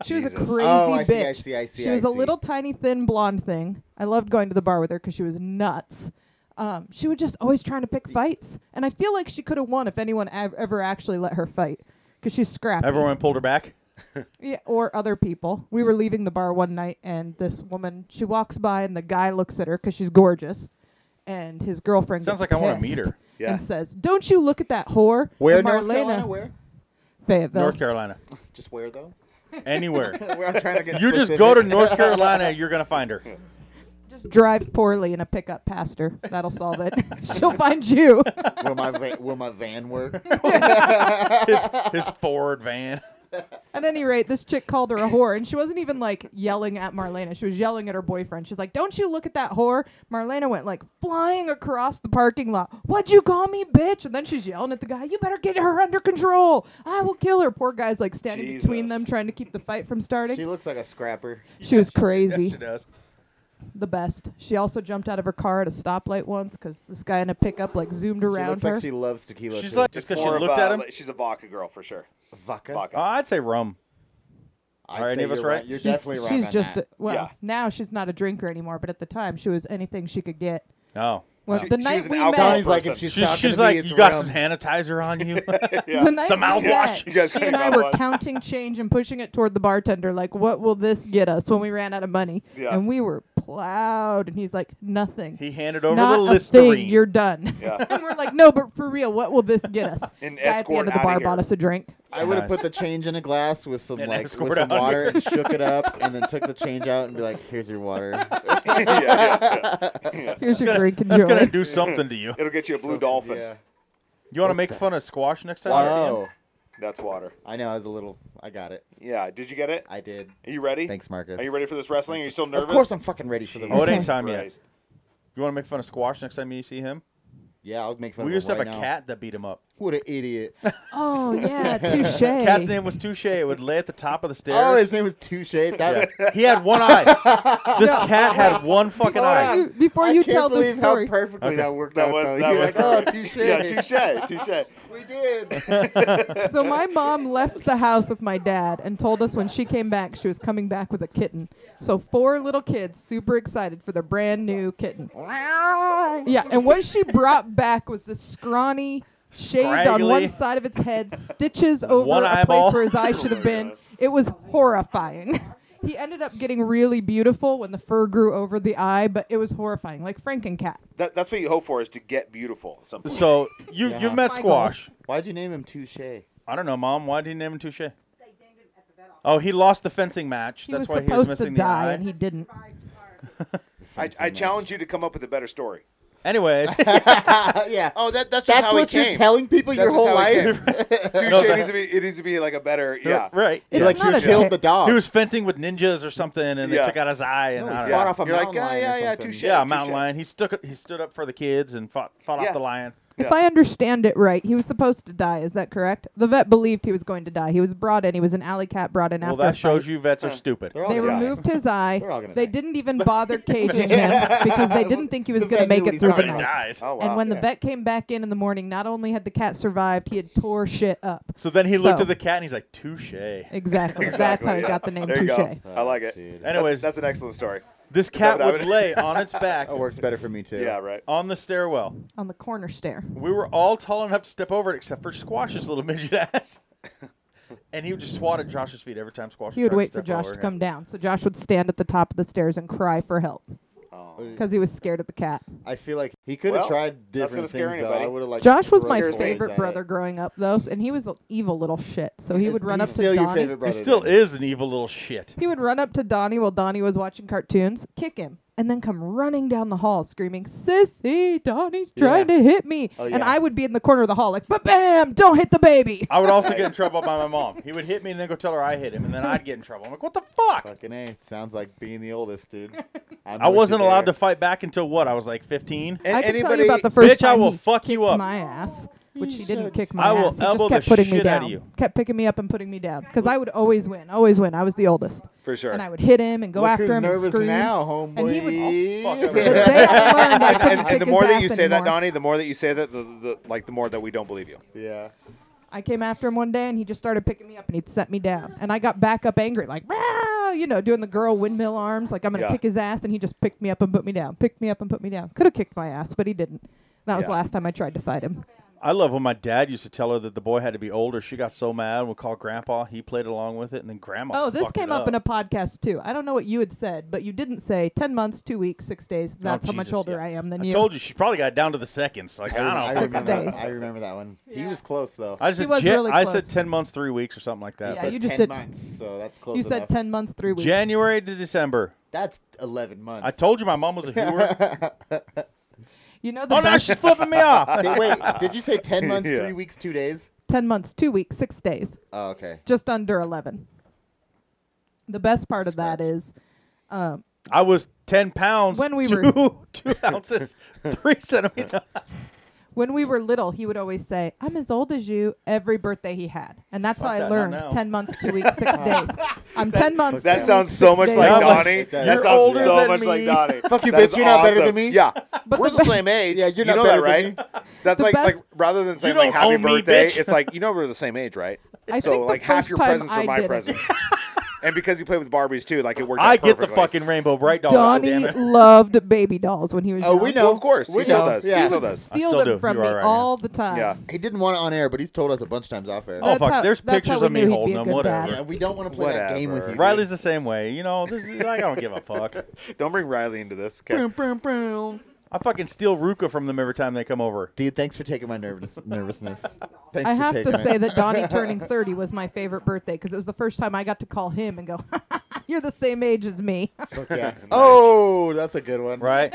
Speaker 6: She was a
Speaker 1: Jesus.
Speaker 6: crazy
Speaker 5: oh, I
Speaker 6: bitch.
Speaker 5: see, I see, I see.
Speaker 6: she
Speaker 5: I
Speaker 6: was a
Speaker 5: see.
Speaker 6: little tiny, thin blonde thing. I loved going to the bar with her because she was nuts. Um, she was just always trying to pick fights, and I feel like she could have won if anyone av- ever actually let her fight because she's scrappy.
Speaker 4: Everyone pulled her back.
Speaker 6: Yeah, or other people. We were leaving the bar one night, and this woman she walks by, and the guy looks at her because she's gorgeous, and his girlfriend
Speaker 4: Sounds
Speaker 6: gets
Speaker 4: like I want to meet
Speaker 6: pissed
Speaker 4: her.
Speaker 1: Yeah.
Speaker 6: and says, "Don't you look at that whore?"
Speaker 5: Where
Speaker 6: and
Speaker 5: North
Speaker 6: Marlena,
Speaker 5: Carolina? Where?
Speaker 6: Fayetteville.
Speaker 4: North Carolina.
Speaker 5: Just where though?
Speaker 4: Anywhere.
Speaker 5: Where I'm trying to get.
Speaker 4: you just go to North Carolina, you're going to find her.
Speaker 6: Just drive poorly in a pickup past her. That'll solve it. She'll find you.
Speaker 5: will my van, will my van work?
Speaker 4: His, his Ford van.
Speaker 6: At any rate, this chick called her a whore, and she wasn't even like yelling at Marlena. She was yelling at her boyfriend. She's like, "Don't you look at that whore!" Marlena went like flying across the parking lot. What'd you call me, bitch? And then she's yelling at the guy, "You better get her under control! I will kill her!" Poor guy's like standing between
Speaker 1: Jesus.
Speaker 6: them, trying to keep the fight from starting.
Speaker 5: she
Speaker 6: She,
Speaker 5: looks like a scrapper.
Speaker 6: was crazy,
Speaker 4: She does.
Speaker 6: the best. She also jumped out of her car at a stoplight once because this guy in a pickup like zoomed
Speaker 5: She
Speaker 6: around
Speaker 5: looks
Speaker 6: her.
Speaker 5: like she loves tequila.
Speaker 4: She's
Speaker 5: too.
Speaker 4: like, just because she
Speaker 1: More of
Speaker 4: looked
Speaker 1: a-
Speaker 4: at him.
Speaker 1: like, She's a vodka girl for sure.
Speaker 5: vodka.
Speaker 4: Oh,
Speaker 1: Vodka.
Speaker 4: I'd say rum.
Speaker 5: I'd
Speaker 4: Are
Speaker 5: say
Speaker 4: any of us
Speaker 5: you're
Speaker 4: right?
Speaker 5: You're
Speaker 6: She's-
Speaker 5: definitely right.
Speaker 6: she's
Speaker 5: on
Speaker 6: just
Speaker 5: that.
Speaker 6: A, well
Speaker 1: Yeah.
Speaker 6: now she's not a drinker anymore, but at the time she was anything she could get.
Speaker 4: Oh.
Speaker 5: Uh,
Speaker 6: Well,
Speaker 1: She- she
Speaker 6: the
Speaker 1: was
Speaker 6: night
Speaker 1: an
Speaker 6: we
Speaker 1: alcoholic.
Speaker 6: met,
Speaker 5: Donnie's like,
Speaker 1: person.
Speaker 5: if she's,
Speaker 4: She's,
Speaker 5: talking
Speaker 4: she's
Speaker 5: to me,
Speaker 4: like,
Speaker 5: it's
Speaker 4: you got
Speaker 5: rum."
Speaker 4: some sanitizer on you?
Speaker 1: Yeah.
Speaker 6: the night
Speaker 4: Some
Speaker 6: we
Speaker 4: mouthwash.
Speaker 6: met,
Speaker 1: You guys
Speaker 6: she
Speaker 1: got
Speaker 6: and I were
Speaker 1: mouthwash.
Speaker 6: counting change and pushing it toward the bartender, like, "What will this get us when we ran out of money?"
Speaker 1: Yeah.
Speaker 6: And we were plowed, and he's like, "Nothing,
Speaker 4: he handed over
Speaker 6: not
Speaker 4: the
Speaker 6: a thing.
Speaker 4: Listerine.
Speaker 6: You're done."
Speaker 1: Yeah.
Speaker 6: and we're like, "No, but for real, what will this get us?"
Speaker 1: An
Speaker 6: Guy at the
Speaker 1: escort
Speaker 6: end of the
Speaker 1: outta
Speaker 6: bar
Speaker 1: here.
Speaker 6: bought us a drink.
Speaker 5: I would have
Speaker 4: Nice.
Speaker 5: put the change in a glass with some
Speaker 4: And
Speaker 5: like
Speaker 4: escort
Speaker 5: with some
Speaker 4: out
Speaker 5: water and shook it up, and then took the change out and be like, "Here's your water."
Speaker 1: yeah, yeah, yeah. Yeah.
Speaker 6: Here's your drink,
Speaker 4: That's going
Speaker 6: enjoy.
Speaker 4: to do something to you.
Speaker 1: It'll get you a blue dolphin.
Speaker 5: Yeah.
Speaker 4: You want to
Speaker 5: What's
Speaker 4: make
Speaker 5: that?
Speaker 4: fun of squash next time? you see him?
Speaker 5: Oh,
Speaker 1: That's water.
Speaker 5: I know. I was a little. I got it.
Speaker 1: Yeah. Did you get it?
Speaker 5: I did.
Speaker 1: Are you ready?
Speaker 5: Thanks, Marcus.
Speaker 1: Are you ready for this wrestling? Are you still nervous?
Speaker 5: Of course, I'm fucking ready for the.
Speaker 4: Oh, it ain't
Speaker 5: wrestling.
Speaker 4: time yet.
Speaker 1: Christ.
Speaker 4: You want to make fun of squash next time you see him?
Speaker 5: Yeah, I would make fun
Speaker 4: we
Speaker 5: of
Speaker 4: used to
Speaker 5: him
Speaker 4: have
Speaker 5: right
Speaker 4: a
Speaker 5: now.
Speaker 4: cat that beat him up.
Speaker 5: What an idiot!
Speaker 6: oh yeah,
Speaker 4: Cat's
Speaker 6: touche.
Speaker 4: name was Touche. It would lay at the top of the stairs.
Speaker 5: oh, his name was Touche. That
Speaker 4: Yeah. He had one eye. This cat had one fucking
Speaker 6: Before
Speaker 4: eye.
Speaker 6: you, before
Speaker 5: I
Speaker 6: you
Speaker 5: can't
Speaker 6: tell the
Speaker 5: believe
Speaker 6: story,
Speaker 5: how perfectly
Speaker 4: Okay.
Speaker 5: that worked
Speaker 1: That
Speaker 5: out.
Speaker 1: was
Speaker 5: though.
Speaker 1: that
Speaker 5: You're
Speaker 1: was
Speaker 5: like, oh,
Speaker 1: great.
Speaker 5: Touche.
Speaker 1: Yeah, touche, touche.
Speaker 5: We did.
Speaker 6: So my mom left the house with my dad and told us when she came back she was coming back with a kitten. So four little kids super excited for their brand new kitten. Yeah, and what she brought back was the scrawny shaved on
Speaker 4: Scraggly.
Speaker 6: one side of its head, stitches over
Speaker 4: One
Speaker 6: a
Speaker 4: eyeball. Oh
Speaker 6: place where his eye should have been. It was horrifying. He ended up getting really beautiful when the fur grew over the eye, but it was horrifying, like Frankencat.
Speaker 1: That, that's what you hope for is to get beautiful. At some point.
Speaker 4: So you
Speaker 5: Yeah.
Speaker 4: you've met
Speaker 6: Michael.
Speaker 4: squash.
Speaker 5: Why'd you name him Touche?
Speaker 4: I don't know, mom. Why did he name him Touche? Oh, he lost the fencing match.
Speaker 6: He was
Speaker 4: That's why he was
Speaker 6: supposed to
Speaker 4: missing the
Speaker 6: die,
Speaker 4: eye.
Speaker 6: and he didn't.
Speaker 1: I, I challenge you to come up with a better story.
Speaker 4: Anyways,
Speaker 5: yeah.
Speaker 1: Oh, that, that's
Speaker 5: That's what you're telling people your
Speaker 1: That's just
Speaker 5: whole
Speaker 1: how he
Speaker 5: life.
Speaker 1: Touche
Speaker 4: No, that-
Speaker 1: needs to be. It needs to be like a better. Yeah.
Speaker 4: right.
Speaker 6: It's
Speaker 4: yeah.
Speaker 5: like
Speaker 6: not
Speaker 5: you
Speaker 6: a
Speaker 5: killed
Speaker 6: tip.
Speaker 5: the dog.
Speaker 4: he was fencing with ninjas or something, and
Speaker 1: Yeah.
Speaker 4: they took out his eye. And
Speaker 5: No,
Speaker 4: I don't
Speaker 5: he fought
Speaker 4: know.
Speaker 5: off a
Speaker 1: You're like,
Speaker 5: mountain
Speaker 1: yeah,
Speaker 5: lion or
Speaker 1: yeah, yeah,
Speaker 5: something.
Speaker 1: touche.
Speaker 4: yeah,
Speaker 1: touche.
Speaker 4: mountain lion. He stuck he stood up for the kids and fought fought
Speaker 1: Yeah.
Speaker 4: off the lion.
Speaker 6: If
Speaker 1: Yeah.
Speaker 6: I understand it right, he was supposed to die. Is that correct? The vet believed he was going to die. He was brought in. He was an alley cat brought in
Speaker 4: Well,
Speaker 6: after.
Speaker 4: that shows you vets are stupid.
Speaker 5: They're all
Speaker 6: They
Speaker 5: gonna die.
Speaker 6: removed his eye.
Speaker 5: They're all gonna
Speaker 6: They
Speaker 5: die.
Speaker 6: didn't even bother caging him because they didn't think he was
Speaker 5: The
Speaker 6: going to
Speaker 5: vet
Speaker 6: make
Speaker 5: knew
Speaker 6: it
Speaker 5: what
Speaker 6: through
Speaker 5: he
Speaker 6: the
Speaker 4: Everybody
Speaker 5: Right.
Speaker 6: night.
Speaker 4: dies.
Speaker 1: Oh wow.
Speaker 6: And when the
Speaker 5: Yeah.
Speaker 6: vet came back in in the morning, not only had the cat survived, he had tore shit up.
Speaker 4: So then he looked
Speaker 6: So-
Speaker 4: at the cat and he's like, "Touche."
Speaker 6: Exactly. That's
Speaker 1: Exactly,
Speaker 6: how he
Speaker 1: yeah.
Speaker 6: got the name
Speaker 1: There you go.
Speaker 6: Touche.
Speaker 1: I like it.
Speaker 5: Dude.
Speaker 1: That's-
Speaker 4: Anyways,
Speaker 1: that's, an excellent story.
Speaker 4: this cat
Speaker 1: that
Speaker 4: would
Speaker 1: would-
Speaker 4: lay on its back
Speaker 5: That works better for me too.
Speaker 1: Yeah. Right.
Speaker 4: on the stairwell.
Speaker 6: on the corner stair.
Speaker 4: We were all tall enough to step over it, except for Squash's little midget ass. and he would just swat at Josh's feet every time Squash.
Speaker 6: He
Speaker 4: tried
Speaker 6: would wait for
Speaker 4: step
Speaker 6: Josh
Speaker 4: over
Speaker 6: to
Speaker 4: him.
Speaker 6: come down. So Josh would stand at the top of the stairs and cry for help
Speaker 1: Oh.
Speaker 6: because he was scared of the cat.
Speaker 5: I feel like he could have
Speaker 1: Well,
Speaker 5: tried
Speaker 1: that's gonna
Speaker 5: different
Speaker 1: scare
Speaker 5: things. Though.
Speaker 1: anybody.
Speaker 5: I would have like.
Speaker 6: Josh was my
Speaker 5: thrown toys
Speaker 6: favorite
Speaker 5: at
Speaker 6: brother
Speaker 5: it.
Speaker 6: growing up, though, s- and he was an evil little shit. So he would run
Speaker 5: He's
Speaker 6: up
Speaker 5: still
Speaker 6: to
Speaker 5: your
Speaker 6: Donnie.
Speaker 5: favorite brother.
Speaker 4: He still
Speaker 5: then.
Speaker 4: is an evil little shit.
Speaker 6: He would run up to Donnie while Donnie was watching cartoons, kick him, and then come running down the hall screaming, Sissy, Donnie's trying to hit me.
Speaker 1: Oh,
Speaker 6: And
Speaker 1: yeah.
Speaker 6: I would be in the corner of the hall, like, ba bam, don't hit the baby.
Speaker 4: I would also get in trouble by my mom. He would hit me and then go tell her I hit him, and then I'd get in trouble. I'm like, what the fuck?
Speaker 5: Fucking A. Sounds like being the oldest, dude.
Speaker 4: I wasn't allowed to fight back until what? I was like 15.
Speaker 1: And
Speaker 6: I can tell you
Speaker 1: anybody-
Speaker 6: about the first
Speaker 4: Bitch, I
Speaker 6: time
Speaker 4: will
Speaker 6: he
Speaker 4: fuck you
Speaker 6: kicked
Speaker 4: up.
Speaker 6: my ass, which he
Speaker 5: He's
Speaker 6: didn't
Speaker 5: such-
Speaker 6: kick my
Speaker 4: I will
Speaker 6: ass. He just
Speaker 4: elbow the
Speaker 6: kept putting me
Speaker 4: shit outta
Speaker 6: down.
Speaker 4: you.
Speaker 6: Kept picking me up and putting me down because I would always win, always win. I was the oldest,
Speaker 1: for sure.
Speaker 6: and I would hit him and go
Speaker 5: Look
Speaker 6: after
Speaker 5: who's
Speaker 6: him
Speaker 5: nervous
Speaker 6: and scream.
Speaker 5: now, homeboy.
Speaker 6: And he would-
Speaker 4: I'll fuck
Speaker 5: Yeah.
Speaker 6: The day I learned I
Speaker 1: and,
Speaker 6: couldn't
Speaker 1: and
Speaker 6: kick
Speaker 1: the
Speaker 6: his
Speaker 1: more that
Speaker 6: ass
Speaker 1: you say that,
Speaker 6: anymore.
Speaker 1: Donnie, the more that you say that, the, the, like the more that we don't believe you.
Speaker 5: yeah.
Speaker 6: I came after him one day and he just started picking me up and he'd set me down. And I got back up angry, like, "Rah," you know, doing the girl windmill arms, like I'm going to
Speaker 1: Yeah.
Speaker 6: kick his ass. And he just picked me up and put me down, picked me up and put me down. Could have kicked my ass, but he didn't. That was
Speaker 1: Yeah.
Speaker 6: the last time I tried to fight him.
Speaker 4: I love when my dad used to tell her that the boy had to be older. She got so mad and would call grandpa. He played along with it, and then grandma.
Speaker 6: Oh, this
Speaker 4: fucked it
Speaker 6: came up
Speaker 4: up
Speaker 6: in a podcast too. I don't know what you had said, but you didn't say 10 months, two weeks, six days. That's how much
Speaker 4: Jesus,
Speaker 6: older
Speaker 4: yeah.
Speaker 6: I am than
Speaker 4: I
Speaker 6: you.
Speaker 4: told you she probably got down to the seconds. Like
Speaker 5: I,
Speaker 4: I don't.
Speaker 6: Six
Speaker 4: fucking
Speaker 5: remember
Speaker 4: know.
Speaker 6: days.
Speaker 5: that. I remember that one. He
Speaker 6: Yeah.
Speaker 5: was close though.
Speaker 4: I said
Speaker 6: was
Speaker 4: Jan-
Speaker 6: really
Speaker 4: I
Speaker 6: close.
Speaker 4: said ten months, three weeks, or something like that.
Speaker 6: Yeah,
Speaker 5: said
Speaker 6: you just
Speaker 5: 10
Speaker 6: did-
Speaker 5: months, so that's close.
Speaker 6: you said
Speaker 5: enough.
Speaker 6: 10 months, three weeks.
Speaker 4: January to December.
Speaker 5: That's eleven months.
Speaker 4: I told you my mom was a hooer.
Speaker 6: You know the
Speaker 4: oh now
Speaker 6: best
Speaker 4: she's flipping me off.
Speaker 5: Did- wait, did you say ten months,
Speaker 1: Yeah.
Speaker 5: three weeks, two days?
Speaker 6: 10 months, two weeks, six days.
Speaker 5: Oh, okay.
Speaker 6: just under 11. The best part of that is um,
Speaker 4: I was ten pounds.
Speaker 6: When we
Speaker 4: two,
Speaker 6: were-
Speaker 4: two ounces, three centimeters.
Speaker 6: when we were little, he would always say, I'm as old as you every birthday he had. And that's
Speaker 4: Fuck
Speaker 6: how
Speaker 4: that,
Speaker 6: I
Speaker 4: not
Speaker 6: learned
Speaker 4: now.
Speaker 6: 10 months, two weeks, six days. I'm 10 months.
Speaker 1: That
Speaker 6: two
Speaker 1: sounds
Speaker 6: weeks,
Speaker 1: so
Speaker 6: six
Speaker 1: much
Speaker 6: days
Speaker 1: like
Speaker 4: Yeah, but
Speaker 1: Donnie.
Speaker 5: that
Speaker 1: That
Speaker 5: is-
Speaker 1: sounds
Speaker 4: You're
Speaker 1: so
Speaker 4: older
Speaker 1: much
Speaker 4: than
Speaker 1: like
Speaker 4: me.
Speaker 1: Donnie.
Speaker 5: Fuck you,
Speaker 1: That is
Speaker 5: bitch, you're not better than
Speaker 1: awesome.
Speaker 5: me.
Speaker 1: Yeah,
Speaker 6: But
Speaker 1: we're
Speaker 6: the
Speaker 1: the,
Speaker 6: best-
Speaker 1: same age.
Speaker 5: Yeah, you're
Speaker 1: You
Speaker 5: not
Speaker 1: know that,
Speaker 5: better than
Speaker 1: right? That's
Speaker 6: The
Speaker 1: like
Speaker 6: best-
Speaker 1: like rather than saying
Speaker 4: You
Speaker 1: like
Speaker 4: don't
Speaker 1: happy
Speaker 4: own me,
Speaker 1: birthday,
Speaker 4: bitch.
Speaker 1: it's like you know we're the same age, right?
Speaker 6: I
Speaker 1: so
Speaker 6: think the
Speaker 1: like half
Speaker 6: first
Speaker 1: your
Speaker 6: time
Speaker 1: presents
Speaker 6: I
Speaker 1: are my
Speaker 6: did it.
Speaker 1: presents. and because you play with Barbies too, like it worked. Out
Speaker 4: I get the
Speaker 1: perfectly.
Speaker 4: fucking rainbow bright doll.
Speaker 1: Oh,
Speaker 6: Donnie
Speaker 4: damn it.
Speaker 6: loved baby dolls when he was young.
Speaker 1: Well, Oh, of course, he
Speaker 5: We
Speaker 1: still
Speaker 5: know.
Speaker 1: does.
Speaker 5: Yeah.
Speaker 1: He still
Speaker 6: He would
Speaker 1: does.
Speaker 6: steal
Speaker 4: still
Speaker 6: them
Speaker 4: do.
Speaker 6: from
Speaker 4: You
Speaker 6: me
Speaker 4: are right,
Speaker 6: all the time.
Speaker 1: Yeah.
Speaker 5: He didn't want it on air, but he's told us a bunch of times off air.
Speaker 4: Oh,
Speaker 6: That's
Speaker 4: fuck,
Speaker 6: how-
Speaker 4: there's
Speaker 6: that's how
Speaker 4: pictures
Speaker 6: we
Speaker 4: of me
Speaker 6: knew he'd be
Speaker 4: holding
Speaker 6: a
Speaker 4: them,
Speaker 6: good
Speaker 4: whatever.
Speaker 6: dad.
Speaker 5: yeah, we don't want to play that game with
Speaker 1: Whatever.
Speaker 5: you.
Speaker 4: Riley's the same way. You know, this is, I don't give a fuck.
Speaker 1: Don't bring Riley into this. 'kay?
Speaker 4: I fucking steal Ruka from them every time they come over.
Speaker 5: Dude, thanks for taking my nervous nervousness. Thanks
Speaker 6: I
Speaker 5: for
Speaker 6: have to
Speaker 5: taking
Speaker 6: say
Speaker 5: it.
Speaker 6: that Donnie turning 30 was my favorite birthday because it was the first time I got to call him and go, You're the same age as me.
Speaker 5: Fuck yeah. Oh, that's a good one.
Speaker 4: Right?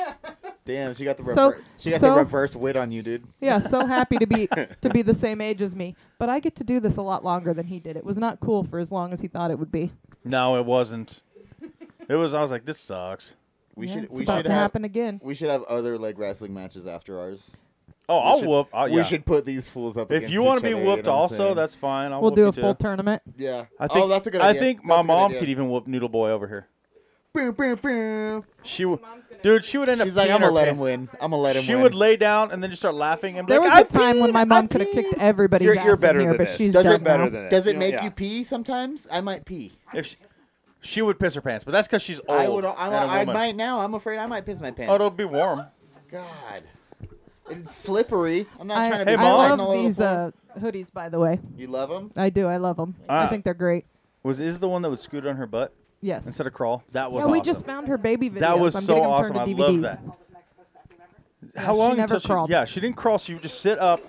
Speaker 5: Damn, she got the
Speaker 6: So-
Speaker 5: rever- she got
Speaker 6: so-
Speaker 5: the reverse wit on you, dude.
Speaker 6: Yeah, so happy to be to be the same age as me. But I get to do this a lot longer than he did. It was not cool for as long as he thought it would be.
Speaker 4: no, it wasn't. It was. I was like, this sucks.
Speaker 5: We
Speaker 6: Yeah,
Speaker 5: should
Speaker 6: it's
Speaker 5: we
Speaker 6: about
Speaker 5: should
Speaker 6: to
Speaker 5: have
Speaker 6: happen again.
Speaker 5: we should have other like wrestling matches after ours.
Speaker 4: Oh,
Speaker 5: We
Speaker 4: I'll
Speaker 5: should-
Speaker 4: whoop. i yeah.
Speaker 5: We should put these fools up.
Speaker 4: If you want to be whooped, also that's fine. I'll
Speaker 6: We'll
Speaker 4: whoop
Speaker 6: do
Speaker 4: you
Speaker 6: a full
Speaker 4: too.
Speaker 6: tournament.
Speaker 5: yeah.
Speaker 4: I think,
Speaker 5: oh, that's a good
Speaker 4: I
Speaker 5: idea.
Speaker 4: think my mom could even whoop Noodle Boy over here.
Speaker 5: Boom, boom, boom.
Speaker 4: She would, dude. She would end
Speaker 5: She's
Speaker 4: up.
Speaker 5: like,
Speaker 4: peeing
Speaker 5: I'm gonna
Speaker 4: her
Speaker 5: let
Speaker 4: pants.
Speaker 5: him win. I'm gonna let him
Speaker 4: She
Speaker 5: win.
Speaker 4: would lay down and then just start laughing and be
Speaker 6: There was
Speaker 4: like,
Speaker 6: a
Speaker 4: "I
Speaker 6: time when
Speaker 4: peed,
Speaker 6: my
Speaker 4: I
Speaker 6: mom could have
Speaker 4: peed."
Speaker 6: kicked everybody's
Speaker 1: You're-
Speaker 6: ass
Speaker 1: you're
Speaker 6: in
Speaker 1: better
Speaker 6: here,
Speaker 1: than
Speaker 6: but
Speaker 1: this.
Speaker 6: she's
Speaker 5: Does
Speaker 6: done
Speaker 5: it
Speaker 6: now.
Speaker 1: better than this.
Speaker 5: Does
Speaker 1: You
Speaker 5: it
Speaker 1: know,
Speaker 5: make
Speaker 1: yeah.
Speaker 5: you pee sometimes? I might pee.
Speaker 4: "Ah," If she, she would piss her pants, but that's because she's old.
Speaker 5: I would. I'm,
Speaker 4: and a
Speaker 5: I
Speaker 4: woman.
Speaker 5: might now. I'm afraid I might piss my pants.
Speaker 4: Oh, it'll be warm.
Speaker 5: God, it's slippery. I'm not
Speaker 6: I,
Speaker 5: trying to
Speaker 4: Hey,
Speaker 6: I
Speaker 5: be
Speaker 4: Mom.
Speaker 5: sliding all
Speaker 6: love
Speaker 5: over the
Speaker 6: these
Speaker 5: floor.
Speaker 6: uh, hoodies, by the way.
Speaker 5: You love them?
Speaker 6: I do. I love them. I
Speaker 4: Ah.
Speaker 6: think they're great.
Speaker 4: Was is the one that would scoot on her butt
Speaker 6: Yes.
Speaker 4: instead of crawl? That was.
Speaker 6: yeah, we
Speaker 4: awesome.
Speaker 6: just found her baby videos.
Speaker 4: That was
Speaker 6: I'm
Speaker 4: so
Speaker 6: getting them
Speaker 4: awesome. I
Speaker 6: turned to DVDs.
Speaker 4: love that. How
Speaker 6: she
Speaker 4: long
Speaker 6: never
Speaker 4: until
Speaker 6: crawled.
Speaker 4: she? Yeah, she didn't crawl. She would just sit up.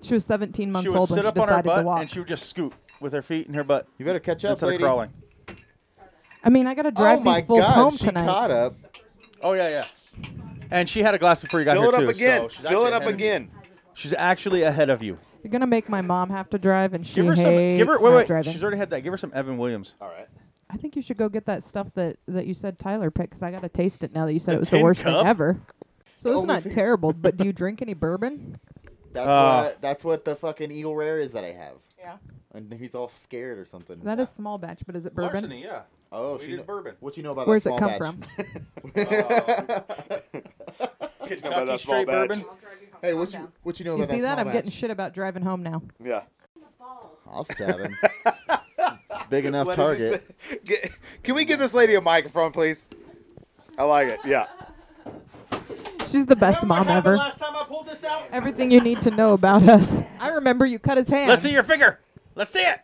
Speaker 6: She was 17 months
Speaker 4: she would
Speaker 6: old when
Speaker 4: sit
Speaker 6: she
Speaker 4: up on her
Speaker 6: decided to
Speaker 4: butt
Speaker 6: walk.
Speaker 4: and she would just scoot with her feet in her butt
Speaker 5: You better catch up,
Speaker 4: instead
Speaker 5: lady.
Speaker 4: of crawling.
Speaker 6: I mean, I got to drive
Speaker 5: oh my
Speaker 6: these fools
Speaker 5: God,
Speaker 6: home
Speaker 5: she
Speaker 6: tonight.
Speaker 5: caught up.
Speaker 4: Oh yeah, yeah. And she had a glass before you got
Speaker 1: Fill
Speaker 4: here
Speaker 1: it up
Speaker 4: too.
Speaker 1: again.
Speaker 4: so she's
Speaker 1: Fill it
Speaker 4: actually
Speaker 1: up
Speaker 4: ahead of you.
Speaker 1: again.
Speaker 4: She's actually ahead of you.
Speaker 6: You're gonna make my mom have to drive, and she
Speaker 4: Give her
Speaker 6: hates
Speaker 4: some. Give her.
Speaker 6: not
Speaker 4: Wait, wait.
Speaker 6: driving.
Speaker 4: She's already had that. Give her some Evan Williams.
Speaker 1: All right.
Speaker 6: I think you should go get that stuff that that you said Tyler picked, because I gotta taste it now that you said
Speaker 4: The
Speaker 6: it was the
Speaker 4: tin
Speaker 6: worst
Speaker 4: cup?
Speaker 6: thing ever. So this is
Speaker 5: only
Speaker 6: not
Speaker 5: thing-
Speaker 6: terrible, but do you drink any bourbon?
Speaker 5: That's
Speaker 4: Uh,
Speaker 5: what that's what the fucking eagle rare is that I have.
Speaker 6: Yeah.
Speaker 5: And he's all scared or something.
Speaker 6: That is small batch, but is it bourbon?
Speaker 4: Larceny, yeah.
Speaker 5: oh,
Speaker 4: we
Speaker 5: she
Speaker 4: did
Speaker 5: kno-
Speaker 4: bourbon.
Speaker 5: What you know about
Speaker 6: Where's
Speaker 5: that
Speaker 6: it
Speaker 5: small
Speaker 6: come from?
Speaker 5: batch?
Speaker 4: Kentucky
Speaker 1: about that small
Speaker 4: straight
Speaker 1: batch.
Speaker 4: E. bourbon.
Speaker 5: hey, what you what you know
Speaker 6: You
Speaker 5: about
Speaker 6: see that?
Speaker 5: that?
Speaker 6: I'm
Speaker 5: small
Speaker 6: getting
Speaker 5: batch?
Speaker 6: shit about driving home now.
Speaker 1: Yeah.
Speaker 5: I'll stab him. it's a big enough
Speaker 1: What does it
Speaker 5: target.
Speaker 1: say? Get- Can we give this lady a microphone, please? I like it. Yeah.
Speaker 6: She's the best mom ever.
Speaker 4: Last time I pulled this out.
Speaker 6: Everything you need to know about us. I remember you cut his hand.
Speaker 4: Let's see your finger. Let's see it.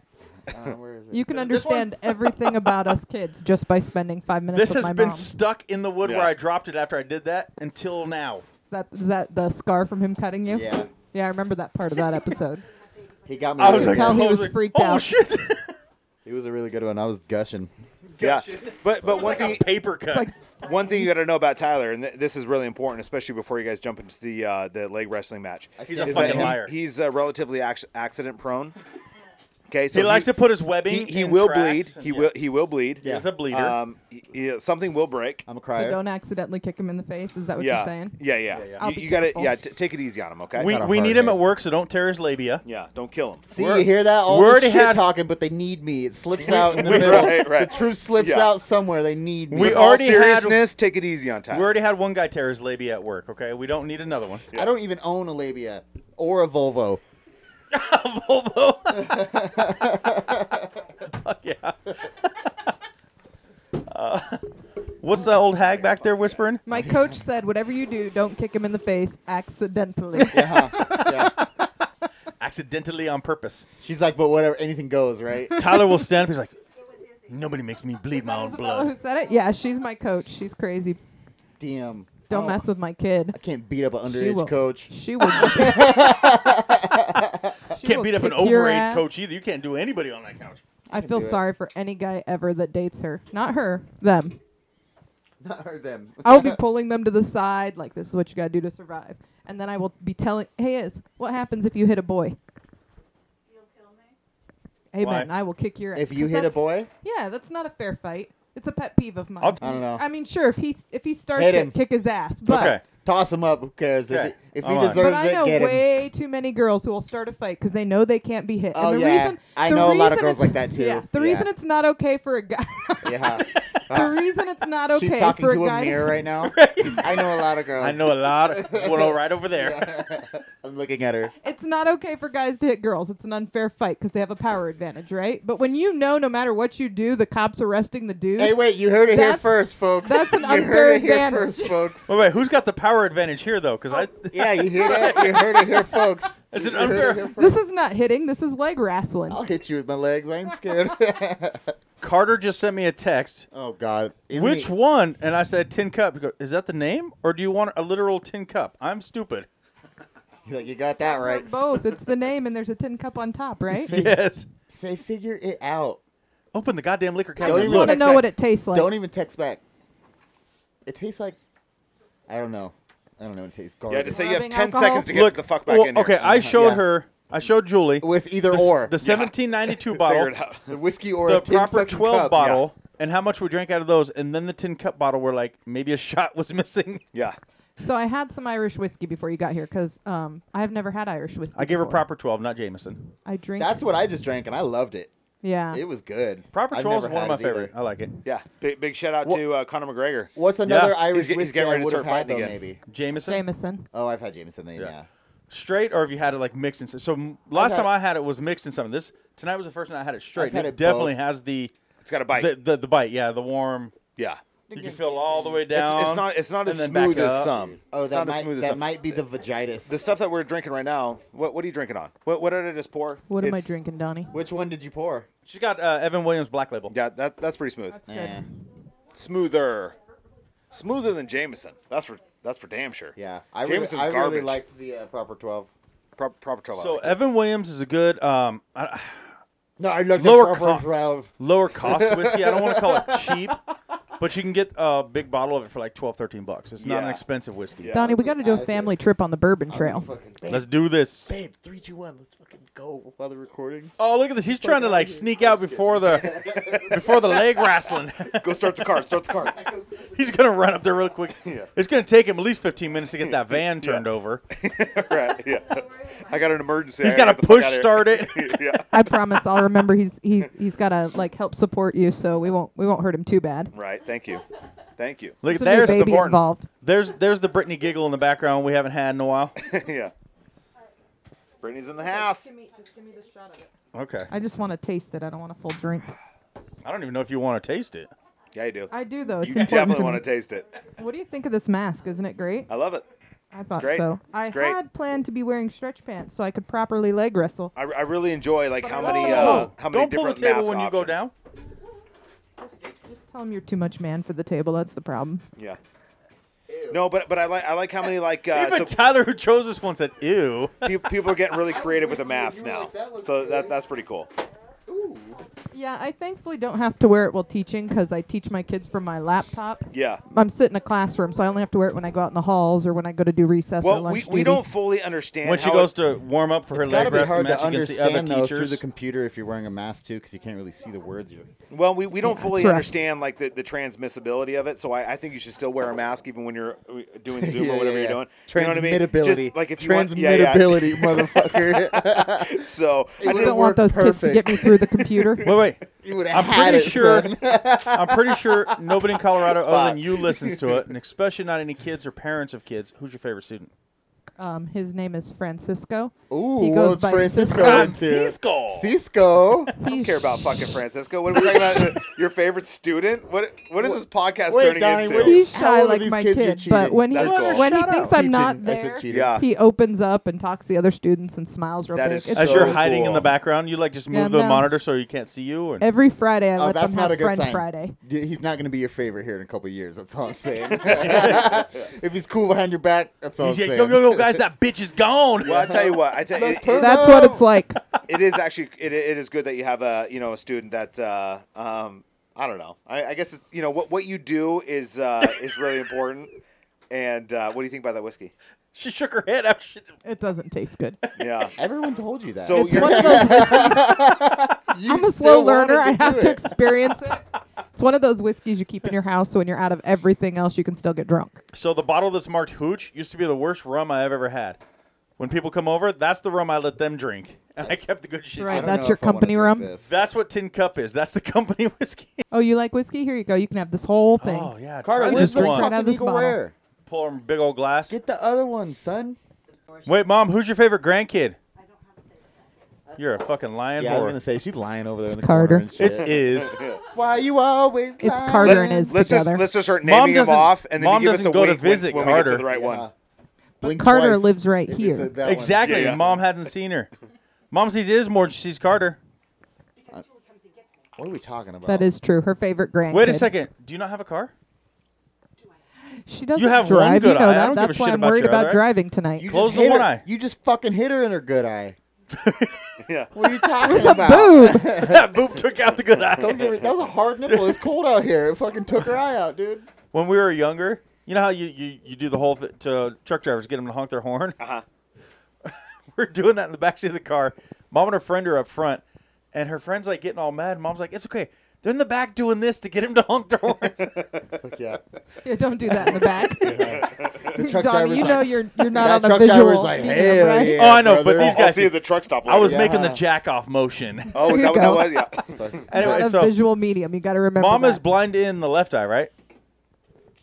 Speaker 5: Uh, where is it?
Speaker 6: you can
Speaker 4: This one?
Speaker 6: understand everything about us kids just by spending five minutes
Speaker 4: This
Speaker 6: with
Speaker 4: has
Speaker 6: my
Speaker 4: been
Speaker 6: mom.
Speaker 4: stuck in the wood
Speaker 1: Yeah.
Speaker 4: where I dropped it after I did that until now.
Speaker 6: Is that, is that the scar from him cutting you?
Speaker 5: yeah,
Speaker 6: Yeah, I remember that part of that episode.
Speaker 5: he got me.
Speaker 4: I
Speaker 5: really
Speaker 4: was like,
Speaker 5: good.
Speaker 6: tell he
Speaker 4: I
Speaker 6: was
Speaker 4: like,
Speaker 6: freaked
Speaker 4: oh,
Speaker 6: out.
Speaker 4: shit.
Speaker 5: he was a really good one. I was gushing.
Speaker 1: Yeah. But but one
Speaker 4: like
Speaker 1: thing
Speaker 4: a paper cut.
Speaker 6: It's like
Speaker 1: one thing you got to know about Tyler, and th- this is really important, especially before you guys jump into the uh, the leg wrestling match.
Speaker 4: He's a
Speaker 1: is
Speaker 4: fucking
Speaker 1: that he-
Speaker 4: liar.
Speaker 1: He's uh, relatively ac- accident prone. Okay, so
Speaker 4: he likes to put his webbing.
Speaker 1: He, he
Speaker 4: in
Speaker 1: will
Speaker 4: tracks
Speaker 1: bleed.
Speaker 4: and-
Speaker 1: He
Speaker 4: yeah.
Speaker 1: will. He will bleed.
Speaker 4: Yeah. He's a bleeder.
Speaker 1: Um, he- he- something will break.
Speaker 5: I'm a
Speaker 6: So
Speaker 5: crier.
Speaker 6: don't accidentally kick him in the face. Is that what
Speaker 1: yeah.
Speaker 6: you're saying?
Speaker 1: yeah. Yeah.
Speaker 6: I'll
Speaker 1: You,
Speaker 6: be
Speaker 1: you got to
Speaker 6: careful.
Speaker 1: Yeah. T- take it easy on him. Okay.
Speaker 4: we
Speaker 5: got a
Speaker 4: we
Speaker 5: hard
Speaker 4: need him
Speaker 5: head.
Speaker 4: at work, so don't tear his labia.
Speaker 1: yeah. Don't kill him.
Speaker 5: See,
Speaker 4: We're-
Speaker 5: you hear that? All
Speaker 4: we
Speaker 5: this
Speaker 4: already
Speaker 5: shit
Speaker 4: had-
Speaker 5: talking, but they need me. It slips out in the
Speaker 1: Right,
Speaker 5: middle.
Speaker 1: right.
Speaker 5: The truth slips
Speaker 1: Yeah.
Speaker 5: out somewhere. They need me.
Speaker 4: We
Speaker 1: In
Speaker 5: But
Speaker 1: all
Speaker 4: already had-
Speaker 1: seriousness. Take it easy on Tyler.
Speaker 4: We already had one guy tear his labia at work. Okay, we don't need another one.
Speaker 5: I don't even own a labia or a Volvo.
Speaker 4: Volvo. Fuck yeah. Uh, what's that old hag back there whispering?
Speaker 6: My coach said, whatever you do, don't kick him in the face accidentally.
Speaker 5: Yeah, Uh-huh. yeah.
Speaker 4: Accidentally on purpose.
Speaker 5: She's like, but whatever, anything goes, right?
Speaker 4: Tyler will stand up. He's like, nobody makes me bleed my own
Speaker 6: Isabella who
Speaker 4: blood.
Speaker 6: said it? Yeah, she's my coach. She's crazy.
Speaker 5: Damn.
Speaker 6: Don't
Speaker 5: I
Speaker 6: mess with my kid.
Speaker 5: I can't beat up an
Speaker 6: She will-
Speaker 5: underage coach.
Speaker 6: She will. She
Speaker 4: Can't
Speaker 6: will
Speaker 4: beat up an
Speaker 6: kick your
Speaker 4: overage
Speaker 6: ass.
Speaker 4: coach either. You can't do anybody on that couch.
Speaker 6: I feel
Speaker 5: do it.
Speaker 6: sorry for any guy ever that dates her. Not her, them.
Speaker 5: Not heard them.
Speaker 6: I will be pulling them to the side, like this is what you gotta do to survive. And then I will be telling, hey, is what happens if you hit a boy? You'll kill me. Amen.
Speaker 4: Why?
Speaker 6: I will kick your. ass.
Speaker 5: If you
Speaker 6: 'Cause
Speaker 5: hit a
Speaker 6: that's-
Speaker 5: boy,
Speaker 6: yeah, that's not a fair fight. It's a pet peeve of mine.
Speaker 4: I'll-
Speaker 5: I don't know.
Speaker 6: I mean, sure, if he if he starts
Speaker 5: Hit
Speaker 6: it,
Speaker 5: him.
Speaker 6: kick his ass. But
Speaker 4: okay.
Speaker 5: Toss him up. Who cares?
Speaker 4: Okay.
Speaker 5: If, if
Speaker 4: All
Speaker 5: he
Speaker 4: right.
Speaker 5: deserves
Speaker 6: but I
Speaker 5: it,
Speaker 6: know
Speaker 5: get him.
Speaker 6: way too many girls who will start a fight because they know they can't be hit.
Speaker 5: Oh,
Speaker 6: and the
Speaker 5: yeah.
Speaker 6: reason
Speaker 5: I
Speaker 6: the
Speaker 5: know a lot of
Speaker 6: reason
Speaker 5: girls
Speaker 6: it's-
Speaker 5: like that, too.
Speaker 6: Yeah, the
Speaker 5: Yeah.
Speaker 6: reason it's not okay for a guy.
Speaker 5: Yeah.
Speaker 6: the reason it's not okay
Speaker 5: She's talking
Speaker 6: for
Speaker 5: to
Speaker 6: a
Speaker 5: a
Speaker 6: guy.
Speaker 5: mirror right now. I know a lot of girls.
Speaker 4: I know a lot. Of, there's one right over there.
Speaker 5: I'm looking at her.
Speaker 6: It's not okay for guys to hit girls. It's an unfair fight because they have a power advantage, right? But when you know, no matter what you do, the cops arresting the dude.
Speaker 5: Hey, wait! You heard it here
Speaker 6: That's-
Speaker 5: first, folks.
Speaker 6: that's an
Speaker 5: you heard
Speaker 6: unfair
Speaker 5: it here
Speaker 6: advantage.
Speaker 5: first, folks.
Speaker 4: Wait, wait. Who's got the power advantage here though?
Speaker 6: Oh,
Speaker 4: Because I.
Speaker 5: yeah, you hear that? You heard it here, folks.
Speaker 4: Is
Speaker 5: You
Speaker 4: it
Speaker 5: heard
Speaker 4: unfair?
Speaker 5: here first.
Speaker 6: This is not hitting. This is leg wrestling.
Speaker 5: I'll hit you with my legs. I ain't scared.
Speaker 4: Carter just sent me a text.
Speaker 5: oh God! Isn't
Speaker 4: Which
Speaker 5: he-
Speaker 4: one? And I said tin cup. He goes, Is that the name, or do you want a literal tin cup? I'm stupid.
Speaker 5: He's like, you got that right.
Speaker 6: Both. It's the name, and there's a tin cup on top, right?
Speaker 4: Yes.
Speaker 5: Say, figure it out.
Speaker 4: Open the goddamn liquor
Speaker 6: I
Speaker 5: Don't
Speaker 4: cabinet.
Speaker 6: just
Speaker 5: even
Speaker 6: want to
Speaker 5: text
Speaker 6: know
Speaker 5: back.
Speaker 6: what it tastes like.
Speaker 5: Don't even text back. It tastes like I don't know. I don't know. It tastes garbage.
Speaker 1: Yeah. Just say you have
Speaker 6: Rubbing
Speaker 1: ten
Speaker 6: alcohol?
Speaker 1: seconds to get
Speaker 4: Look
Speaker 1: the fuck back
Speaker 4: well,
Speaker 1: in here.
Speaker 4: Okay, I showed
Speaker 5: Uh-huh, yeah.
Speaker 4: her. I showed Julie
Speaker 5: with either
Speaker 4: the, s-
Speaker 5: or
Speaker 4: the 1792
Speaker 1: Figure
Speaker 4: bottle,
Speaker 1: it out.
Speaker 5: the whiskey or
Speaker 4: the
Speaker 5: a tin
Speaker 4: proper
Speaker 5: fucking
Speaker 4: 12
Speaker 5: cup.
Speaker 4: bottle, and how much we drank out of those, and then the tin cup bottle. Where like maybe a shot was missing.
Speaker 1: Yeah.
Speaker 6: So I had some Irish whiskey before you got here because um, I have never had Irish whiskey.
Speaker 4: I gave her
Speaker 6: before.
Speaker 4: proper 12, not Jameson.
Speaker 6: I drink.
Speaker 5: That's what I just drank, and I loved it.
Speaker 6: yeah.
Speaker 5: It was good.
Speaker 4: Proper
Speaker 5: I've
Speaker 4: 12 is
Speaker 5: never
Speaker 4: one of
Speaker 5: had
Speaker 4: my
Speaker 5: it either.
Speaker 4: favorite. I like it.
Speaker 1: Yeah. Big big shout out
Speaker 5: Well-
Speaker 1: to uh, Conor McGregor.
Speaker 5: What's another
Speaker 4: Yeah.
Speaker 5: Irish
Speaker 1: He's get- he's
Speaker 5: whiskey
Speaker 1: getting
Speaker 5: I
Speaker 1: ready to
Speaker 5: would have
Speaker 1: start
Speaker 5: had though?
Speaker 1: fighting again.
Speaker 5: Maybe.
Speaker 4: Jameson,
Speaker 6: Jameson.
Speaker 5: Oh, I've had Jameson. Then,
Speaker 4: Yeah.
Speaker 5: yeah.
Speaker 4: straight, or have you had it like mixed in? So m- last
Speaker 5: had
Speaker 4: time
Speaker 5: it-
Speaker 4: I had it was mixed in something. This tonight was the first time I had it straight.
Speaker 5: I've had
Speaker 4: and it
Speaker 5: it
Speaker 4: definitely
Speaker 5: both.
Speaker 4: has the
Speaker 1: It's got a bite.
Speaker 4: the, the the bite. Yeah, the warm.
Speaker 1: yeah.
Speaker 4: You can feel it all the way
Speaker 1: It's,
Speaker 4: down.
Speaker 1: it's not. It's not as
Speaker 4: and then back
Speaker 1: smooth as
Speaker 4: up.
Speaker 1: some.
Speaker 5: Oh,
Speaker 1: it's
Speaker 5: that
Speaker 1: not
Speaker 5: might
Speaker 1: as smooth as
Speaker 5: that
Speaker 1: some.
Speaker 5: might be the vagitis.
Speaker 1: The stuff that we're drinking right now. What What are you drinking on? What What did I just pour?
Speaker 6: What am I
Speaker 1: It's-
Speaker 6: drinking, Donnie?
Speaker 5: Which one did you pour?
Speaker 4: She got uh, Evan Williams Black Label.
Speaker 1: Yeah. That That's pretty smooth.
Speaker 6: That's good.
Speaker 1: Smoother. Smoother than Jameson. That's for. That's for damn sure.
Speaker 5: Yeah, I
Speaker 1: Jameson's
Speaker 5: really, I really
Speaker 1: garbage.
Speaker 5: liked the uh, proper twelve.
Speaker 1: Pro- proper trouble.
Speaker 4: So
Speaker 1: So
Speaker 4: Evan Williams is a good um, I-
Speaker 5: No, I loved
Speaker 4: the Lower proper
Speaker 5: proper
Speaker 4: co-
Speaker 5: twelve.
Speaker 4: lower cost whiskey. I don't want to call it cheap, but you can get a big bottle of it for like 12, 13 bucks. It's not an
Speaker 1: Yeah.
Speaker 4: expensive whiskey.
Speaker 1: Yeah.
Speaker 6: Donnie, we got to do
Speaker 5: I
Speaker 6: a
Speaker 5: did.
Speaker 6: family trip on the bourbon trail.
Speaker 5: Fucking
Speaker 4: Let's
Speaker 5: babe,
Speaker 4: do this.
Speaker 5: babe, three, two, one. Let's fucking go while they're recording.
Speaker 4: Oh, look at this. He's trying to like sneak out before the before the leg wrestling.
Speaker 1: go start the car. Start the car.
Speaker 4: He's gonna run up there real quick. It's gonna take him at least 15 minutes to get that van turned over.
Speaker 1: right. Yeah. I got an emergency.
Speaker 4: He's
Speaker 1: I
Speaker 4: got to
Speaker 1: gotta get the fuck
Speaker 4: push
Speaker 1: outta here.
Speaker 4: start it.
Speaker 1: yeah.
Speaker 6: I promise I'll remember he's he's he's got to like help support you so we won't we won't hurt him too bad.
Speaker 1: Right. Thank you. Thank you.
Speaker 4: Look,
Speaker 6: There's a new
Speaker 4: there's
Speaker 6: baby
Speaker 4: the
Speaker 6: involved.
Speaker 4: there's there's the Britney giggle in the background we haven't had in a while.
Speaker 1: yeah. Brittany's in the house.
Speaker 4: Okay.
Speaker 6: I just want to taste it. I don't want a full drink.
Speaker 4: I don't even know if you want to taste it.
Speaker 1: Yeah, you do.
Speaker 6: I do though. It's
Speaker 1: you
Speaker 6: important
Speaker 1: definitely
Speaker 6: to
Speaker 1: want
Speaker 6: me.
Speaker 1: to taste it.
Speaker 6: What do you think of this mask? Isn't it great?
Speaker 1: I love it.
Speaker 6: I thought
Speaker 1: great.
Speaker 6: so.
Speaker 1: It's
Speaker 6: I
Speaker 1: great.
Speaker 6: had planned to be wearing stretch pants so I could properly leg wrestle.
Speaker 1: I, I really enjoy like how many uh,
Speaker 4: Oh,
Speaker 1: how many
Speaker 4: don't pull the
Speaker 1: different
Speaker 4: table
Speaker 1: mask
Speaker 4: when you go
Speaker 1: options.
Speaker 4: down.
Speaker 6: Just tell him you're too much man for the table. That's the problem.
Speaker 1: Yeah. No, but but I like I like how many like uh,
Speaker 4: Even
Speaker 1: so
Speaker 4: Tyler, who chose this one, said, "Ew."
Speaker 1: pe- people are getting really creative with the masks
Speaker 5: you were
Speaker 1: now.
Speaker 5: like, that looks
Speaker 1: so that
Speaker 5: good.
Speaker 1: that's pretty cool.
Speaker 5: Ooh,
Speaker 6: Yeah, I thankfully don't have to wear it while teaching because I teach my kids from my laptop.
Speaker 1: Yeah.
Speaker 6: I'm sitting in a classroom, so I only have to wear it when I go out in the halls or when I go to do recess or
Speaker 1: Well,
Speaker 6: lunch
Speaker 1: we,
Speaker 6: duty.
Speaker 1: we don't fully understand
Speaker 4: When she
Speaker 1: how
Speaker 4: goes
Speaker 1: it,
Speaker 4: to warm up for her
Speaker 5: It's
Speaker 4: leg
Speaker 5: gotta be
Speaker 4: rest
Speaker 5: hard
Speaker 4: match
Speaker 5: to
Speaker 4: against the other
Speaker 5: understand though through
Speaker 4: teachers.
Speaker 5: the computer if you're wearing a mask too, because you can't really see the words. You're,
Speaker 1: well we, we don't fully
Speaker 6: correct.
Speaker 1: understand like the, the transmissibility of it. So I, I think you should still wear a mask even when you're uh, doing Zoom
Speaker 5: Yeah,
Speaker 1: or whatever
Speaker 5: yeah,
Speaker 1: you're
Speaker 5: yeah.
Speaker 1: doing. You know
Speaker 5: Transmittability,
Speaker 1: what I mean? Just, like if you want- yeah, yeah.
Speaker 5: transmittability, motherfucker.
Speaker 1: So
Speaker 6: I
Speaker 1: I
Speaker 6: just
Speaker 5: would've
Speaker 1: just,
Speaker 6: don't want those kids
Speaker 5: worked
Speaker 6: to get me through the computer.
Speaker 4: wait, wait.
Speaker 5: you would
Speaker 4: I'm
Speaker 5: have had
Speaker 4: pretty
Speaker 5: it,
Speaker 4: sure.
Speaker 5: son.
Speaker 4: I'm pretty sure nobody in Colorado other than
Speaker 5: Fuck.
Speaker 4: you listens to it, and especially not any kids or parents of kids. Who's your favorite student?
Speaker 6: Um, his name is Francisco.
Speaker 5: Ooh,
Speaker 6: He
Speaker 5: well,
Speaker 6: goes
Speaker 5: it's
Speaker 6: by
Speaker 5: Francisco
Speaker 6: Cisco.
Speaker 1: Ah,
Speaker 5: into
Speaker 1: Francisco.
Speaker 5: Cisco.
Speaker 1: don't
Speaker 6: He's
Speaker 1: care about fucking Francisco. What are we talking about? Your favorite student? What what is this podcast turning
Speaker 5: Wait, Donnie,
Speaker 1: into?
Speaker 5: what
Speaker 6: He's
Speaker 5: How
Speaker 6: shy
Speaker 5: old are
Speaker 6: like
Speaker 5: these
Speaker 6: my
Speaker 5: kids you're
Speaker 6: kid, but
Speaker 5: cheating?
Speaker 6: when he
Speaker 1: That's cool.
Speaker 6: when he
Speaker 4: Shut
Speaker 6: thinks
Speaker 4: up.
Speaker 6: I'm not
Speaker 5: Cheating. I said
Speaker 6: there,
Speaker 5: cheating.
Speaker 1: yeah.
Speaker 6: he opens up and talks to the other students and smiles real
Speaker 1: Ah. That
Speaker 6: big.
Speaker 1: is
Speaker 6: It's
Speaker 4: As
Speaker 1: So
Speaker 4: you're hiding in
Speaker 1: cool.
Speaker 4: the background, you like just move
Speaker 6: Yeah,
Speaker 4: the
Speaker 6: no.
Speaker 4: monitor so you can't see you. Or
Speaker 6: Every Friday, I
Speaker 5: Oh,
Speaker 6: let
Speaker 5: that's
Speaker 6: them
Speaker 5: not
Speaker 6: have
Speaker 5: a good
Speaker 6: Friend
Speaker 5: sign.
Speaker 6: Friday.
Speaker 5: Yeah, He's not going to be your favorite here in a couple of years. That's all I'm saying. if he's cool behind your back, that's all
Speaker 4: He's
Speaker 5: I'm
Speaker 4: like,
Speaker 5: saying.
Speaker 4: go, go, go, guys! That bitch is gone.
Speaker 1: Well, I tell you what, I tell
Speaker 5: Let's
Speaker 1: it-
Speaker 5: turn
Speaker 1: it-
Speaker 6: That's what it's like.
Speaker 1: it is actually it, it is good that you have a you know a student that uh, um, I don't know. I, I guess it's you know what what you do is uh, is really important. And uh, what do you think about that whiskey?
Speaker 4: She shook her head after she.
Speaker 6: It doesn't taste good.
Speaker 1: Yeah.
Speaker 5: Everyone told you that.
Speaker 1: So
Speaker 6: It's one of those
Speaker 5: You
Speaker 6: I'm a
Speaker 5: still
Speaker 6: slow learner. I
Speaker 5: wanted
Speaker 6: have
Speaker 5: do
Speaker 6: to
Speaker 5: it.
Speaker 6: experience it. It's one of those whiskeys you keep in your house, so when you're out of everything else, you can still get drunk.
Speaker 4: So the bottle that's marked hooch used to be the worst rum I've ever had. When people come over, that's the rum I let them drink, and I kept the good shit.
Speaker 5: I
Speaker 6: Right.
Speaker 5: don't
Speaker 6: That's
Speaker 5: know
Speaker 6: your
Speaker 5: if I wanna
Speaker 6: company
Speaker 5: drink
Speaker 6: rum?
Speaker 5: this.
Speaker 4: That's what Tin Cup is. That's the company whiskey.
Speaker 6: Oh, you like whiskey? Here you go. You can have this whole thing.
Speaker 4: Oh yeah,
Speaker 5: Carter,
Speaker 4: try
Speaker 6: I
Speaker 5: where's
Speaker 4: this
Speaker 6: just
Speaker 5: the
Speaker 6: drink
Speaker 4: one.
Speaker 6: right out of
Speaker 5: fucking
Speaker 6: this
Speaker 5: Eagle
Speaker 6: bottle.
Speaker 5: Rare?
Speaker 4: Pour 'em big old glass.
Speaker 5: Get the other one, son.
Speaker 4: Wait, mom, who's your favorite grandkid? You're a fucking lion
Speaker 5: Yeah, I was gonna
Speaker 4: whore.
Speaker 5: say she's lying over there in the
Speaker 6: Carter.
Speaker 5: corner. and shit.
Speaker 4: It is.
Speaker 5: Why you always?
Speaker 6: It's
Speaker 5: lying?
Speaker 6: Carter and his
Speaker 1: Let's just
Speaker 6: together.
Speaker 1: let's just start
Speaker 4: Mom
Speaker 1: naming them
Speaker 4: doesn't-
Speaker 1: off, and then
Speaker 4: Mom
Speaker 1: you give us a
Speaker 4: doesn't go to
Speaker 1: wink when-
Speaker 4: visit
Speaker 1: when, we get to
Speaker 4: Carter.
Speaker 1: the right
Speaker 5: Yeah.
Speaker 1: one.
Speaker 5: Blink
Speaker 6: Carter
Speaker 5: twice.
Speaker 6: lives right
Speaker 5: It's
Speaker 6: here.
Speaker 5: a- that one.
Speaker 4: Exactly.
Speaker 1: Yeah, yeah.
Speaker 4: Mom hadn't seen her. Mom sees Ismore. She sees Carter.
Speaker 5: What are we talking about?
Speaker 6: That is true. Her favorite grandkid.
Speaker 4: Wait a second. Do you not have a car?
Speaker 6: She doesn't
Speaker 4: You have one
Speaker 6: drive.
Speaker 4: good
Speaker 6: you know
Speaker 4: eye. I
Speaker 6: that.
Speaker 4: don't give
Speaker 6: That's
Speaker 4: a
Speaker 6: why
Speaker 4: shit
Speaker 6: I'm
Speaker 4: about
Speaker 6: worried
Speaker 4: your
Speaker 6: about
Speaker 4: other eye.
Speaker 6: driving tonight.
Speaker 5: You
Speaker 4: Close
Speaker 5: just
Speaker 4: the
Speaker 5: hit
Speaker 4: one
Speaker 5: her-
Speaker 4: eye.
Speaker 5: You just fucking hit her in her good eye.
Speaker 1: Yeah.
Speaker 5: What are you talking about?
Speaker 6: Boob.
Speaker 4: that boob took out the good
Speaker 5: Don't
Speaker 4: eye.
Speaker 5: give her- that was a hard nipple. It's cold out here. It fucking took her eye out, dude.
Speaker 4: When we were younger, you know how you, you, you do the whole th- to truck drivers get them to honk their horn.
Speaker 1: Uh-huh.
Speaker 4: we're doing that in the backseat of the car. Mom and her friend are up front, and her friend's like getting all mad. Mom's like, "It's okay. They're in the back doing this to get him to honk their horns."
Speaker 5: Fuck yeah.
Speaker 6: yeah, don't do that in the back.
Speaker 5: The truck
Speaker 6: Donnie,
Speaker 5: driver's
Speaker 6: you
Speaker 5: like-
Speaker 6: know you're you're not on
Speaker 5: that
Speaker 6: a
Speaker 5: truck
Speaker 6: visual.
Speaker 5: driver's like,
Speaker 6: medium,
Speaker 5: hell
Speaker 6: right?
Speaker 5: yeah,
Speaker 4: Oh, I know, but
Speaker 5: brother.
Speaker 4: these
Speaker 1: I'll
Speaker 4: guys-
Speaker 1: see you at the truck stop.
Speaker 4: I was
Speaker 1: later.
Speaker 4: making the
Speaker 5: Yeah.
Speaker 4: jack off motion.
Speaker 1: Oh, is
Speaker 6: Here
Speaker 1: that
Speaker 6: you
Speaker 1: what that
Speaker 6: go.
Speaker 1: was? Yeah.
Speaker 4: Anyway,
Speaker 6: not a
Speaker 4: so
Speaker 6: visual medium. You got to remember.
Speaker 4: mom is
Speaker 6: that.
Speaker 4: blind in the left eye, right?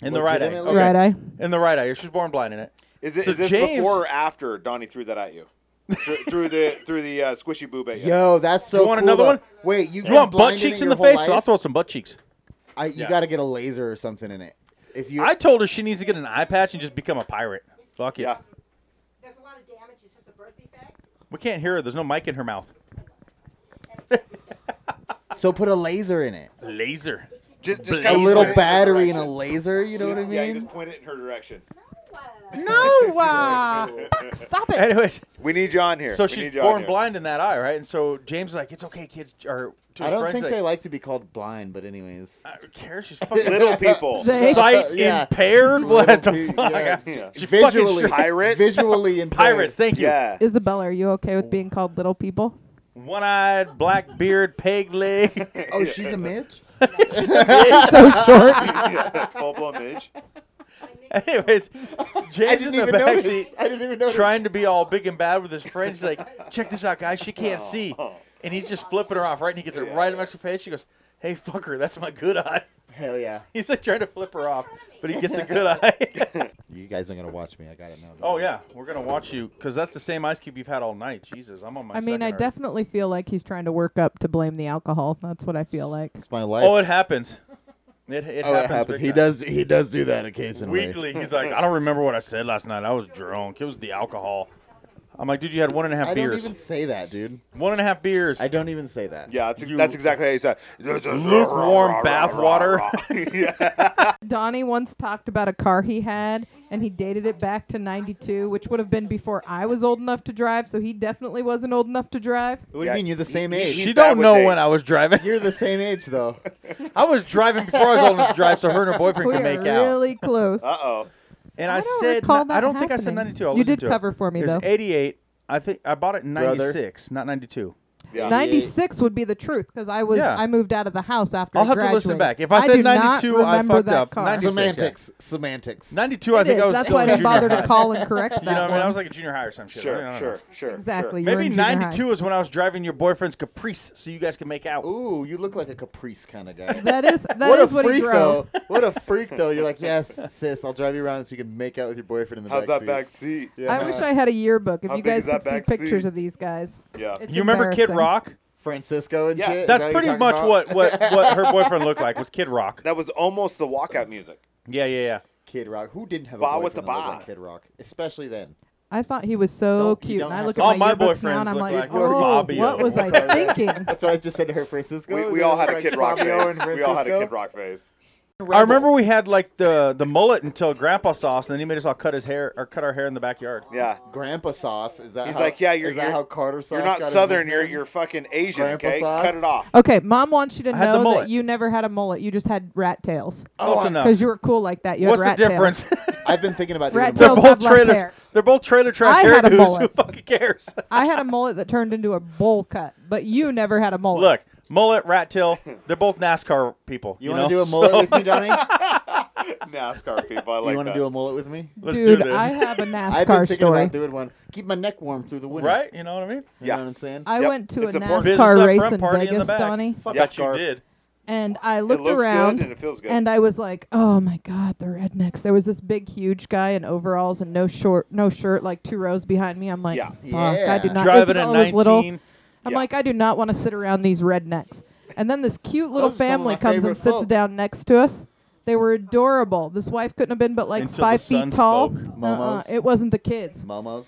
Speaker 4: In the right eye.
Speaker 5: Legitimately?
Speaker 6: Right eye.
Speaker 4: In the right eye. She's born blind in it.
Speaker 1: Is it is
Speaker 4: So
Speaker 1: this
Speaker 4: James-
Speaker 1: before or after Donnie threw that at you? Through, through the through the uh, squishy boob at you.
Speaker 5: Yo, that's so.
Speaker 4: You want
Speaker 5: cool,
Speaker 4: another
Speaker 5: though.
Speaker 4: one?
Speaker 5: Wait, you
Speaker 4: You want butt cheeks in the face? Because I'll throw some butt cheeks.
Speaker 5: I, you
Speaker 4: Yeah.
Speaker 5: got to get a laser or something in it. If you,
Speaker 4: I told her she needs to get an eye patch and just become a pirate. Fuck it.
Speaker 1: Yeah.
Speaker 10: There's a lot of damage. It's just a birth defect.
Speaker 4: We can't hear her. There's no mic in her mouth.
Speaker 5: so put a laser in it.
Speaker 4: Laser.
Speaker 1: Just, just
Speaker 5: A
Speaker 1: kinda
Speaker 5: little
Speaker 1: point it in her
Speaker 5: battery and a
Speaker 1: direction.
Speaker 5: laser. You know what I
Speaker 1: Yeah, you
Speaker 5: mean?
Speaker 1: just point it in her direction.
Speaker 6: No, uh, stop it.
Speaker 4: Anyways,
Speaker 1: We need you on here.
Speaker 4: so
Speaker 1: We
Speaker 4: she's
Speaker 1: need you on
Speaker 4: born
Speaker 1: here.
Speaker 4: blind in that eye, right? And so James is like, it's okay, kids. Or to
Speaker 5: I
Speaker 4: his
Speaker 5: don't
Speaker 4: friends,
Speaker 5: think
Speaker 4: like,
Speaker 5: they like to be called blind, but anyways.
Speaker 4: I don't care. She's fucking
Speaker 1: Little people.
Speaker 6: They-
Speaker 4: sight
Speaker 5: Yeah.
Speaker 4: impaired. What
Speaker 5: pe-
Speaker 4: the fuck?
Speaker 5: yeah.
Speaker 1: Yeah.
Speaker 4: She
Speaker 5: visually,
Speaker 4: fucking
Speaker 1: Pirates?
Speaker 5: visually impaired.
Speaker 4: pirates. Thank you.
Speaker 1: Yeah.
Speaker 6: Isabella, are you okay with being called little people?
Speaker 4: One-eyed, black beard, peg leg.
Speaker 5: Oh, she's a midge.
Speaker 6: so short.
Speaker 1: Full blown bitch.
Speaker 4: Anyways,
Speaker 5: I
Speaker 4: James in
Speaker 5: didn't
Speaker 4: the
Speaker 5: even notice.
Speaker 4: backseat
Speaker 5: I didn't even notice.
Speaker 4: trying to be all big and bad with his friend. He's like, check this out, guys. She can't
Speaker 1: Oh.
Speaker 4: see. And he's just flipping her off, right? And he gets it right in her face. She goes, hey, fucker, that's my good eye.
Speaker 5: Hell yeah.
Speaker 4: He's like trying to flip her off, but he gets a good eye.
Speaker 5: You guys are gonna watch me. I gotta know.
Speaker 4: oh, yeah. We're going to watch you because that's the same ice cube you've had all night. Jesus, I'm on my
Speaker 6: I mean,
Speaker 4: second
Speaker 6: I
Speaker 4: already.
Speaker 6: definitely feel like he's trying to work up to blame the alcohol. That's what I feel like.
Speaker 5: It's my life.
Speaker 4: Oh, it happens. It, it
Speaker 5: Oh,
Speaker 4: happens.
Speaker 5: it happens.
Speaker 4: big
Speaker 5: He
Speaker 4: time.
Speaker 5: does. He does do that occasionally.
Speaker 4: Weekly. He's like, I don't remember what I said last night. I was drunk. It was the alcohol. I'm like, dude, you had one and a half
Speaker 5: I
Speaker 4: beers.
Speaker 5: don't even say that, dude.
Speaker 4: One and a half beers.
Speaker 5: I don't even say that.
Speaker 1: Yeah, that's,
Speaker 4: You-
Speaker 1: that's exactly how you said.
Speaker 4: Lukewarm bath water.
Speaker 1: yeah.
Speaker 6: Donnie once talked about a car he had, and he dated it back to 92, which would have been before I was old enough to drive, so he definitely wasn't old enough to drive.
Speaker 5: What
Speaker 1: Yeah,
Speaker 5: do you mean? You're the
Speaker 1: he-
Speaker 5: same
Speaker 1: he-
Speaker 5: age.
Speaker 1: he's
Speaker 4: She
Speaker 1: bad
Speaker 4: don't
Speaker 1: with
Speaker 4: know when
Speaker 1: dates.
Speaker 4: I was driving.
Speaker 5: You're the same age though.
Speaker 4: I was driving before I was old enough to drive, so her and her boyfriend
Speaker 6: We
Speaker 4: could
Speaker 6: are
Speaker 4: make out.
Speaker 6: really close.
Speaker 1: Uh oh.
Speaker 4: And I,
Speaker 6: I don't
Speaker 4: said,
Speaker 6: recall
Speaker 4: I
Speaker 6: that
Speaker 4: don't think I said
Speaker 6: happening.
Speaker 4: 92. I'll
Speaker 6: You
Speaker 4: listen
Speaker 6: did
Speaker 4: to it.
Speaker 6: cover for me,
Speaker 4: it was
Speaker 6: though.
Speaker 4: 88. I think I bought it in
Speaker 5: Brother.
Speaker 4: 96, not 92.
Speaker 1: Yeah.
Speaker 6: 96 would be the truth because I was
Speaker 4: Yeah.
Speaker 6: I moved out of the house after.
Speaker 4: I'll
Speaker 6: I
Speaker 4: have to
Speaker 6: graduated.
Speaker 4: listen back. If I said
Speaker 6: do not
Speaker 4: 92, I
Speaker 6: remember
Speaker 4: fucked
Speaker 6: that
Speaker 4: up.
Speaker 6: car.
Speaker 4: 96, yeah.
Speaker 5: semantics. Semantics.
Speaker 4: 92, I
Speaker 6: It
Speaker 4: think
Speaker 6: is.
Speaker 4: I was
Speaker 6: That's
Speaker 4: still
Speaker 6: why I
Speaker 4: in
Speaker 6: didn't
Speaker 4: junior
Speaker 6: bother to
Speaker 4: high.
Speaker 6: call and correct that
Speaker 4: You know what I mean?
Speaker 6: one.
Speaker 4: I was like in junior high or some shit. I
Speaker 1: Sure,
Speaker 4: don't know.
Speaker 1: sure, sure.
Speaker 6: exactly.
Speaker 1: Sure.
Speaker 6: you were
Speaker 4: Maybe
Speaker 6: in junior high.
Speaker 4: 92 is when I was driving your boyfriend's Caprice so you guys could make out.
Speaker 5: Ooh, you look like a Caprice kind of guy.
Speaker 6: That is that is
Speaker 5: what a
Speaker 6: what
Speaker 5: freak
Speaker 6: he drove.
Speaker 5: though. What a freak though. You're like, yes, sis, I'll drive you around so you can make out with your boyfriend in the
Speaker 1: How's that
Speaker 5: backseat."
Speaker 1: back seat?
Speaker 5: Yeah.
Speaker 6: I wish I had a yearbook. If
Speaker 1: How
Speaker 6: you
Speaker 1: big
Speaker 6: guys
Speaker 1: is that
Speaker 6: could see
Speaker 1: back
Speaker 6: pictures
Speaker 1: seat?
Speaker 6: of these guys.
Speaker 1: Yeah.
Speaker 6: It's
Speaker 4: You remember Kid
Speaker 6: embarrassing.
Speaker 4: Rock?
Speaker 5: Francisco and
Speaker 1: Yeah.
Speaker 5: shit. Is
Speaker 4: That's
Speaker 5: that what
Speaker 4: pretty
Speaker 5: you're talking
Speaker 4: much
Speaker 5: about?
Speaker 4: what, what, what her boyfriend looked like was Kid Rock.
Speaker 1: That was almost the walkout music.
Speaker 4: Yeah, yeah, yeah.
Speaker 5: Kid Rock. Who didn't have a
Speaker 1: Bah
Speaker 5: boyfriend
Speaker 1: with the
Speaker 5: that looked
Speaker 1: bah.
Speaker 5: like Kid Rock, especially then.
Speaker 6: I thought he was so
Speaker 5: Don't- you
Speaker 6: cute.
Speaker 5: don't
Speaker 6: And I
Speaker 5: have
Speaker 6: look
Speaker 5: to-
Speaker 6: at
Speaker 4: All
Speaker 6: my,
Speaker 4: my
Speaker 6: yearbooks now,
Speaker 4: boyfriends
Speaker 6: and I'm
Speaker 4: look
Speaker 6: like,
Speaker 4: like
Speaker 6: oh,
Speaker 4: Fabio."
Speaker 6: what was I thinking?
Speaker 5: That's what I just said to her, Francisco.
Speaker 1: We,
Speaker 5: and
Speaker 1: we
Speaker 5: then
Speaker 1: all
Speaker 5: it
Speaker 1: had a
Speaker 5: was
Speaker 1: Kid
Speaker 5: like
Speaker 1: Rock
Speaker 5: Fabio
Speaker 1: phase.
Speaker 5: and
Speaker 1: We all had a
Speaker 5: Francisco.
Speaker 1: Kid Rock phase.
Speaker 4: I remember we had like the the mullet until Grandpa saw us, and then he made us all cut his hair or cut our hair in the backyard.
Speaker 1: Yeah.
Speaker 5: Grandpa sauce. Is that
Speaker 1: He's
Speaker 5: how,
Speaker 1: like, yeah, you're-
Speaker 5: is that
Speaker 1: you're-
Speaker 5: how Carter sauce?
Speaker 1: You're not
Speaker 5: got his
Speaker 1: Southern. You're
Speaker 5: nickname?
Speaker 1: you're fucking Asian.
Speaker 5: Grandpa
Speaker 1: okay,
Speaker 5: sauce?
Speaker 1: cut it off.
Speaker 6: Okay, mom wants you to
Speaker 4: I had the
Speaker 6: know
Speaker 4: mullet.
Speaker 6: that you never had a mullet. You just had rat tails
Speaker 4: Close
Speaker 5: Oh, I-
Speaker 4: enough.
Speaker 6: because you were cool like that. You
Speaker 4: What's
Speaker 6: had
Speaker 4: the
Speaker 6: rat
Speaker 4: difference?
Speaker 6: Tails.
Speaker 5: I've been thinking about doing
Speaker 6: Rat
Speaker 5: that.
Speaker 4: they're
Speaker 6: Tails
Speaker 4: both
Speaker 6: have less
Speaker 4: trailer.
Speaker 6: hair.
Speaker 4: They're both trailer trash
Speaker 6: I had a
Speaker 4: hairdos. Who
Speaker 6: mullet.
Speaker 4: fucking cares?
Speaker 6: I had a mullet that turned into a bowl cut, but you never had a mullet.
Speaker 4: Look, mullet, rat tail. They're both NASCAR people.
Speaker 5: You,
Speaker 4: You,
Speaker 5: want to
Speaker 4: know?
Speaker 5: do a mullet
Speaker 4: So,
Speaker 5: with me, Donnie?
Speaker 1: NASCAR people. I
Speaker 5: you
Speaker 1: like
Speaker 5: want to
Speaker 1: that.
Speaker 5: do a mullet with me?
Speaker 4: let's do
Speaker 6: Dude,
Speaker 4: this.
Speaker 6: I have a
Speaker 5: I've been
Speaker 6: NASCAR
Speaker 5: thinking
Speaker 6: story.
Speaker 5: about doing one. Keep my neck warm through the winter.
Speaker 4: right? You know what I mean?
Speaker 5: You
Speaker 1: Yeah.
Speaker 5: know what I'm saying?
Speaker 6: I
Speaker 1: Yep,
Speaker 6: went to a
Speaker 1: it's important.
Speaker 4: Business up
Speaker 6: NASCAR race
Speaker 4: front,
Speaker 6: in
Speaker 4: party in the
Speaker 6: Vegas,
Speaker 4: back.
Speaker 6: Donnie,
Speaker 5: Fuck
Speaker 4: yes,
Speaker 5: that scarf.
Speaker 4: you did.
Speaker 6: and I
Speaker 1: It
Speaker 6: looked
Speaker 1: looks
Speaker 6: around
Speaker 1: good and it feels good.
Speaker 6: and I was like, "Oh my god, the rednecks!" There was this big, huge guy in overalls and no short, no shirt, like two rows behind me. I'm like,
Speaker 1: Yeah.
Speaker 6: "Fuck, I do
Speaker 5: Yeah.
Speaker 6: not."
Speaker 4: Driving at
Speaker 6: Isabella was little.
Speaker 4: 19.
Speaker 6: I'm
Speaker 1: Yeah.
Speaker 6: like, I do not want to sit around these rednecks. And then this cute little
Speaker 5: Those are some of
Speaker 6: family
Speaker 5: my
Speaker 6: comes
Speaker 5: favorite
Speaker 6: and sits
Speaker 5: folk.
Speaker 6: down next to us. They were adorable. This wife couldn't have been but like
Speaker 4: Until the
Speaker 6: five
Speaker 4: sun
Speaker 6: feet tall.
Speaker 4: spoke.
Speaker 6: Uh-uh,
Speaker 5: Momos.
Speaker 6: it wasn't the kids.
Speaker 5: Momos.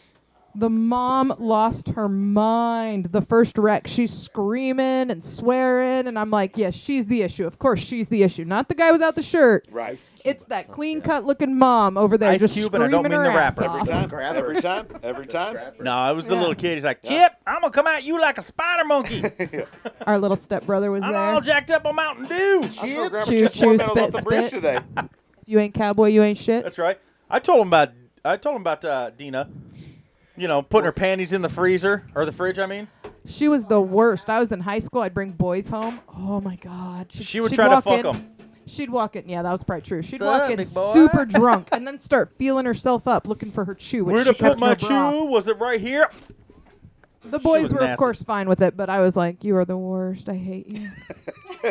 Speaker 6: The mom lost her mind the first wreck. She's screaming and swearing. And I'm like, yes, she's the issue. Of course, she's the issue. Not the guy without the shirt.
Speaker 1: right.
Speaker 6: It's that clean cut looking mom over there
Speaker 4: Ice
Speaker 6: just
Speaker 4: Cube, and I
Speaker 6: screaming
Speaker 4: don't mean
Speaker 6: her
Speaker 4: the
Speaker 6: ass
Speaker 4: rapper. Every
Speaker 6: off.
Speaker 1: Time,
Speaker 5: Scrapper.
Speaker 1: every time. Every time.
Speaker 4: No, it was the
Speaker 6: Yeah.
Speaker 4: little kid. He's like, Chip, I'm gonna come at you like a spider monkey.
Speaker 6: Our little stepbrother was
Speaker 4: I'm
Speaker 6: there.
Speaker 4: all jacked up on Mountain Dew.
Speaker 1: I'm still grabbing
Speaker 6: Chew,
Speaker 1: chip
Speaker 6: chew,
Speaker 1: four medals off
Speaker 6: spit,
Speaker 1: the bridge
Speaker 6: spit.
Speaker 1: today.
Speaker 6: you ain't cowboy, you ain't shit.
Speaker 4: That's right. I told him about I told him about uh, Dina. You know, putting her panties in the freezer or the fridge. I mean,
Speaker 6: She was the worst. I was in high school. I'd bring boys home. Oh my god. She'd-
Speaker 4: She would
Speaker 6: she'd
Speaker 4: try to
Speaker 6: walk
Speaker 4: fuck
Speaker 6: in-
Speaker 4: 'em.
Speaker 6: She'd walk in. Yeah, that was probably true. She'd
Speaker 4: Sup,
Speaker 6: walk in
Speaker 4: big boy?
Speaker 6: super drunk and then start feeling herself up, looking for her chew. Which
Speaker 4: where
Speaker 6: she
Speaker 4: to
Speaker 6: kept
Speaker 4: put
Speaker 6: in
Speaker 4: my
Speaker 6: her
Speaker 4: chew?
Speaker 6: bra.
Speaker 4: Was it right here?
Speaker 6: The boys
Speaker 4: was
Speaker 6: were
Speaker 4: nasty.
Speaker 6: of course fine with it, but I was like, "You are the worst. I hate you."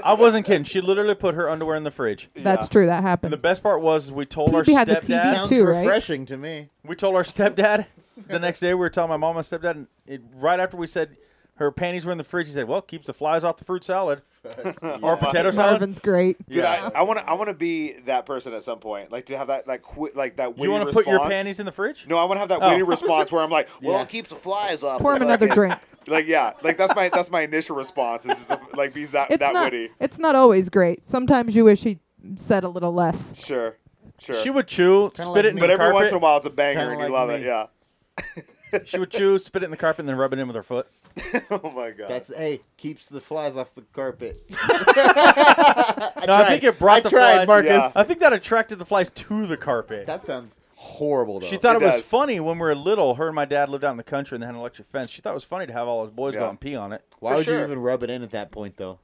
Speaker 4: I wasn't kidding. She literally put her underwear in the fridge.
Speaker 6: That's true. That
Speaker 4: And
Speaker 6: happened.
Speaker 4: the best part was we told
Speaker 6: Pee
Speaker 4: our
Speaker 6: behind the TV.
Speaker 4: stepdad.
Speaker 5: Sounds
Speaker 6: too, right?
Speaker 5: refreshing to me.
Speaker 4: We told our stepdad the next day. We were telling my mom and stepdad, and it, right after we said her panties were in the fridge, he said, "Well, keeps the flies off the fruit salad or potato salad."
Speaker 6: Marvin's great.
Speaker 1: Dude,
Speaker 4: Yeah.
Speaker 1: I want to. I want to be that person at some point. Like to have that like quit like that.
Speaker 4: you
Speaker 1: want to
Speaker 4: put your panties in the fridge?
Speaker 1: No, I want to have that
Speaker 4: Oh.
Speaker 1: witty response where I'm like, "Well,
Speaker 5: Yeah.
Speaker 1: it keeps the flies off."
Speaker 6: Pour
Speaker 1: the
Speaker 6: him another
Speaker 1: fucking-"
Speaker 6: drink.
Speaker 1: Like yeah, like that's my that's my initial response. Is is like he's that
Speaker 6: It's
Speaker 1: that
Speaker 6: not.
Speaker 1: witty.
Speaker 6: It's not always great. Sometimes you wish he said a little less.
Speaker 1: Sure, sure.
Speaker 4: She would chew, spit
Speaker 5: like
Speaker 4: it in
Speaker 5: me.
Speaker 1: but
Speaker 4: the
Speaker 1: every
Speaker 4: carpet.
Speaker 1: once in a while, it's a banger,
Speaker 5: Kinda
Speaker 1: and you
Speaker 5: like
Speaker 1: love it.
Speaker 5: me.
Speaker 1: Yeah.
Speaker 4: She would chew, spit it in the carpet, and then rub it in with her foot.
Speaker 1: Oh my god.
Speaker 5: That's hey, keeps the flies off the carpet. I,
Speaker 4: No, I think it brought
Speaker 5: I
Speaker 4: the
Speaker 5: tried,
Speaker 4: flies.
Speaker 5: Marcus.
Speaker 1: Yeah.
Speaker 4: I think that attracted the flies to the carpet.
Speaker 5: That sounds horrible though.
Speaker 4: she thought
Speaker 1: It
Speaker 4: it, was
Speaker 1: does.
Speaker 4: funny when we were little. Her and my dad lived out in the country and they had an electric fence. She thought it was funny to have all those boys go
Speaker 1: Yeah.
Speaker 4: out and pee on it.
Speaker 5: Why
Speaker 1: For
Speaker 5: would
Speaker 1: sure.
Speaker 5: you even rub it in at that point though?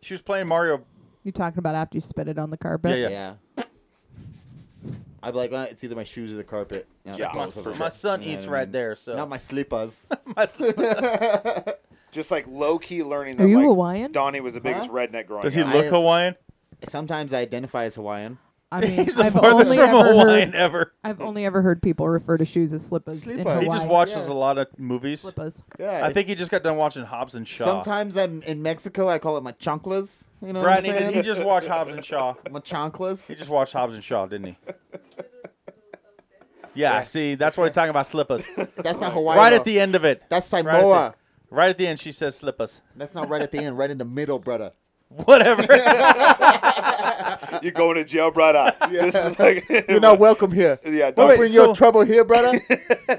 Speaker 4: She was playing Mario.
Speaker 6: You talking about after you spit it on the carpet?
Speaker 4: Yeah.
Speaker 5: I'd be like, well, it's either my shoes or the carpet. No,
Speaker 1: Yeah,
Speaker 5: that
Speaker 1: my
Speaker 5: goes
Speaker 1: son-
Speaker 5: for
Speaker 4: my
Speaker 5: sure.
Speaker 4: son
Speaker 5: You know
Speaker 4: eats
Speaker 5: what I
Speaker 1: Mm.
Speaker 4: right
Speaker 5: mean?
Speaker 4: there, so
Speaker 5: Not my slippers.
Speaker 1: Just like low key learning that
Speaker 6: Are you
Speaker 1: like,
Speaker 6: Hawaiian?
Speaker 1: Donnie was the biggest
Speaker 5: Huh?
Speaker 1: redneck growing
Speaker 4: does he
Speaker 1: up.
Speaker 4: look
Speaker 5: I-
Speaker 4: Hawaiian?
Speaker 5: Sometimes I identify as Hawaiian.
Speaker 6: I mean,
Speaker 4: He's the
Speaker 6: I've
Speaker 4: farthest
Speaker 6: only
Speaker 4: from
Speaker 6: ever
Speaker 4: Hawaiian
Speaker 6: heard.
Speaker 4: ever.
Speaker 6: I've only ever heard people refer to shoes as slippas. in
Speaker 4: He
Speaker 5: Slippas. Hawaiian,
Speaker 4: just
Speaker 6: Hawaii.
Speaker 4: watches a
Speaker 5: yeah.
Speaker 4: lot of movies.
Speaker 6: slippas.
Speaker 5: Yeah.
Speaker 4: I think he just got done watching Hobbs and Shaw.
Speaker 5: sometimes I'm in Mexico. I call it my chanclas. You know what I'm
Speaker 4: Right? He,
Speaker 5: saying?
Speaker 4: did- he just watched Hobbs and Shaw.
Speaker 5: my chanclas.
Speaker 4: He just watched Hobbs and Shaw, didn't he? Yeah, see, that's what he's talking about slippers.
Speaker 5: That's not Hawaiian.
Speaker 4: right
Speaker 5: though.
Speaker 4: at the end of it.
Speaker 5: That's
Speaker 4: Right at the-
Speaker 5: Samoa.
Speaker 4: Right at the end, she says slippers.
Speaker 5: That's not right at the end. Right in the middle, brother.
Speaker 4: Whatever.
Speaker 1: You're going to jail, brother. This is like
Speaker 5: You're not welcome here.
Speaker 1: Yeah,
Speaker 5: Don't
Speaker 1: dog-
Speaker 5: bring
Speaker 4: so-
Speaker 5: your trouble here, brother.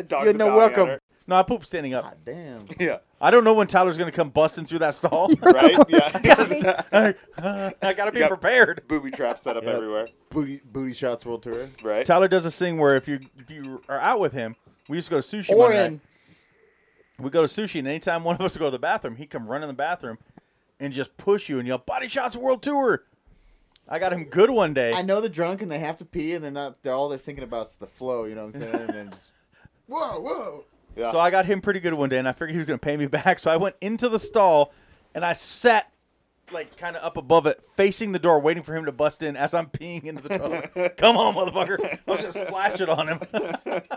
Speaker 1: dog
Speaker 5: You're
Speaker 1: the bounty
Speaker 5: not welcome.
Speaker 1: hunter.
Speaker 4: no, I poop standing up.
Speaker 5: Damn.
Speaker 1: Yeah,
Speaker 4: I don't know when Tyler's gonna come busting through that stall.
Speaker 1: right. Yeah,
Speaker 4: I gotta be
Speaker 1: Yep.
Speaker 4: prepared.
Speaker 1: booby traps set up
Speaker 5: Yep.
Speaker 1: everywhere.
Speaker 5: Booty, booty shots world tour.
Speaker 1: Right.
Speaker 4: Tyler does this thing where if you if you are out with him, we used to go to sushi.
Speaker 5: Or
Speaker 4: Monday night.
Speaker 5: in.
Speaker 4: We go to sushi, and anytime one of us would go to the bathroom, he'd come run in the bathroom and just push you and yell, Body Shots World Tour. I got him good one day.
Speaker 5: I know they're drunk and they have to pee and they're not. They're all they're thinking about is the flow. You know what I'm saying? And then just whoa, whoa.
Speaker 1: Yeah.
Speaker 4: So I got him pretty good one day, and I figured he was going to pay me back. So I went into the stall, and I sat like kind of up above it, facing the door, waiting for him to bust in as I'm peeing into the toilet. Come on, motherfucker! I was going to splash it on him.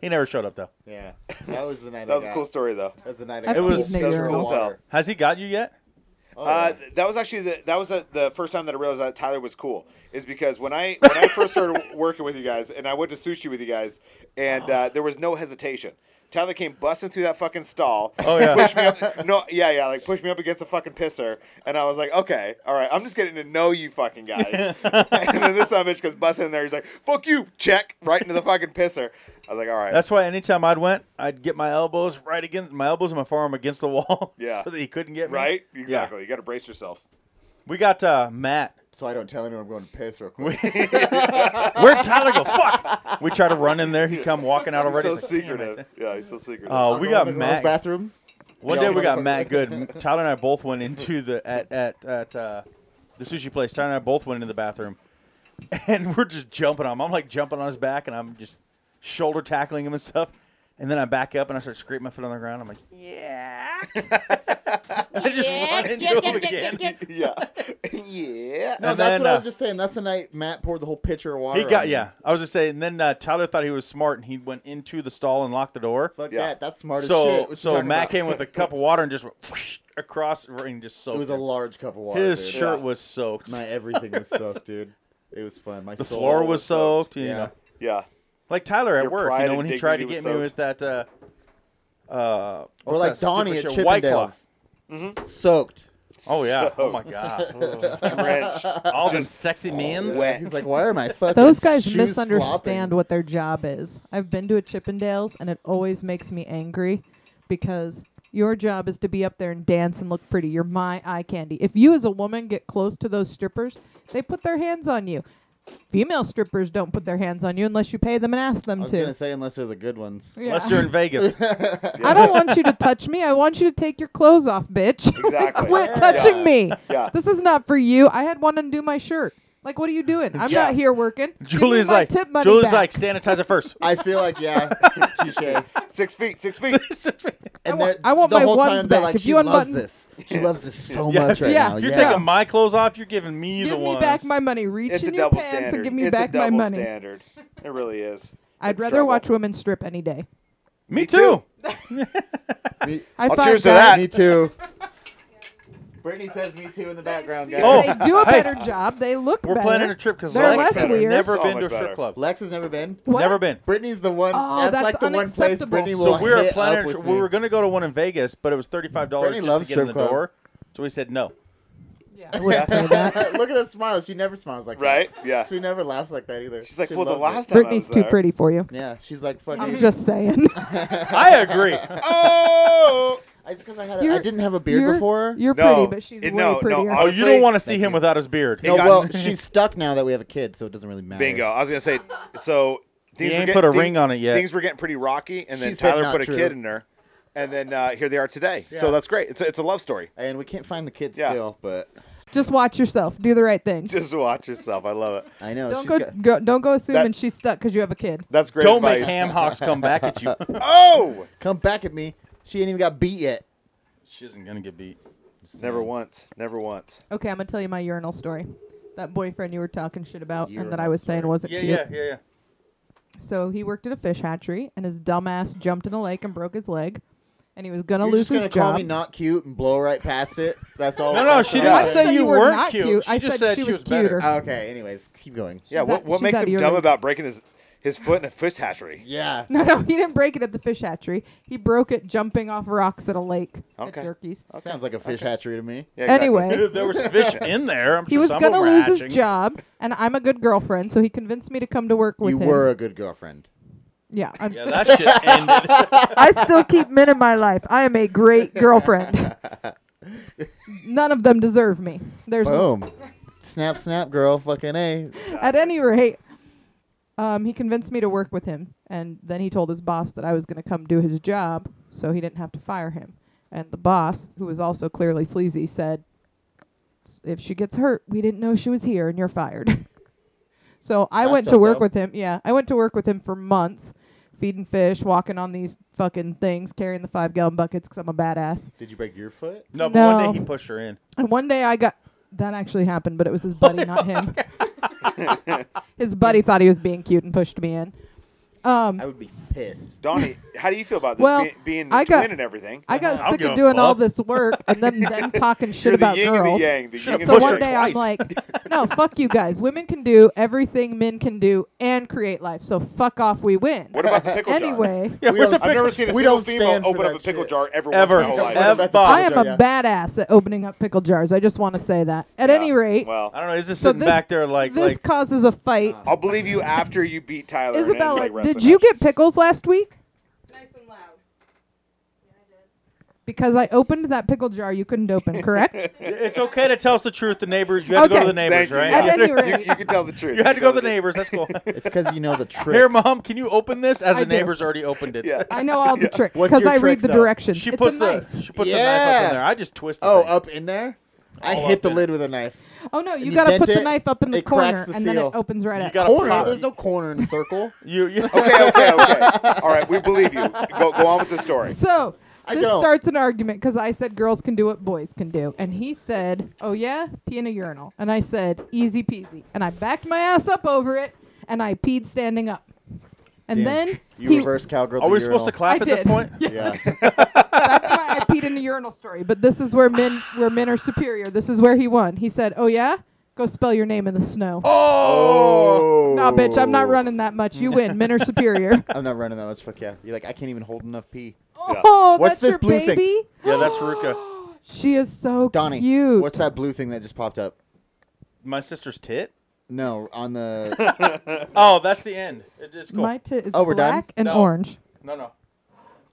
Speaker 4: he never showed up though.
Speaker 5: Yeah, that was the night.
Speaker 1: that
Speaker 5: I
Speaker 1: was a
Speaker 5: got.
Speaker 1: cool story though.
Speaker 5: That was the night.
Speaker 6: I
Speaker 5: I got
Speaker 4: peed
Speaker 5: pulled
Speaker 4: in
Speaker 6: the
Speaker 5: through
Speaker 6: urinal.
Speaker 5: the water.
Speaker 4: Has he got you yet?
Speaker 5: Oh,
Speaker 1: Uh,
Speaker 5: yeah.
Speaker 1: th- that was actually the, that was uh the first time that I realized that Tyler was cool is because when I when I first started working with you guys and I went to sushi with you guys and uh, there was no hesitation. Tyler came busting through that fucking stall.
Speaker 4: Oh, yeah.
Speaker 1: pushed me up, no, yeah, yeah, like pushed me up against a fucking pisser, and I was like, okay, all right, I'm just getting to know you fucking guys. and then this son of a bitch goes busting in there. He's like, fuck you, check right into the fucking pisser. I was like, all right,
Speaker 4: That's why anytime I'd went, I'd get my elbows right against my elbows and my forearm against the wall,
Speaker 1: Yeah.
Speaker 4: so that he couldn't get me.
Speaker 1: right, exactly. You got to brace yourself.
Speaker 4: We got uh, Matt.
Speaker 5: so I don't tell anyone I'm going to piss real quick.
Speaker 4: Where'd Tyler go? Fuck! We try to run in there. He come walking out already.
Speaker 1: so
Speaker 4: It's like, "Damn
Speaker 1: secretive.
Speaker 4: it."
Speaker 1: Yeah, he's so secretive.
Speaker 4: Oh, we got
Speaker 5: Girls'
Speaker 4: Matt.
Speaker 5: bathroom.
Speaker 4: One
Speaker 5: Yeah,
Speaker 4: day we got
Speaker 5: motherfucker.
Speaker 4: Matt Good. Tyler and I both went into the at at at uh, the sushi place. Tyler and I both went into the bathroom, and we're just jumping on him. I'm like jumping on his back, and I'm just shoulder tackling him and stuff. And then I back up and I start scraping my foot on the ground. I'm like, yeah. I just run into him again.
Speaker 1: yeah, yeah.
Speaker 5: No,
Speaker 4: And
Speaker 5: that's
Speaker 4: then,
Speaker 5: what I
Speaker 4: uh,
Speaker 5: was just saying. That's the night Matt poured the whole pitcher of water.
Speaker 4: He got
Speaker 5: on
Speaker 4: yeah.
Speaker 5: me.
Speaker 4: I was just saying. And then uh, Tyler thought he was smart, and he went into the stall and locked the door.
Speaker 5: Fuck
Speaker 1: Yeah.
Speaker 5: that. That's smart as shit.
Speaker 4: so
Speaker 5: What you
Speaker 4: so
Speaker 5: talking
Speaker 4: Matt
Speaker 5: about?
Speaker 4: came with a cup of water and just went across and just soaked.
Speaker 5: It was a
Speaker 4: him.
Speaker 5: large cup of water.
Speaker 4: His
Speaker 5: dude.
Speaker 4: shirt
Speaker 1: Yeah.
Speaker 4: was soaked.
Speaker 5: My everything was soaked, dude. It was fun. My
Speaker 4: The
Speaker 5: soul
Speaker 4: floor was soaked. You
Speaker 5: Yeah.
Speaker 4: know,
Speaker 1: Yeah.
Speaker 4: like Tyler at
Speaker 1: Your
Speaker 4: work.
Speaker 1: pride
Speaker 4: You know,
Speaker 1: and
Speaker 4: when he tried to
Speaker 1: dignity
Speaker 4: get
Speaker 1: was
Speaker 4: me
Speaker 1: soaked.
Speaker 4: with that, uh, uh,
Speaker 5: Or
Speaker 4: what's
Speaker 5: like
Speaker 4: that stupid
Speaker 5: Donnie at
Speaker 4: shit? White Claw.
Speaker 5: Chippendales. Mm-hmm. Soaked.
Speaker 4: Oh yeah. Oh
Speaker 1: Soaked.
Speaker 4: my god.
Speaker 1: Oh. Drenched.
Speaker 4: All them
Speaker 5: Oh,
Speaker 4: sexy men.
Speaker 5: He's like, why are my fucking
Speaker 6: Those guys
Speaker 5: shoes
Speaker 6: misunderstand
Speaker 5: slopping?
Speaker 6: what their job is. I've been to a Chippendales and it always makes me angry because your job is to be up there and dance and look pretty. You're my eye candy. If you as a woman get close to those strippers, they put their hands on you. Female strippers don't put their hands on you unless you pay them and ask
Speaker 5: I
Speaker 6: them
Speaker 5: was
Speaker 6: to.
Speaker 5: gonna say unless they're the good ones.
Speaker 6: Yeah.
Speaker 4: Unless you're in Vegas.
Speaker 6: I don't want you to touch me. I want you to take your clothes off, bitch. Like,
Speaker 1: Exactly.
Speaker 6: Quit
Speaker 1: Yeah.
Speaker 6: touching me.
Speaker 1: Yeah.
Speaker 6: This is not for you. I had one undo my shirt. Like, what are you doing? I'm
Speaker 1: Yeah.
Speaker 6: not here working. Give me
Speaker 4: Julie's
Speaker 6: my
Speaker 4: like,
Speaker 6: tip money
Speaker 4: Julie's
Speaker 6: back.
Speaker 4: like, sanitize it first.
Speaker 5: I feel like yeah, touche. And
Speaker 1: Six feet, six feet.
Speaker 6: I want-
Speaker 5: they're-
Speaker 6: I want
Speaker 5: the
Speaker 6: my
Speaker 5: whole
Speaker 6: ones
Speaker 5: time they're
Speaker 6: back.
Speaker 5: like,
Speaker 6: If
Speaker 5: she
Speaker 6: you
Speaker 5: loves
Speaker 6: unbutton-
Speaker 5: this. She loves this so
Speaker 4: Yeah,
Speaker 5: much right
Speaker 6: yeah.
Speaker 5: now.
Speaker 4: If you're
Speaker 5: Oh, yeah.
Speaker 4: taking my clothes off, you're giving me the
Speaker 6: Give me
Speaker 4: ones.
Speaker 6: back my money. Reach
Speaker 1: It's a
Speaker 6: in your
Speaker 1: double
Speaker 6: pants
Speaker 1: standard.
Speaker 6: and give me
Speaker 1: it's
Speaker 6: back
Speaker 1: a double
Speaker 6: my money.
Speaker 1: standard. It really is.
Speaker 6: I'd
Speaker 1: It's
Speaker 6: rather
Speaker 1: trouble.
Speaker 6: watch women strip any day.
Speaker 4: Me too.
Speaker 5: Me-
Speaker 6: I
Speaker 1: Well,
Speaker 6: find
Speaker 1: Oh, cheers to
Speaker 6: that
Speaker 5: me too. Brittany says me too in the background, guys.
Speaker 4: Oh.
Speaker 6: they do a
Speaker 4: hey.
Speaker 6: better job. They look
Speaker 4: We're
Speaker 6: better.
Speaker 4: planning a trip because
Speaker 6: They're
Speaker 4: Lex
Speaker 6: less
Speaker 4: has
Speaker 6: weird.
Speaker 4: never
Speaker 1: So
Speaker 4: been to
Speaker 1: much
Speaker 4: a strip
Speaker 1: better.
Speaker 4: club.
Speaker 5: Lex has never been.
Speaker 6: What?
Speaker 4: Never been.
Speaker 5: Brittany's the one.
Speaker 6: Oh,
Speaker 5: that's,
Speaker 6: that's
Speaker 5: like the one place
Speaker 6: unacceptable.
Speaker 5: Brittany will
Speaker 4: So we were
Speaker 5: hit
Speaker 4: planning.
Speaker 5: up
Speaker 4: a
Speaker 5: with
Speaker 4: trip-
Speaker 5: me.
Speaker 4: We were gonna go to one in Vegas, but it was thirty-five dollars
Speaker 5: Brittany
Speaker 4: just
Speaker 5: loves
Speaker 4: to get in the
Speaker 5: strip club.
Speaker 4: door. So we said no.
Speaker 6: Yeah, I wouldn't pay that.
Speaker 5: Look at her smile. She never smiles like
Speaker 1: Right?
Speaker 5: that.
Speaker 1: Yeah.
Speaker 5: She never laughs like that either.
Speaker 1: She's like,
Speaker 5: She
Speaker 1: well, the
Speaker 5: loves it.
Speaker 1: last time
Speaker 6: Brittany's
Speaker 1: I was uh,
Speaker 6: too
Speaker 1: there,
Speaker 6: pretty for you.
Speaker 5: Yeah, she's like fucking.
Speaker 6: I'm just saying.
Speaker 4: I agree.
Speaker 1: Oh!
Speaker 5: It's because I had. A, I
Speaker 6: You're-
Speaker 5: didn't have a beard
Speaker 6: you're,
Speaker 5: before.
Speaker 6: You're
Speaker 1: No.
Speaker 6: pretty, but she's
Speaker 1: It-
Speaker 6: way
Speaker 1: no, no,
Speaker 6: prettier.
Speaker 4: Oh,
Speaker 1: I-
Speaker 4: you
Speaker 1: Honestly-
Speaker 4: don't want to see
Speaker 5: Thank
Speaker 4: him
Speaker 5: you.
Speaker 4: without his beard.
Speaker 5: no,
Speaker 1: got-
Speaker 5: well, she's stuck now that we have a kid, so it doesn't really matter.
Speaker 1: Bingo. I was going to say, so. Things were
Speaker 4: ain't
Speaker 1: getting-
Speaker 4: put a
Speaker 1: thing-
Speaker 4: ring on it yet.
Speaker 1: Things were getting pretty rocky, and then
Speaker 5: She said
Speaker 1: Tyler
Speaker 5: not
Speaker 1: put a
Speaker 5: true.
Speaker 1: kid in her, and then uh, here they are today. So
Speaker 5: Yeah.
Speaker 1: that's great. It's a, it's a love story.
Speaker 5: And we can't find the kid
Speaker 1: Yeah.
Speaker 5: still, but
Speaker 6: Just watch yourself. Do the right thing.
Speaker 1: Just watch yourself. I love it.
Speaker 5: I know.
Speaker 6: don't
Speaker 5: Oh, she's
Speaker 6: go,
Speaker 5: got-
Speaker 6: go. Don't go assuming
Speaker 1: That-
Speaker 6: she's stuck because you have a kid.
Speaker 1: That's great
Speaker 4: Don't
Speaker 1: advice.
Speaker 4: make ham hocks come back at you.
Speaker 1: Oh!
Speaker 5: come back at me. She ain't even got beat yet.
Speaker 4: she isn't gonna get beat.
Speaker 1: Never once. Never once.
Speaker 6: Okay, I'm gonna tell you my urinal story. That boyfriend you were talking shit about and that I
Speaker 5: Urinal
Speaker 6: was saying
Speaker 5: story.
Speaker 6: wasn't cute.
Speaker 4: yeah, yeah.
Speaker 6: So he worked at a fish hatchery, and his dumbass jumped in a lake and broke his leg, and he was gonna
Speaker 5: You're
Speaker 6: lose
Speaker 5: just gonna
Speaker 6: his
Speaker 5: call
Speaker 6: job.
Speaker 5: me not cute and blow right past it. That's all.
Speaker 4: No, no,
Speaker 5: that's
Speaker 4: she
Speaker 5: all
Speaker 4: didn't
Speaker 5: I
Speaker 6: I
Speaker 4: say
Speaker 6: said
Speaker 4: you
Speaker 6: you were
Speaker 4: weren't
Speaker 6: not
Speaker 4: cute.
Speaker 6: cute.
Speaker 4: She
Speaker 6: I
Speaker 4: just
Speaker 6: said
Speaker 4: said
Speaker 6: she
Speaker 4: she
Speaker 6: was
Speaker 4: was better.
Speaker 6: cuter.
Speaker 5: Okay. Anyways, keep going.
Speaker 1: Yeah,
Speaker 6: She's
Speaker 1: what,
Speaker 6: out-
Speaker 1: what
Speaker 6: she's
Speaker 1: makes
Speaker 6: out of
Speaker 1: him
Speaker 6: your
Speaker 1: dumb
Speaker 6: league.
Speaker 1: about breaking his. his foot in a fish hatchery.
Speaker 5: Yeah.
Speaker 6: No, no, he didn't break it at the fish hatchery. He broke it jumping off rocks at a lake
Speaker 1: Okay.
Speaker 6: at Jerky's.
Speaker 5: Sounds like a fish hatchery to me.
Speaker 1: Yeah, exactly.
Speaker 6: Anyway,
Speaker 4: there was fish in there. I'm
Speaker 6: he
Speaker 4: sure
Speaker 6: was
Speaker 4: some
Speaker 6: gonna
Speaker 4: were
Speaker 6: lose
Speaker 4: hatching.
Speaker 6: his job, and I'm a good girlfriend, so he convinced me to come to work with
Speaker 5: You
Speaker 6: him.
Speaker 5: were a good girlfriend.
Speaker 6: Yeah, I'm,
Speaker 4: Yeah, that shit ended.
Speaker 6: I still keep men in my life. I am a great girlfriend. None of them deserve me. There's
Speaker 5: Boom. snap, snap, girl. Fucking A.
Speaker 6: at any rate, um, he convinced me to work with him, and then he told his boss that I was going to come do his job, so he didn't have to fire him. And the boss, who was also clearly sleazy, said, "If she gets hurt, we didn't know she was here, and you're fired." so I
Speaker 5: That's
Speaker 6: went to
Speaker 5: tough,
Speaker 6: work
Speaker 5: though.
Speaker 6: with him. Yeah, I went to work with him for months, feeding fish, walking on these fucking things, carrying the five gallon buckets because I'm a badass.
Speaker 5: Did you break your foot?
Speaker 4: No, but one
Speaker 6: No.
Speaker 4: day he pushed her in.
Speaker 6: And one day I got that actually happened, but it was his buddy, not him. his buddy thought he was being cute and pushed me in. Um,
Speaker 5: I would be pissed.
Speaker 1: Donnie, how do you feel about this?
Speaker 6: Well,
Speaker 1: Be- being the
Speaker 6: I
Speaker 1: twin
Speaker 6: got-
Speaker 1: and everything.
Speaker 6: I got
Speaker 4: I don't
Speaker 6: sick
Speaker 4: give
Speaker 6: of
Speaker 4: a
Speaker 6: doing all
Speaker 4: fuck.
Speaker 6: this work and then them talking shit
Speaker 1: You're
Speaker 6: about
Speaker 1: the yin and
Speaker 6: girls.
Speaker 1: the yang. The
Speaker 4: Should've
Speaker 1: yin and
Speaker 6: So
Speaker 4: pushed
Speaker 1: the yang.
Speaker 6: one
Speaker 4: her
Speaker 6: day I'm
Speaker 4: twice.
Speaker 6: like, no, fuck you guys. Women can do everything men can do and create life. So fuck off, we win.
Speaker 1: What about the pickle jar?
Speaker 6: anyway,
Speaker 4: Yeah,
Speaker 5: We
Speaker 4: what the
Speaker 5: don't-
Speaker 4: fuck?
Speaker 1: I've never seen a
Speaker 5: We
Speaker 1: single
Speaker 5: don't
Speaker 1: female
Speaker 5: stand for
Speaker 1: open up a
Speaker 5: that
Speaker 1: pickle
Speaker 5: shit.
Speaker 1: jar ever,
Speaker 4: Ever.
Speaker 1: once in her whole
Speaker 5: What
Speaker 1: life.
Speaker 5: about the
Speaker 6: I
Speaker 4: Ever.
Speaker 6: am
Speaker 5: pickle
Speaker 6: a
Speaker 5: jar?
Speaker 6: badass at opening up pickle jars. I just want to say that. At
Speaker 1: Yeah.
Speaker 6: any rate,
Speaker 1: well,
Speaker 4: I don't know. He's just
Speaker 6: So
Speaker 4: sitting
Speaker 6: this-
Speaker 4: back there like,
Speaker 6: this
Speaker 4: like
Speaker 6: causes a fight.
Speaker 1: I'll believe you after you beat Tyler. in an
Speaker 6: Isabella,
Speaker 1: MMA wrestling
Speaker 6: did you
Speaker 1: match.
Speaker 6: get pickles last week?
Speaker 10: Nice and loud.
Speaker 6: Because I opened that pickle jar you couldn't open, correct?
Speaker 4: it's okay to tell us the truth. The neighbors, you have to go to
Speaker 6: Okay.
Speaker 4: the neighbors,
Speaker 1: Thank you.
Speaker 4: right?
Speaker 6: At
Speaker 4: You-
Speaker 6: any
Speaker 1: You-
Speaker 6: rate.
Speaker 1: you can tell the truth.
Speaker 4: you had to
Speaker 1: can
Speaker 4: go
Speaker 1: tell
Speaker 4: to the
Speaker 1: truth.
Speaker 4: neighbors. That's cool.
Speaker 5: It's because you know the trick.
Speaker 4: Here, mom, can you open this? As
Speaker 6: I
Speaker 4: the
Speaker 6: do.
Speaker 4: neighbors already opened it.
Speaker 1: Yeah.
Speaker 6: I know all the tricks
Speaker 5: What's
Speaker 6: because
Speaker 5: your
Speaker 6: I
Speaker 5: trick,
Speaker 6: read the
Speaker 5: though?
Speaker 6: directions.
Speaker 4: She
Speaker 6: it's
Speaker 4: puts
Speaker 6: a
Speaker 4: the
Speaker 6: knife.
Speaker 4: she puts the knife up
Speaker 5: Yeah.
Speaker 4: in there. I just twist. The
Speaker 5: Oh,
Speaker 4: thing.
Speaker 5: up in there? I
Speaker 4: All
Speaker 5: hit
Speaker 4: up
Speaker 5: the
Speaker 4: in
Speaker 5: lid with a knife.
Speaker 6: Oh no, you,
Speaker 5: you
Speaker 6: gotta
Speaker 5: dent
Speaker 6: put the
Speaker 5: it,
Speaker 6: cracks up in the
Speaker 5: it cracks
Speaker 6: corner
Speaker 5: the
Speaker 6: and then it
Speaker 5: seal.
Speaker 6: opens right
Speaker 4: You
Speaker 6: up.
Speaker 4: gotta
Speaker 5: Corner?
Speaker 4: pop.
Speaker 5: There's no corner in a circle.
Speaker 4: You, you
Speaker 1: Okay, okay, okay. All right, we believe you. Go, go on with the story.
Speaker 6: So
Speaker 5: I
Speaker 6: this
Speaker 5: don't.
Speaker 6: starts an argument because I said girls can do what boys can do, and he said, "Oh yeah, pee in a urinal," and I said, "Easy peasy," and I backed my ass up over it and I peed standing up, and
Speaker 5: Damn.
Speaker 6: then
Speaker 5: You
Speaker 6: he,
Speaker 5: reverse cowgirl.
Speaker 4: Are
Speaker 5: the
Speaker 4: we supposed to
Speaker 5: urinal.
Speaker 4: clap
Speaker 6: I
Speaker 4: at
Speaker 6: did.
Speaker 4: this point?
Speaker 6: Yeah.
Speaker 5: Yeah.
Speaker 6: That's my I peed in the urinal story. But this is where men where men are superior. This is where he won. He said, "Oh yeah, go spell your name in the snow." Oh
Speaker 5: oh.
Speaker 6: nah, bitch, I'm not running that much. You win. Men are superior.
Speaker 5: I'm not running that much. Fuck yeah. You're like, I can't even hold enough pee.
Speaker 6: Oh,
Speaker 5: What's
Speaker 6: that's
Speaker 5: this
Speaker 6: your
Speaker 5: blue thing?
Speaker 6: baby.
Speaker 4: Yeah, that's Ruka.
Speaker 6: She is so
Speaker 5: Donnie,
Speaker 6: cute.
Speaker 5: what's that blue thing that just popped up?
Speaker 4: My sister's tit.
Speaker 5: No, on the.
Speaker 4: Oh, that's the end. It, it's cool.
Speaker 6: My tit is
Speaker 5: Oh, we're done?
Speaker 6: black and
Speaker 4: No.
Speaker 6: orange.
Speaker 4: No, no.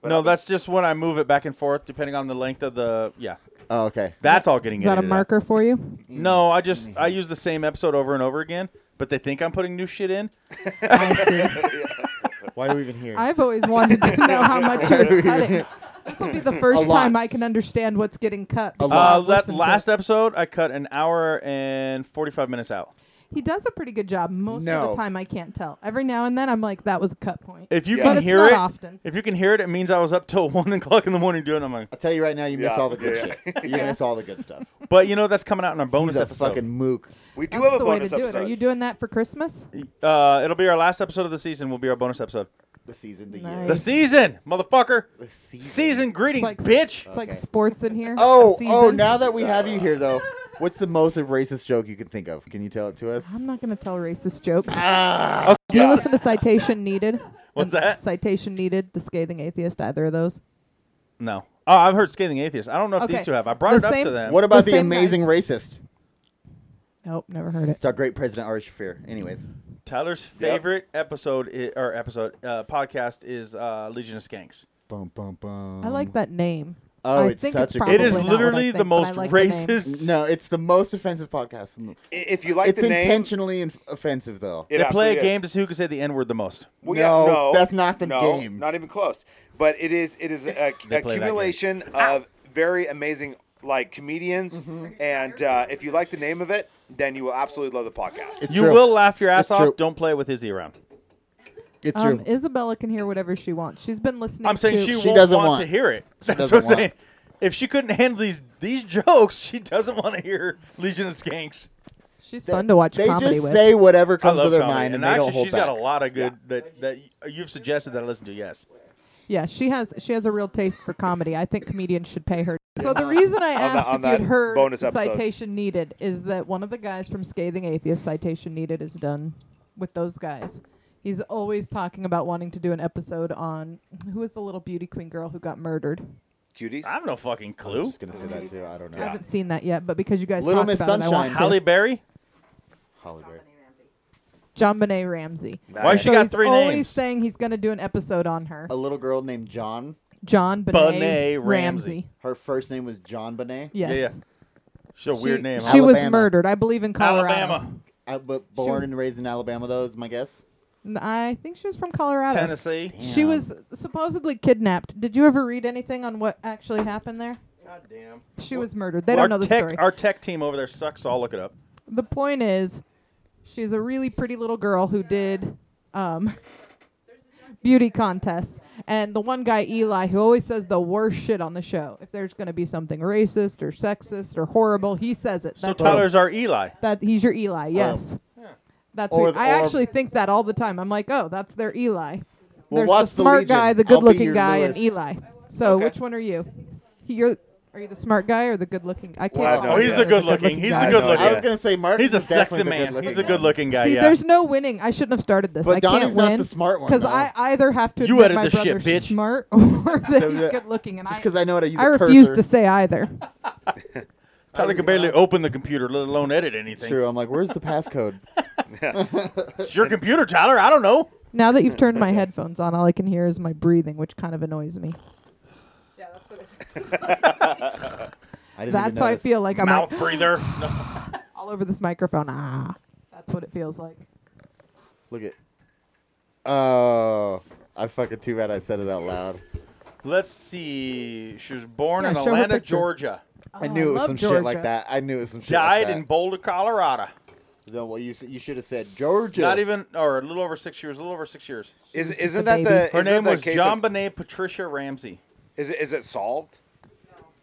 Speaker 4: No, that's just when I move it back and forth, depending on the length of the. Yeah,
Speaker 5: oh, okay.
Speaker 4: that's all getting.
Speaker 6: Is that a
Speaker 4: edited out.
Speaker 6: marker for you?
Speaker 4: No, I just
Speaker 1: Mm-hmm.
Speaker 4: I use the same episode over and over again, but they think I'm putting new shit in.
Speaker 5: Why are we even here?
Speaker 6: I've always wanted to know how much she was cutting. This will be the first
Speaker 5: lot.
Speaker 6: time I can understand what's getting cut. because
Speaker 5: lot.
Speaker 4: Uh,
Speaker 6: I've
Speaker 4: that
Speaker 6: listened to
Speaker 4: last
Speaker 6: it.
Speaker 4: episode, I cut an hour and 45 minutes out.
Speaker 6: He does a pretty good job most of
Speaker 5: No.
Speaker 6: the time. I can't tell. Every now and then I'm like, that was a cut point.
Speaker 4: If you
Speaker 1: Yeah.
Speaker 4: can
Speaker 6: But it's
Speaker 4: hear
Speaker 6: not
Speaker 4: it,
Speaker 6: often.
Speaker 4: if you can hear it, it means I was up till one o'clock in the morning doing. it. I'm like,
Speaker 5: I'll tell you right now, you miss
Speaker 1: Yeah,
Speaker 5: all the good
Speaker 1: yeah.
Speaker 5: shit. You miss all the good stuff.
Speaker 4: but you know that's coming out in our bonus
Speaker 5: He's a
Speaker 4: episode.
Speaker 5: fucking mook.
Speaker 1: We do
Speaker 6: That's
Speaker 1: have a
Speaker 6: the way
Speaker 1: bonus
Speaker 6: to do
Speaker 1: episode.
Speaker 6: it. Are you doing that for Christmas?
Speaker 4: Uh, it'll be our last episode of the season. Will be our bonus episode.
Speaker 5: The season, the
Speaker 6: Nice.
Speaker 5: year.
Speaker 4: The season, motherfucker.
Speaker 5: The season.
Speaker 4: Season greetings,
Speaker 6: Like- uh,
Speaker 4: bitch.
Speaker 6: It's like
Speaker 5: Okay.
Speaker 6: sports in here.
Speaker 5: Oh,
Speaker 6: a
Speaker 5: oh!
Speaker 6: season.
Speaker 5: Now that we have you here, though, what's the most racist joke you can think of? Can you tell it to us?
Speaker 6: I'm not gonna tell racist jokes.
Speaker 5: Ah,
Speaker 6: Do you listen to Citation Needed?
Speaker 4: What's
Speaker 6: And
Speaker 4: that?
Speaker 6: Citation Needed, The Scathing Atheist, either of those.
Speaker 4: No. Oh, I've heard scathing atheist. I don't know if
Speaker 6: Okay.
Speaker 4: these two have. I brought
Speaker 6: The
Speaker 4: it up to
Speaker 6: same-
Speaker 4: them.
Speaker 5: what about
Speaker 6: The
Speaker 5: the,
Speaker 6: same
Speaker 5: amazing racist?
Speaker 6: Nope, never heard it.
Speaker 5: It's our great president, Ari Shafir. Anyways,
Speaker 4: Tyler's favorite episode i- or episode uh, podcast is uh, Legion of Skanks.
Speaker 5: bum bum bum.
Speaker 6: I like that name.
Speaker 5: Oh,
Speaker 6: I
Speaker 5: it's
Speaker 6: think
Speaker 5: such
Speaker 6: it's
Speaker 5: a good
Speaker 4: It is
Speaker 5: Probably not what I
Speaker 4: literally the most racist.
Speaker 5: No, it's the most offensive podcast. In the-
Speaker 1: I- if you like
Speaker 5: it's
Speaker 1: the name,
Speaker 5: intentionally inf- offensive, though.
Speaker 1: it
Speaker 4: they play a
Speaker 1: absolutely is.
Speaker 4: game to see who can say the N word the most.
Speaker 1: Well,
Speaker 5: No,
Speaker 1: yeah, no,
Speaker 5: that's not the
Speaker 1: no,
Speaker 5: game.
Speaker 1: Not even close. But it is. It is a,
Speaker 4: They play that game.
Speaker 1: accumulation of very amazing like comedians,
Speaker 6: Mm-hmm.
Speaker 1: and uh, if you like the name of it, then you will absolutely love the podcast.
Speaker 5: It's
Speaker 4: You
Speaker 5: true.
Speaker 4: will laugh your ass
Speaker 5: It's
Speaker 4: off.
Speaker 5: true.
Speaker 4: Don't play it with Izzy around.
Speaker 5: It's
Speaker 6: Um,
Speaker 5: true.
Speaker 6: Isabella can hear whatever she wants. She's been listening.
Speaker 4: I'm saying
Speaker 6: to
Speaker 4: she,
Speaker 5: She
Speaker 4: won't
Speaker 5: doesn't
Speaker 4: want,
Speaker 5: want-
Speaker 4: to hear it. That's
Speaker 5: doesn't
Speaker 4: what I'm
Speaker 5: want.
Speaker 4: saying. If she couldn't handle these these jokes, she doesn't want to hear Legion of Skanks.
Speaker 6: She's fun to watch
Speaker 5: they
Speaker 6: comedy
Speaker 5: just
Speaker 6: with.
Speaker 5: say whatever comes
Speaker 4: I
Speaker 5: to
Speaker 4: love
Speaker 5: their
Speaker 4: comedy.
Speaker 5: mind, and,
Speaker 4: and
Speaker 5: they
Speaker 4: actually,
Speaker 5: don't hold
Speaker 4: she's
Speaker 5: back.
Speaker 4: got a lot of good that that y- you've suggested that I listen to. Yes.
Speaker 6: Yeah, she has she has a real taste for comedy. I think comedians should pay her. So the reason I
Speaker 1: that-
Speaker 6: asked
Speaker 1: on
Speaker 6: if
Speaker 1: that
Speaker 6: you'd heard
Speaker 1: bonus episode.
Speaker 6: citation needed is that one of the guys from Scathing Atheist citation needed is done with those guys. He's always talking about wanting to do an episode on who was the little beauty queen girl who got murdered.
Speaker 1: Cuties.
Speaker 4: I have no fucking
Speaker 5: I was
Speaker 4: clue.
Speaker 5: just gonna say that too. I don't know.
Speaker 6: I haven't seen that yet, but because you guys
Speaker 5: Little
Speaker 6: talked
Speaker 5: Miss
Speaker 6: about it, I want
Speaker 5: Sunshine.
Speaker 6: to.
Speaker 4: Halle Berry.
Speaker 5: Holly Berry.
Speaker 6: John Benet Ramsey.
Speaker 4: Why she
Speaker 6: so
Speaker 4: got
Speaker 6: he's
Speaker 4: three
Speaker 6: always
Speaker 4: names?
Speaker 6: saying he's going to do an episode on her.
Speaker 5: A little girl named John.
Speaker 6: John Benet,
Speaker 4: Benet Ramsey.
Speaker 5: Her first name was John Benet.
Speaker 6: Yes.
Speaker 4: yeah. She's a
Speaker 6: She,
Speaker 4: weird name.
Speaker 6: She was
Speaker 5: Alabama.
Speaker 6: murdered, I believe, in Colorado.
Speaker 4: Alabama,
Speaker 5: Uh, but born
Speaker 6: Shoot.
Speaker 5: and raised in Alabama, though, is my guess.
Speaker 6: N- I think she was from Colorado.
Speaker 4: Tennessee.
Speaker 6: She was supposedly kidnapped. Did you ever read anything on what actually happened there?
Speaker 4: God damn.
Speaker 6: She was murdered. They
Speaker 4: our
Speaker 6: don't know the
Speaker 4: tech,
Speaker 6: story.
Speaker 4: Our tech team over there sucks. So I'll look it up.
Speaker 6: the point is, she's a really pretty little girl who did um, beauty contests. And the one guy, Eli, who always says the worst shit on the show. If there's going to be something racist or sexist or horrible, he says it.
Speaker 4: So
Speaker 6: That's
Speaker 4: Tyler's our Eli.
Speaker 6: That he's your Eli, yes. That's
Speaker 5: Um, Or
Speaker 6: who,
Speaker 5: the-
Speaker 6: I
Speaker 5: or-
Speaker 6: actually think that all the time. I'm like, oh, that's their Eli.
Speaker 5: Well,
Speaker 6: There's the
Speaker 5: watch the
Speaker 6: smart
Speaker 5: Legion.
Speaker 6: guy, the
Speaker 5: I'll be
Speaker 6: good-looking
Speaker 5: your
Speaker 6: guy, and
Speaker 5: Lewis.
Speaker 6: Eli. So
Speaker 1: Okay.
Speaker 6: which one are you? He- You're are you the smart guy or the good-looking? I can't.
Speaker 1: Well, I
Speaker 6: tell
Speaker 1: know.
Speaker 4: Oh,
Speaker 1: Oh,
Speaker 6: if
Speaker 4: he's
Speaker 1: yeah.
Speaker 4: the
Speaker 6: you're
Speaker 4: good looking. He's the
Speaker 1: guy.
Speaker 4: good
Speaker 1: No,
Speaker 5: I was
Speaker 1: Yeah.
Speaker 4: looking.
Speaker 5: gonna say Mark.
Speaker 4: Oh, He's a
Speaker 5: is definitely
Speaker 4: sexy
Speaker 5: the
Speaker 4: man.
Speaker 5: good-looking
Speaker 4: He's a
Speaker 5: guy.
Speaker 4: good looking guy.
Speaker 6: See,
Speaker 4: Yeah.
Speaker 6: there's no winning. I shouldn't have started this.
Speaker 5: But
Speaker 6: I
Speaker 5: Donnie's
Speaker 6: can't
Speaker 5: not
Speaker 6: win
Speaker 5: the smart one.
Speaker 6: because
Speaker 5: though.
Speaker 6: I either have to
Speaker 4: You
Speaker 6: admit
Speaker 4: edited
Speaker 6: my
Speaker 4: the shit,
Speaker 6: brother's
Speaker 4: bitch.
Speaker 6: smart or that
Speaker 5: Yeah.
Speaker 6: he's good looking, and
Speaker 5: just
Speaker 6: I
Speaker 5: because I know how to use
Speaker 6: I
Speaker 5: a
Speaker 6: refuse
Speaker 5: cursor.
Speaker 6: to say either.
Speaker 4: Tyler can barely open the computer, let alone edit
Speaker 5: It's
Speaker 4: anything.
Speaker 5: true. I'm like, where's the passcode?
Speaker 4: It's your computer, Tyler. I don't know.
Speaker 6: Now that you've turned my headphones on, all I can hear is my breathing, which kind of annoys me. Yeah, that's what it is.
Speaker 5: I didn't even
Speaker 6: That's how I
Speaker 5: notice.
Speaker 6: feel like I'm
Speaker 4: Mouth
Speaker 6: like,
Speaker 4: breather. No.
Speaker 6: all over this microphone. Ah, that's what it feels like.
Speaker 5: Look at. Oh, I fucking too bad I said it out loud.
Speaker 4: Let's see. She was born
Speaker 6: Yeah,
Speaker 4: in
Speaker 6: show her
Speaker 4: Atlanta,
Speaker 6: picture.
Speaker 4: Georgia.
Speaker 5: I knew it was
Speaker 6: love
Speaker 5: some shit
Speaker 6: Georgia.
Speaker 5: like that. I knew it was some shit.
Speaker 4: Died
Speaker 5: like
Speaker 4: in Boulder, Colorado.
Speaker 5: in. No, well, you s- you should have said Georgia.
Speaker 4: Not even, or a little over six years. A little over six years.
Speaker 1: Is isn't
Speaker 6: the
Speaker 1: that
Speaker 6: baby.
Speaker 1: the
Speaker 4: Her
Speaker 1: isn't
Speaker 4: name
Speaker 1: that
Speaker 4: was
Speaker 1: the case
Speaker 4: John
Speaker 1: that's-
Speaker 4: Benet Patricia Ramsey.
Speaker 1: Is it is it solved?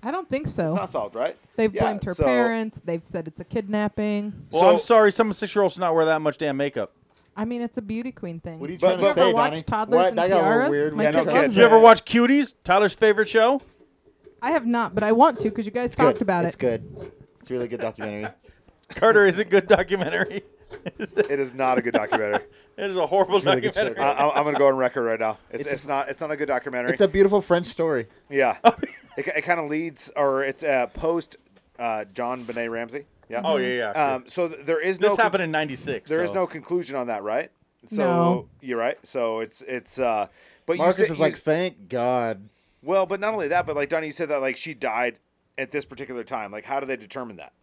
Speaker 6: I don't think
Speaker 1: It's
Speaker 6: so.
Speaker 1: not solved, right?
Speaker 6: They've
Speaker 1: Yeah,
Speaker 6: blamed her
Speaker 1: so-
Speaker 6: parents. They've said it's a kidnapping.
Speaker 4: Well,
Speaker 1: So-
Speaker 4: I'm sorry, some six year olds should not wear that much damn makeup.
Speaker 6: I mean, it's a beauty queen thing.
Speaker 5: What are you
Speaker 1: But-
Speaker 5: trying
Speaker 1: but-
Speaker 5: to say,
Speaker 6: ever watch
Speaker 5: Donnie?
Speaker 6: Toddlers
Speaker 5: What?
Speaker 6: and
Speaker 5: That got a
Speaker 6: Tiaras?
Speaker 5: little weird.
Speaker 6: My
Speaker 1: Yeah, no
Speaker 6: kid
Speaker 1: kidding.
Speaker 6: loves
Speaker 4: Did you ever
Speaker 1: Yeah.
Speaker 6: it.
Speaker 4: watch Cuties? Tyler's favorite show?
Speaker 6: I have not, but I want to because you guys talked about
Speaker 5: it's
Speaker 6: it.
Speaker 5: good. It's a really good documentary.
Speaker 4: Carter is a good documentary.
Speaker 1: It is not a good documentary.
Speaker 4: It is a horrible
Speaker 5: really good
Speaker 4: documentary.
Speaker 1: I, I- I'm gonna go on record right now. It's, it's, not it's not a good documentary.
Speaker 5: it's a Oh, beautiful French story.
Speaker 1: yeah, it, it kind of leads or it's uh, post uh, John Benet Ramsey. Yeah.
Speaker 4: oh yeah, yeah.
Speaker 1: Um, so th- there is
Speaker 4: this
Speaker 1: no con-
Speaker 4: happened in '96.
Speaker 1: there is
Speaker 4: so.
Speaker 1: no conclusion on that, right? So
Speaker 6: No.
Speaker 1: you're right. So it's it's uh, but
Speaker 5: Marcus
Speaker 1: you said,
Speaker 5: is like,
Speaker 1: you,
Speaker 5: thank God.
Speaker 1: well, but not only that, but like Donnie, you said that like she died at this particular time. Like, how do they determine that?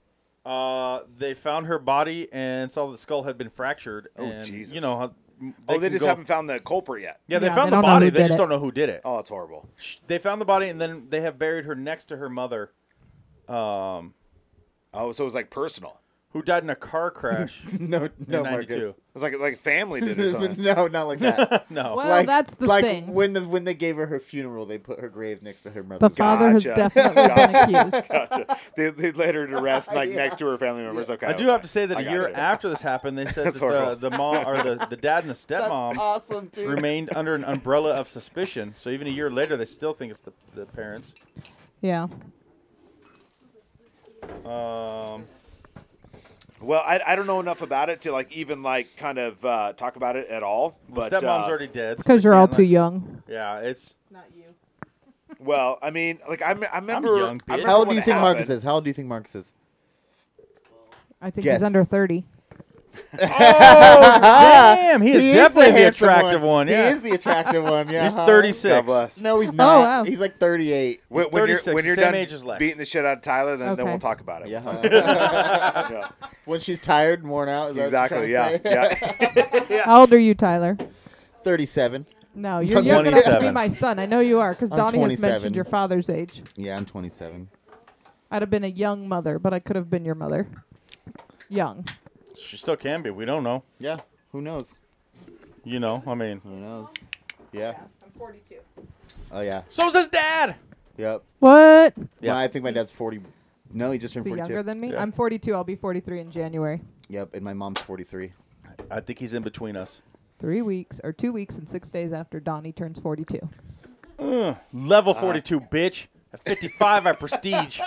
Speaker 4: Uh, they found her body and saw the skull had been fractured.
Speaker 1: Oh,
Speaker 4: and,
Speaker 1: Jesus.
Speaker 4: You know, how- m-
Speaker 1: oh, they
Speaker 4: can
Speaker 1: just
Speaker 4: go-
Speaker 1: haven't found the culprit yet.
Speaker 4: Yeah, they
Speaker 6: Yeah,
Speaker 4: found
Speaker 6: they
Speaker 4: the
Speaker 6: don't know who
Speaker 4: body. They
Speaker 6: did
Speaker 4: just
Speaker 6: it.
Speaker 4: don't know who did it.
Speaker 1: Oh, that's horrible.
Speaker 4: Sh- They found the body and then they have buried her next to her mother, um,
Speaker 1: Oh, so it was like personal.
Speaker 4: who died in a car crash.
Speaker 5: No, no,
Speaker 4: in 92.
Speaker 5: Marcus.
Speaker 1: It was like like family did or something.
Speaker 5: no, not like that.
Speaker 4: no.
Speaker 6: Well,
Speaker 5: like
Speaker 6: that's the
Speaker 5: like
Speaker 6: thing.
Speaker 5: when the when they gave her her funeral, they put her grave next to her mother's.
Speaker 6: The
Speaker 5: grave.
Speaker 6: father has
Speaker 1: Gotcha.
Speaker 6: definitely been
Speaker 1: Gotcha.
Speaker 6: accused.
Speaker 1: Gotcha. They, they laid her to rest like next to her family members. Okay.
Speaker 4: I do
Speaker 1: okay.
Speaker 4: have to say that
Speaker 1: I
Speaker 4: a year
Speaker 1: gotcha.
Speaker 4: after this happened, they said that
Speaker 1: That's
Speaker 4: the,
Speaker 1: horrible.
Speaker 4: the mom or the, the dad and the
Speaker 5: That's
Speaker 4: stepmom
Speaker 5: awesome, dude.
Speaker 4: remained under an umbrella of suspicion. So even a year later, they still think it's the, the parents.
Speaker 6: Yeah.
Speaker 4: Um,
Speaker 1: Well, I, I don't know enough about it to like even like kind of uh, talk about it at all.
Speaker 4: but
Speaker 1: But
Speaker 4: stepmom's
Speaker 1: uh,
Speaker 4: already dead. so
Speaker 6: Because
Speaker 4: we
Speaker 6: you're all
Speaker 4: can't,
Speaker 6: too
Speaker 4: like-
Speaker 6: young.
Speaker 4: Yeah, it's
Speaker 1: well, I mean, like I, me- I remember.
Speaker 4: young,
Speaker 1: I
Speaker 4: bitch.
Speaker 1: remember
Speaker 5: How old do
Speaker 1: when
Speaker 5: you
Speaker 1: it
Speaker 5: think Marcus
Speaker 1: happened.
Speaker 5: is? How old do you think Marcus is?
Speaker 6: I think
Speaker 5: Guess.
Speaker 6: he's under 30.
Speaker 4: Oh damn! He is
Speaker 5: He is
Speaker 4: definitely the,
Speaker 5: handsome
Speaker 4: attractive one. Yeah,
Speaker 5: He is the attractive one. Yeah,
Speaker 4: he's
Speaker 5: huh?
Speaker 4: 36.
Speaker 1: God bless.
Speaker 5: No, he's not.
Speaker 6: Oh, wow.
Speaker 5: He's like 38.
Speaker 1: When, when you're
Speaker 4: 36,
Speaker 1: when you're
Speaker 4: same
Speaker 1: done
Speaker 4: age as Lex.
Speaker 1: beating the shit out of Tyler, then, then
Speaker 6: Okay.
Speaker 1: we'll talk about it.
Speaker 5: Yeah.
Speaker 1: We'll talk-
Speaker 5: huh?
Speaker 1: yeah.
Speaker 5: when she's tired and worn out. Is that what
Speaker 1: Exactly.
Speaker 5: you're
Speaker 1: Yeah.
Speaker 5: trying to say?
Speaker 1: Yeah. yeah.
Speaker 6: How old are you, Tyler?
Speaker 5: 37.
Speaker 6: No, you're young enough to be
Speaker 4: 27.
Speaker 6: my son. I know you are because
Speaker 5: I'm
Speaker 6: Donnie has
Speaker 5: 27.
Speaker 6: mentioned your father's age.
Speaker 5: Yeah, I'm 27.
Speaker 6: I'd have been a young mother, but I could have been your mother. Young.
Speaker 4: she still can be. We don't know.
Speaker 5: Yeah. Who knows?
Speaker 4: You know, I mean.
Speaker 5: Who knows? Yeah.
Speaker 6: I'm 42.
Speaker 5: Oh yeah.
Speaker 4: So's his dad.
Speaker 5: Yep.
Speaker 6: What?
Speaker 4: Yeah.
Speaker 5: Yeah. I think my dad's 40. No, he just
Speaker 6: Is
Speaker 5: turned
Speaker 6: he
Speaker 5: 42.
Speaker 6: younger than me?
Speaker 4: Yeah.
Speaker 6: I'm 42. I'll be 43 in January.
Speaker 5: Yep, and my mom's 43.
Speaker 4: I think he's in between us.
Speaker 6: Three weeks or two weeks and six days after Donnie turns 42.
Speaker 4: Uh. Level 42, bitch. At 55, I prestige.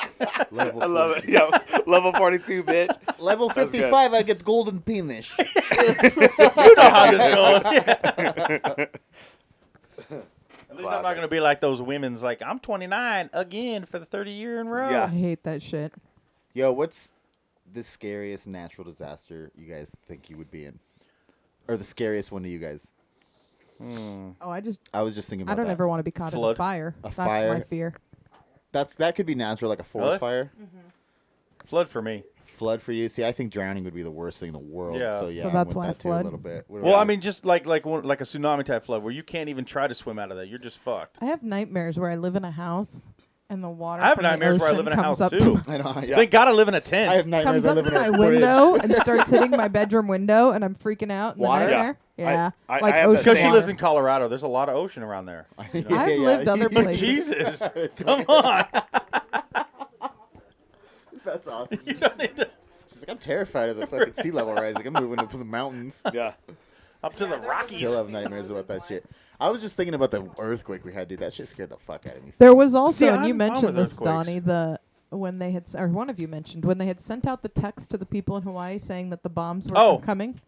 Speaker 5: Level
Speaker 1: I love it. Yeah, level 42, bitch.
Speaker 5: Level
Speaker 1: That's good.
Speaker 5: 55, I get golden penis.
Speaker 4: you know how this goes. At least I'm not
Speaker 1: Classic.
Speaker 4: going to be like those women's, like, I'm 29 again for the 30 year in a row.
Speaker 6: I
Speaker 1: Yeah.
Speaker 6: hate that shit.
Speaker 5: Yo, what's the scariest natural disaster you guys think you would be in? Or the scariest one to you guys?
Speaker 6: Oh, I just
Speaker 5: I was just thinking about
Speaker 6: I don't
Speaker 5: that.
Speaker 6: ever want to be caught in a
Speaker 4: Flood.
Speaker 6: fire.
Speaker 5: A
Speaker 6: That's my
Speaker 5: fire.
Speaker 6: fear.
Speaker 5: That's that could be natural, like a forest
Speaker 4: Really?
Speaker 5: fire,
Speaker 4: Flood for me.
Speaker 5: flood for you. See, I think drowning would be the worst thing in the world.
Speaker 4: Yeah.
Speaker 5: So
Speaker 4: So
Speaker 5: yeah, I'm
Speaker 6: that's
Speaker 5: with
Speaker 6: why
Speaker 5: that too a
Speaker 6: flood?
Speaker 5: little bit. What
Speaker 4: Well,
Speaker 5: about
Speaker 4: I
Speaker 5: you?
Speaker 4: mean, just like like one, like a tsunami type flood where you can't even try to swim out of that. You're just fucked.
Speaker 6: I have nightmares where I live in a house and the water.
Speaker 4: I have
Speaker 6: from the
Speaker 4: nightmares where I
Speaker 6: ocean
Speaker 4: live in a
Speaker 6: comes up
Speaker 4: house,
Speaker 6: to
Speaker 4: too.
Speaker 6: my-
Speaker 5: I know. Yeah.
Speaker 4: Thank God I live in a tent.
Speaker 5: I have nightmares.
Speaker 6: comes
Speaker 5: I
Speaker 6: up
Speaker 5: live
Speaker 6: to
Speaker 5: in
Speaker 6: my
Speaker 5: a
Speaker 6: window and starts hitting my bedroom window, and I'm freaking out in
Speaker 5: Water?
Speaker 6: the
Speaker 1: Yeah.
Speaker 6: nightmare.
Speaker 1: I-
Speaker 6: Yeah,
Speaker 1: I-
Speaker 6: like
Speaker 1: I have that
Speaker 6: ocean
Speaker 4: because she
Speaker 1: same-
Speaker 6: water.
Speaker 4: lives in Colorado. There's a lot of ocean around there.
Speaker 5: bridge. Yeah,
Speaker 6: I've lived other places.
Speaker 4: Jesus, come on!
Speaker 5: That's awesome.
Speaker 4: You don't need to
Speaker 5: She's like, I'm terrified of the fucking sea level rising. I'm moving up to the mountains.
Speaker 1: Yeah.
Speaker 4: up to the Rockies.
Speaker 5: Still have nightmares about that shit. I was just thinking about the earthquake we had, dude. That shit scared the fuck out of me.
Speaker 6: There was also,
Speaker 4: See,
Speaker 6: and you
Speaker 4: I'm fine with
Speaker 6: mentioned this,
Speaker 4: earthquakes.
Speaker 6: Donnie, the when they had s- or one of you mentioned when they had sent out the text to the people in Hawaii saying that the bombs were
Speaker 4: Oh.
Speaker 6: coming.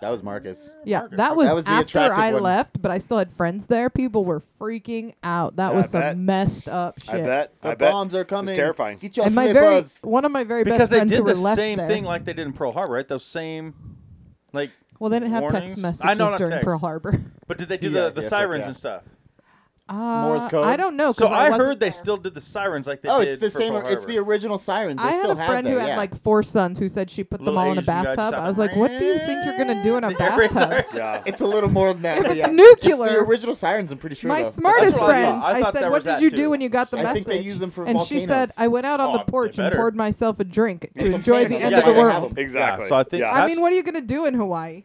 Speaker 5: That was Marcus.
Speaker 6: Yeah,
Speaker 4: Margaret.
Speaker 6: that was,
Speaker 5: That was the
Speaker 6: after
Speaker 5: attractive
Speaker 6: I
Speaker 5: one.
Speaker 6: left, but I still had friends there. People were freaking out. That
Speaker 1: I
Speaker 6: was some
Speaker 1: bet.
Speaker 6: messed up shit.
Speaker 1: I bet.
Speaker 5: The
Speaker 1: I bet.
Speaker 5: bombs are coming.
Speaker 1: terrifying.
Speaker 5: Get your
Speaker 6: And my very
Speaker 5: slippers.
Speaker 6: one of my very
Speaker 4: Because
Speaker 6: best
Speaker 4: they
Speaker 6: friends who
Speaker 4: did
Speaker 6: were
Speaker 4: the
Speaker 6: left
Speaker 4: same
Speaker 6: there.
Speaker 4: thing like they did in Pearl Harbor, right? Those same, like,
Speaker 6: well, they didn't have
Speaker 4: warnings.
Speaker 6: text messages
Speaker 4: I know not
Speaker 6: during
Speaker 4: text.
Speaker 6: Pearl Harbor.
Speaker 4: but did they do
Speaker 5: Yeah,
Speaker 4: the, the
Speaker 5: yeah, fuck
Speaker 4: sirens
Speaker 5: yeah.
Speaker 4: and stuff?
Speaker 6: Uh,
Speaker 5: Morse code?
Speaker 6: I don't know. 'cause
Speaker 4: So I,
Speaker 6: wasn't
Speaker 4: heard they
Speaker 6: there.
Speaker 4: still did the sirens like they
Speaker 5: Oh,
Speaker 4: did.
Speaker 5: it's the
Speaker 4: for
Speaker 5: same.
Speaker 4: Pearl
Speaker 5: It's the
Speaker 4: Harbor.
Speaker 5: orill sirens. They
Speaker 6: I had
Speaker 5: still
Speaker 6: a
Speaker 5: have
Speaker 6: friend
Speaker 5: that,
Speaker 6: who had
Speaker 5: yeah.
Speaker 6: like four sons who said she put
Speaker 4: Little
Speaker 6: them all in a
Speaker 4: Asian guy just
Speaker 6: bathtub.
Speaker 4: out
Speaker 6: I was
Speaker 4: there.
Speaker 6: like, what do you think you're gonna do in a
Speaker 4: Every-
Speaker 6: bathtub?
Speaker 1: Yeah.
Speaker 5: It's a little more than that.
Speaker 6: If
Speaker 5: but
Speaker 6: it's
Speaker 5: yeah. It's
Speaker 6: nuclear-
Speaker 5: the original sirens. I'm pretty sure.
Speaker 6: My
Speaker 5: though.
Speaker 6: smartest
Speaker 4: That's what I thought.
Speaker 6: friends.
Speaker 4: I
Speaker 6: I,
Speaker 4: thought
Speaker 6: said,
Speaker 4: there
Speaker 6: "What
Speaker 4: was that
Speaker 6: did you
Speaker 4: too.
Speaker 6: do when you got the
Speaker 5: I
Speaker 6: message?"
Speaker 5: think they use them for
Speaker 6: and she said,
Speaker 5: volcanoes.
Speaker 6: "I went out on
Speaker 4: Oh,
Speaker 6: the
Speaker 4: they
Speaker 6: porch and
Speaker 4: better.
Speaker 6: poured myself a drink
Speaker 5: what
Speaker 6: to
Speaker 5: I'm
Speaker 6: enjoy
Speaker 5: saying.
Speaker 6: the
Speaker 5: That's
Speaker 6: end
Speaker 5: why
Speaker 6: of the
Speaker 5: they have
Speaker 6: world."
Speaker 5: them.
Speaker 1: Exactly.
Speaker 4: Yeah, so I think-
Speaker 1: Yeah.
Speaker 6: I
Speaker 4: That's-
Speaker 6: mean, what are you gonna do in Hawaii?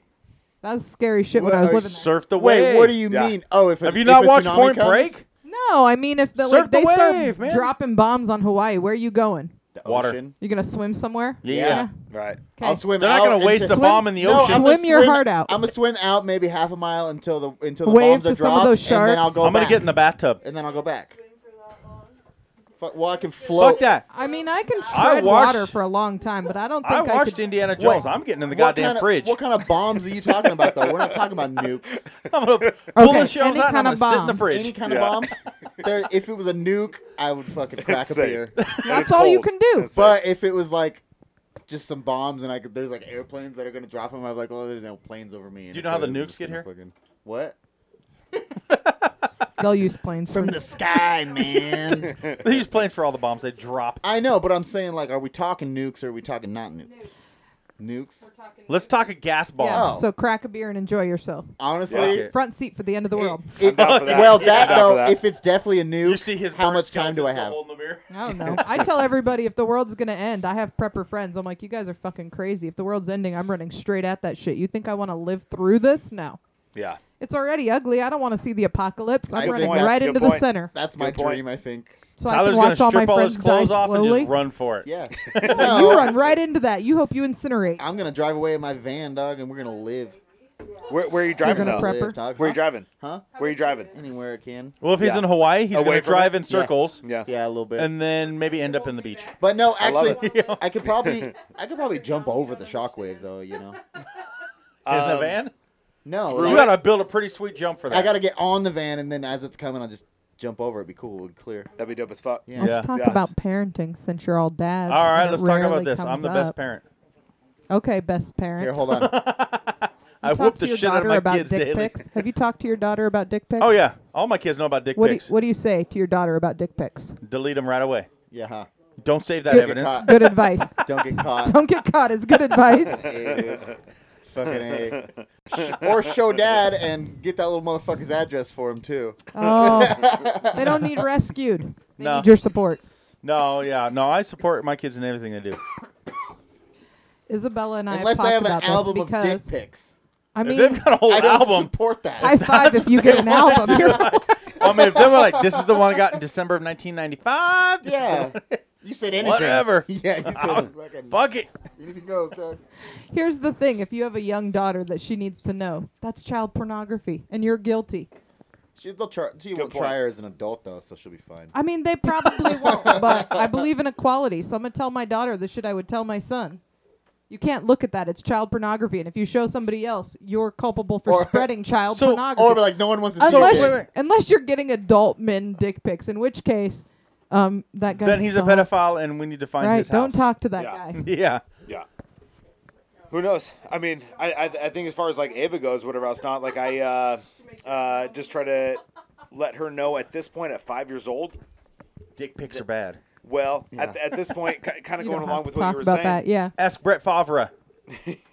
Speaker 6: That's scary shit. When
Speaker 5: What
Speaker 6: I was
Speaker 5: are
Speaker 6: living there.
Speaker 4: Surf the wave.
Speaker 5: Wait, what do you
Speaker 1: Yeah.
Speaker 5: mean? Oh, if a,
Speaker 4: Have you
Speaker 5: if
Speaker 4: not
Speaker 5: a
Speaker 4: watched
Speaker 5: tsunami
Speaker 4: Point
Speaker 5: comes?
Speaker 4: Break?
Speaker 6: No, I mean, if the,
Speaker 4: Surf
Speaker 6: like
Speaker 4: the
Speaker 6: they start
Speaker 4: wave, man.
Speaker 6: dropping bombs on Hawaii, where are you going?
Speaker 5: The
Speaker 4: Water.
Speaker 5: ocean.
Speaker 6: You gonna swim somewhere?
Speaker 4: Yeah.
Speaker 1: Right.
Speaker 5: I'll
Speaker 6: 'Kay.
Speaker 5: swim.
Speaker 4: They're not
Speaker 5: out
Speaker 4: gonna waste
Speaker 5: into-
Speaker 4: a bomb in the
Speaker 5: No,
Speaker 4: ocean.
Speaker 5: I'm gonna
Speaker 6: Swim your
Speaker 5: swim-
Speaker 6: heart out.
Speaker 5: I'm gonna swim out maybe half a mile until the until the
Speaker 6: Wave
Speaker 5: bombs are
Speaker 6: to some
Speaker 5: dropped,
Speaker 6: of those
Speaker 5: and then I'll
Speaker 6: sharks.
Speaker 5: go
Speaker 4: I'm gonna
Speaker 5: back.
Speaker 4: get in the bathtub.
Speaker 5: and then I'll go back. Fuck, well, I can float.
Speaker 4: Fuck that.
Speaker 6: I mean, I can tread
Speaker 4: watched-
Speaker 6: water for a long time, but I don't think
Speaker 4: I
Speaker 6: I,
Speaker 4: watched
Speaker 6: could.
Speaker 4: Indiana Jones. I'm getting in the goddamn
Speaker 5: kind of,
Speaker 4: fridge.
Speaker 5: What kind of bombs are you talking about though? We're not talking about nukes.
Speaker 4: I'm gonna pull
Speaker 6: Okay,
Speaker 4: the shelves
Speaker 6: any
Speaker 4: out and I'm
Speaker 6: kind
Speaker 4: gonna
Speaker 6: of
Speaker 4: sit in the
Speaker 6: bomb.
Speaker 4: fridge.
Speaker 5: Any kind
Speaker 1: Yeah.
Speaker 5: of bomb. There, if it was a nuke, I would fucking crack a
Speaker 1: Safe.
Speaker 5: beer.
Speaker 1: And it's
Speaker 6: all you
Speaker 1: cold.
Speaker 6: can do.
Speaker 1: And it's
Speaker 5: But
Speaker 1: safe.
Speaker 5: if it was like just some bombs and I could, there's like airplanes that are gonna drop them, I'm like, oh, there's no planes over me. And
Speaker 4: you
Speaker 5: if
Speaker 4: know how
Speaker 5: there
Speaker 4: the
Speaker 5: is, I'm
Speaker 4: nukes
Speaker 5: just
Speaker 4: get here?
Speaker 5: gonna Fucking, what?
Speaker 6: They'll use planes
Speaker 5: From
Speaker 6: for
Speaker 5: the sky, man.
Speaker 4: They use planes for all the bombs they drop.
Speaker 5: I know, but I'm saying like, are we talking nukes or are we talking not nukes? Nukes.
Speaker 4: Let's talk a gas bomb.
Speaker 6: Yeah,
Speaker 5: Oh.
Speaker 6: so crack a beer and enjoy yourself.
Speaker 5: Honestly,
Speaker 1: Yeah.
Speaker 6: Front seat for the end of the world.
Speaker 5: it-
Speaker 1: down for that.
Speaker 5: well,
Speaker 1: I'm
Speaker 5: that
Speaker 1: down for
Speaker 5: though,
Speaker 1: that.
Speaker 5: if it's definitely a nuke,
Speaker 4: You see his
Speaker 5: how
Speaker 4: burnt
Speaker 5: much time do I
Speaker 4: skeleton
Speaker 5: have?
Speaker 4: hole in the mirror?
Speaker 6: I don't know. I tell everybody if the world's gonna end, I have prepper friends. I'm like, you guys are fucking crazy. If the world's ending, I'm running straight at that shit. You think I want to live through this? No.
Speaker 1: Yeah.
Speaker 6: It's already ugly. I don't want to see the apocalypse.
Speaker 5: I
Speaker 6: I'm
Speaker 5: think
Speaker 6: running
Speaker 5: that's
Speaker 6: right
Speaker 1: a good
Speaker 6: into the
Speaker 1: point.
Speaker 6: center,
Speaker 5: That's my
Speaker 1: Good point.
Speaker 5: dream, I think.
Speaker 6: so I
Speaker 4: Tyler's
Speaker 6: can
Speaker 4: gonna
Speaker 6: watch all
Speaker 4: strip
Speaker 6: my
Speaker 4: all
Speaker 6: friends
Speaker 4: his
Speaker 6: die
Speaker 4: clothes off and
Speaker 6: slowly.
Speaker 4: just run for it.
Speaker 5: Yeah.
Speaker 6: But
Speaker 5: No,
Speaker 6: you run right into that. You hope you incinerate.
Speaker 5: I'm gonna drive away in my van, dog, and we're gonna live.
Speaker 1: Where, where are you driving
Speaker 6: gonna
Speaker 1: though?
Speaker 6: prep- Prepper.
Speaker 5: Live, dog.
Speaker 1: Where are you
Speaker 5: Huh?
Speaker 1: driving?
Speaker 5: Huh?
Speaker 1: Where are you driving?
Speaker 5: Anywhere I can.
Speaker 4: Well, if he's
Speaker 1: Yeah.
Speaker 4: in Hawaii, he's
Speaker 1: Away
Speaker 4: gonna
Speaker 1: from
Speaker 4: drive
Speaker 1: it?
Speaker 4: in circles
Speaker 1: Yeah.
Speaker 5: Yeah, a little bit.
Speaker 4: and then maybe end up in the beach.
Speaker 5: but no,
Speaker 1: I love
Speaker 5: actually, I, could probably, I could probably jump over the shockwave, though. You know.
Speaker 4: in the
Speaker 1: Um,
Speaker 4: van?
Speaker 5: No,
Speaker 4: You
Speaker 5: like,
Speaker 4: gotta build a pretty sweet jump for that.
Speaker 5: I gotta get on the van, and then as it's coming, I'll just jump over. It'd be cool. It'd clear.
Speaker 1: That'd be dope as fuck.
Speaker 5: Yeah.
Speaker 6: Let's
Speaker 4: Yeah.
Speaker 6: talk
Speaker 1: Yeah.
Speaker 6: about parenting since you're all dads.
Speaker 4: All right,
Speaker 6: and it
Speaker 4: let's talk
Speaker 6: rarely
Speaker 4: about this. I'm
Speaker 6: comes
Speaker 4: the best
Speaker 6: up.
Speaker 4: parent.
Speaker 6: Okay, best parent.
Speaker 5: Here, hold on.
Speaker 4: I
Speaker 6: talk
Speaker 4: whoop
Speaker 6: to
Speaker 4: the
Speaker 6: your
Speaker 4: shit out
Speaker 6: daughter
Speaker 4: of my
Speaker 6: about
Speaker 4: kids
Speaker 6: dick
Speaker 4: daily.
Speaker 6: pics? Have you talked to your daughter about dick pics?
Speaker 4: Oh yeah, all my kids know about dick
Speaker 6: What do, you,
Speaker 4: pics.
Speaker 6: what do you say to your daughter about dick pics?
Speaker 4: Delete them right away.
Speaker 5: Yeah. Huh.
Speaker 4: Don't save that
Speaker 5: Don't get
Speaker 4: evidence.
Speaker 5: caught.
Speaker 6: Good advice.
Speaker 5: Don't get caught.
Speaker 6: Don't get caught is good advice.
Speaker 5: Hey, dude. Fucking a. Sh- Or show dad and get that little motherfucker's address for him too.
Speaker 6: Oh, they don't need rescued. They
Speaker 4: No.
Speaker 6: need your support.
Speaker 4: No, yeah, no. I support my kids in everything they do.
Speaker 6: Isabella and I
Speaker 5: Unless
Speaker 6: have
Speaker 5: I
Speaker 6: talked
Speaker 5: have an
Speaker 6: about
Speaker 5: album
Speaker 6: this
Speaker 5: of dick
Speaker 6: because
Speaker 5: pics.
Speaker 6: I
Speaker 4: If
Speaker 6: mean,
Speaker 4: they've got a whole
Speaker 5: I don't
Speaker 4: Oh, album.
Speaker 5: support that.
Speaker 6: high five if you get an album. You're
Speaker 4: I mean, if they were like, "This is the one I got in December of 1995," this is the
Speaker 5: yeah.
Speaker 4: one-
Speaker 5: You said anything.
Speaker 4: Whatever.
Speaker 5: Yeah, you said fucking
Speaker 4: fuck it.
Speaker 5: anything goes, dog.
Speaker 6: Here's the thing: if you have a young daughter that she needs to know, that's child pornography, and you're guilty.
Speaker 5: She, they'll try, she will
Speaker 1: point.
Speaker 5: try her as an adult, though, so she'll be fine.
Speaker 6: I mean, they probably won't, but I believe in equality, so I'm gonna tell my daughter the shit I would tell my son. You can't look at that; it's child pornography, and if you show somebody else, you're culpable for
Speaker 5: Or-
Speaker 6: spreading child
Speaker 4: So-
Speaker 6: pornography.
Speaker 5: Or be like, no one wants to see
Speaker 6: unless,
Speaker 5: it.
Speaker 4: wait, wait.
Speaker 6: unless you're getting adult men dick pics, in which case, um, that guy.
Speaker 4: Then he's a
Speaker 6: sucks.
Speaker 4: pedophile, and we need to find
Speaker 6: Right?
Speaker 4: his
Speaker 6: Don't
Speaker 4: house.
Speaker 6: talk to that
Speaker 1: Yeah.
Speaker 6: guy.
Speaker 4: Yeah.
Speaker 1: Yeah. Who knows? I mean, I, I I think as far as like Ava goes, whatever else not, like I uh, uh, just try to let her know at this point, at five years old.
Speaker 4: Dick pics are bad.
Speaker 1: Well, at, at this point, kind of
Speaker 6: You
Speaker 1: going
Speaker 6: don't
Speaker 1: along
Speaker 6: have to
Speaker 1: with what
Speaker 6: talk
Speaker 1: you were
Speaker 6: about
Speaker 1: saying,
Speaker 6: that. Yeah.
Speaker 4: Ask Brett Favre.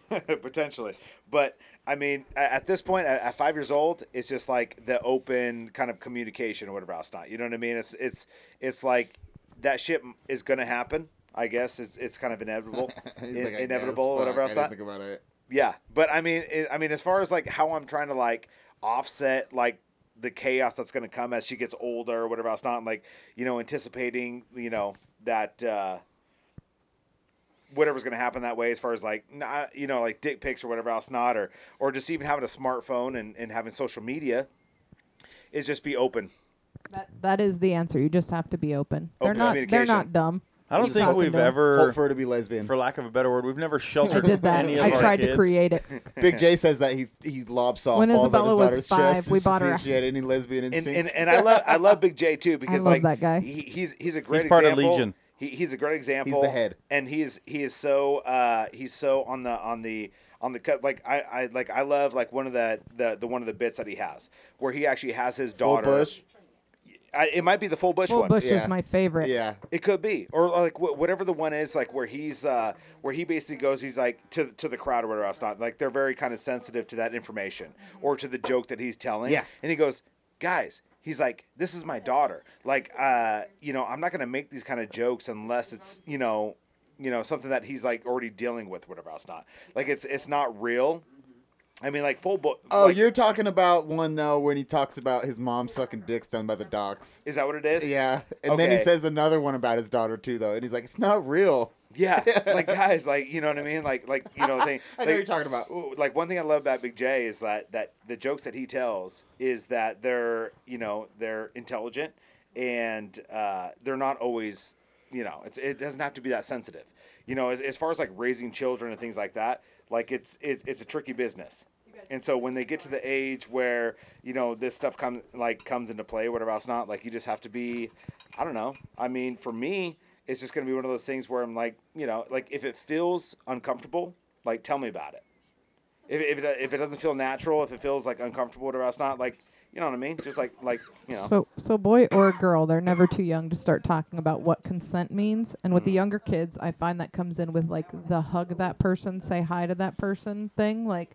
Speaker 1: potentially. But I mean, a- at this point, at, at five years old, it's just like the open kind of communication or whatever else. Not you know what I mean? It's it's it's like that shit m- is gonna happen. I guess it's it's kind of inevitable,
Speaker 5: He's
Speaker 1: In-
Speaker 5: like, I
Speaker 1: inevitable,
Speaker 5: guess,
Speaker 1: or whatever
Speaker 5: fuck,
Speaker 1: else.
Speaker 5: I
Speaker 1: Not.
Speaker 5: didn't think about it.
Speaker 1: Yeah, but I mean, it, I mean, as far as like how I'm trying to like offset like the chaos that's going to come as she gets older or whatever else, not like you know anticipating you know that uh, whatever's going to happen that way. As far as like not, you know like dick pics or whatever else, not or or just even having a smartphone and and having social media is just be open.
Speaker 6: That, that is the answer. You just have to be open. They're
Speaker 1: Open
Speaker 6: not. They're
Speaker 1: communication.
Speaker 6: not dumb.
Speaker 4: I don't
Speaker 6: just
Speaker 4: think
Speaker 6: fucking
Speaker 4: we've
Speaker 6: don't.
Speaker 4: ever,
Speaker 5: Hope for her to be lesbian.
Speaker 4: for lack of a better word, we've never
Speaker 6: I
Speaker 4: sheltered
Speaker 6: did that.
Speaker 4: any of
Speaker 6: I
Speaker 4: our
Speaker 6: tried
Speaker 4: kids.
Speaker 6: to create it.
Speaker 5: Big J says that he he lobs softballs
Speaker 6: When
Speaker 5: at
Speaker 6: Isabella
Speaker 5: his
Speaker 6: was
Speaker 5: daughter's
Speaker 6: five,
Speaker 5: chest
Speaker 6: we
Speaker 5: just to
Speaker 6: bought
Speaker 5: see
Speaker 6: her
Speaker 5: if
Speaker 6: a-
Speaker 5: she had any lesbian
Speaker 1: and,
Speaker 5: instincts.
Speaker 1: and and I love I love Big J too because
Speaker 6: love
Speaker 1: like
Speaker 6: that guy.
Speaker 1: He, he's he's a great
Speaker 4: part of
Speaker 1: example.
Speaker 4: Legion.
Speaker 1: He, he's a great example.
Speaker 5: head.
Speaker 1: and he is he is so uh he's so on the on the on the cut like I, I like I love like one of the, the the one of the bits that he has where he actually has his
Speaker 5: Full
Speaker 1: daughter.
Speaker 5: bush.
Speaker 1: I, it might be the full bush
Speaker 6: Full
Speaker 1: one.
Speaker 6: Bush
Speaker 5: Yeah.
Speaker 6: is my favorite.
Speaker 5: Yeah.
Speaker 1: It could be, or like wh- whatever the one is, like where he's, uh, where he basically goes, he's like to to the crowd or whatever else. Not like they're very kind of sensitive to that information or to the joke that he's telling.
Speaker 5: Mm-hmm. Yeah.
Speaker 1: and he goes, guys, he's like, this is my daughter. Like, uh, you know, I'm not gonna make these kind of jokes unless it's, you know, you know, something that he's like already dealing with, whatever else. Not like it's it's not real. I mean, like full book.
Speaker 5: Oh, you're talking about one though when he talks about his mom sucking dicks down by the docks.
Speaker 1: Is that what it is?
Speaker 5: Yeah, and then
Speaker 1: Okay.
Speaker 5: he says another one about his daughter too, though, and he's like, "It's not real."
Speaker 1: Yeah, like guys, like you know what I mean, like like you know, thing,
Speaker 5: I
Speaker 1: like,
Speaker 5: know what you're talking about.
Speaker 1: Ooh, Like one thing I love about Big J is that that the jokes that he tells is that they're you know they're intelligent and uh, they're not always you know it's it doesn't have to be that sensitive. You know, as, as far as like raising children and things like that, like it's it's it's a tricky business. And so when they get to the age where you know this stuff comes like comes into play, whatever else not, like you just have to be, I don't know. I mean, for me, it's just gonna be one of those things where I'm like, you know, like if it feels uncomfortable, like tell me about it. If if it, if it doesn't feel natural, if it feels like uncomfortable, whatever else not, like you know what I mean, just like like you know,
Speaker 6: So, so boy or girl, they're never too young to start talking about what consent means. And with the
Speaker 4: Mm.
Speaker 6: younger kids, I find that comes in with like the hug that person, say hi to that person thing. Like,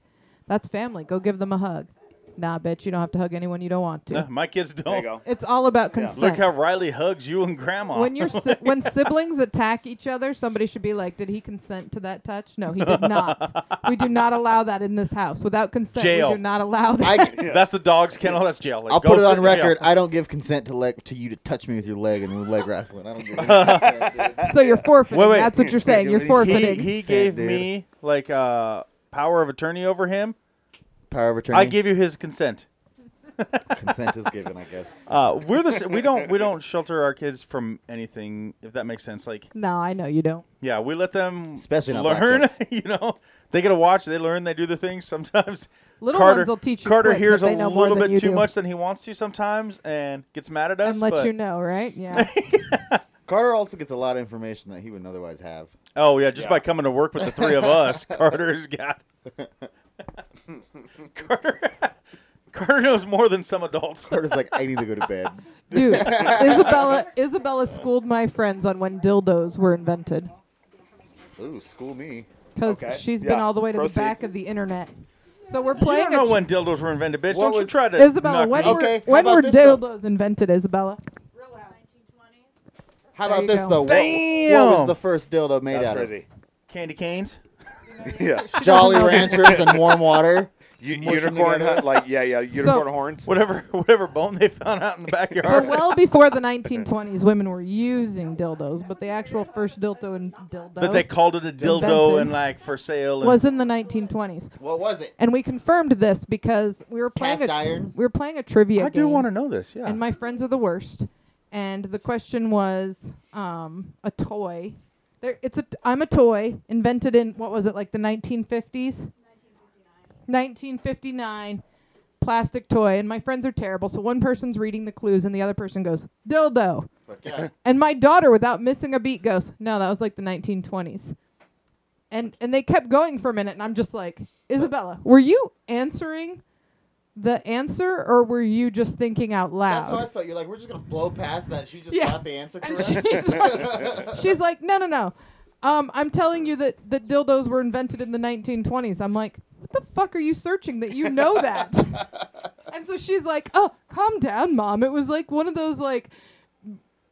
Speaker 6: that's family. Go give them a hug. Nah, bitch, you don't have to hug anyone you don't want to.
Speaker 4: No, my kids
Speaker 1: there you
Speaker 4: don't.
Speaker 1: go.
Speaker 6: It's all about
Speaker 1: Yeah.
Speaker 6: consent.
Speaker 4: Look how Riley hugs you and Grandma.
Speaker 6: when you're si- when siblings attack each other, somebody should be like, "Did he consent to that touch? No, he did not. we do not allow that in this house. Without consent,
Speaker 4: Jail.
Speaker 6: we do not allow that."
Speaker 5: I,
Speaker 4: that's the dog's kennel. That's jail. Like,
Speaker 5: I'll
Speaker 4: go
Speaker 5: put it
Speaker 4: sit
Speaker 5: on
Speaker 4: in jail.
Speaker 5: record. I don't give consent to leg to you to touch me with your leg and leg wrestling. I don't give consent, dude.
Speaker 6: so you're forfeiting.
Speaker 4: Wait, wait.
Speaker 6: That's what you're saying. You're
Speaker 5: He-
Speaker 4: He,
Speaker 6: forfeiting.
Speaker 4: he
Speaker 5: Sad
Speaker 4: gave
Speaker 5: dude.
Speaker 4: me like uh, power of attorney over him.
Speaker 5: Power of attorney.
Speaker 4: I give you his consent.
Speaker 5: consent is given, I guess.
Speaker 4: Uh, we're the s- we don't we don't shelter our kids from anything if that makes sense. Like
Speaker 6: no, I know you don't.
Speaker 4: yeah, we let them
Speaker 5: Especially not black
Speaker 4: learn.
Speaker 5: kids.
Speaker 4: You know, they get to watch, they learn, they do the things sometimes.
Speaker 6: Little
Speaker 4: Carter,
Speaker 6: ones will teach you
Speaker 4: Carter
Speaker 6: quick, but
Speaker 4: hears
Speaker 6: they
Speaker 4: a
Speaker 6: know more
Speaker 4: little
Speaker 6: than
Speaker 4: bit
Speaker 6: you
Speaker 4: too
Speaker 6: do.
Speaker 4: much than he wants to sometimes, and gets mad at us.
Speaker 6: and let
Speaker 4: but-
Speaker 6: you know, right? Yeah.
Speaker 5: Carter also gets a lot of information that he wouldn't otherwise have.
Speaker 4: Oh yeah, just
Speaker 1: Yeah.
Speaker 4: by coming to work with the three of us, Carter's got. Carter, Carter knows more than some adults.
Speaker 5: Carter's like, I need to go to bed.
Speaker 6: Dude, Isabella Isabella schooled my friends on when dildos were invented
Speaker 5: Ooh, school me.
Speaker 6: because
Speaker 1: Okay,
Speaker 6: she's been
Speaker 1: yeah,
Speaker 6: all the way to
Speaker 1: proceed.
Speaker 6: the back of the internet. So we're
Speaker 4: You
Speaker 6: playing
Speaker 4: don't know
Speaker 6: a
Speaker 4: when dildos were invented, bitch.
Speaker 5: What
Speaker 4: don't you
Speaker 5: was-
Speaker 4: try to.
Speaker 6: Isabella,
Speaker 4: knock
Speaker 6: when
Speaker 4: me.
Speaker 6: were,
Speaker 5: Okay, how
Speaker 6: when
Speaker 5: about
Speaker 6: were
Speaker 5: this, though?
Speaker 6: dildos invented, Isabella?
Speaker 5: How
Speaker 6: There
Speaker 5: about
Speaker 6: you
Speaker 5: this
Speaker 6: go.
Speaker 5: though? What,
Speaker 4: Damn!
Speaker 5: what was the first dildo made
Speaker 1: That's
Speaker 5: out
Speaker 1: crazy.
Speaker 4: candy canes?
Speaker 1: Yeah,
Speaker 5: of? Jolly Ranchers and warm water.
Speaker 1: U-
Speaker 5: mushing
Speaker 1: unicorn,
Speaker 5: together.
Speaker 1: hu- like yeah, yeah, unicorn horns.
Speaker 4: Whatever, whatever bone they found out in the
Speaker 6: So
Speaker 4: backyard.
Speaker 6: well before the 1920s, women were using dildos, but the actual first dildo and dildo
Speaker 4: that they called it a dildo
Speaker 6: Invented.
Speaker 4: and like for sale. And
Speaker 6: was in the 1920s,
Speaker 5: What was it?
Speaker 6: and we confirmed this because we were playing
Speaker 5: Cast
Speaker 6: a
Speaker 5: iron?
Speaker 6: we were playing a trivia
Speaker 4: I
Speaker 6: game.
Speaker 4: do want to know this. Yeah.
Speaker 6: and my friends are the worst. And the question was um, a toy. There, it's a. T- I'm a toy invented in what was it like the 1950s? 1959 plastic toy and my friends are terrible so one person's reading the clues and the other person goes dildo
Speaker 5: Fuck yeah.
Speaker 6: and my daughter without missing a beat goes no that was like the 1920s and and they kept going for a minute and i'm just like isabella were you answering the answer or were you just thinking out
Speaker 5: That's how I
Speaker 6: loud
Speaker 5: felt. You're like, we're just gonna blow past that. She just
Speaker 6: Yeah.
Speaker 5: got the answer
Speaker 6: And
Speaker 5: correct.
Speaker 6: she's she's like no no no um, I'm telling you that, that dildos were invented in the 1920s. I'm like, what the fuck are you searching that you know that? and so she's like, oh, calm down, mom. It was like one of those like,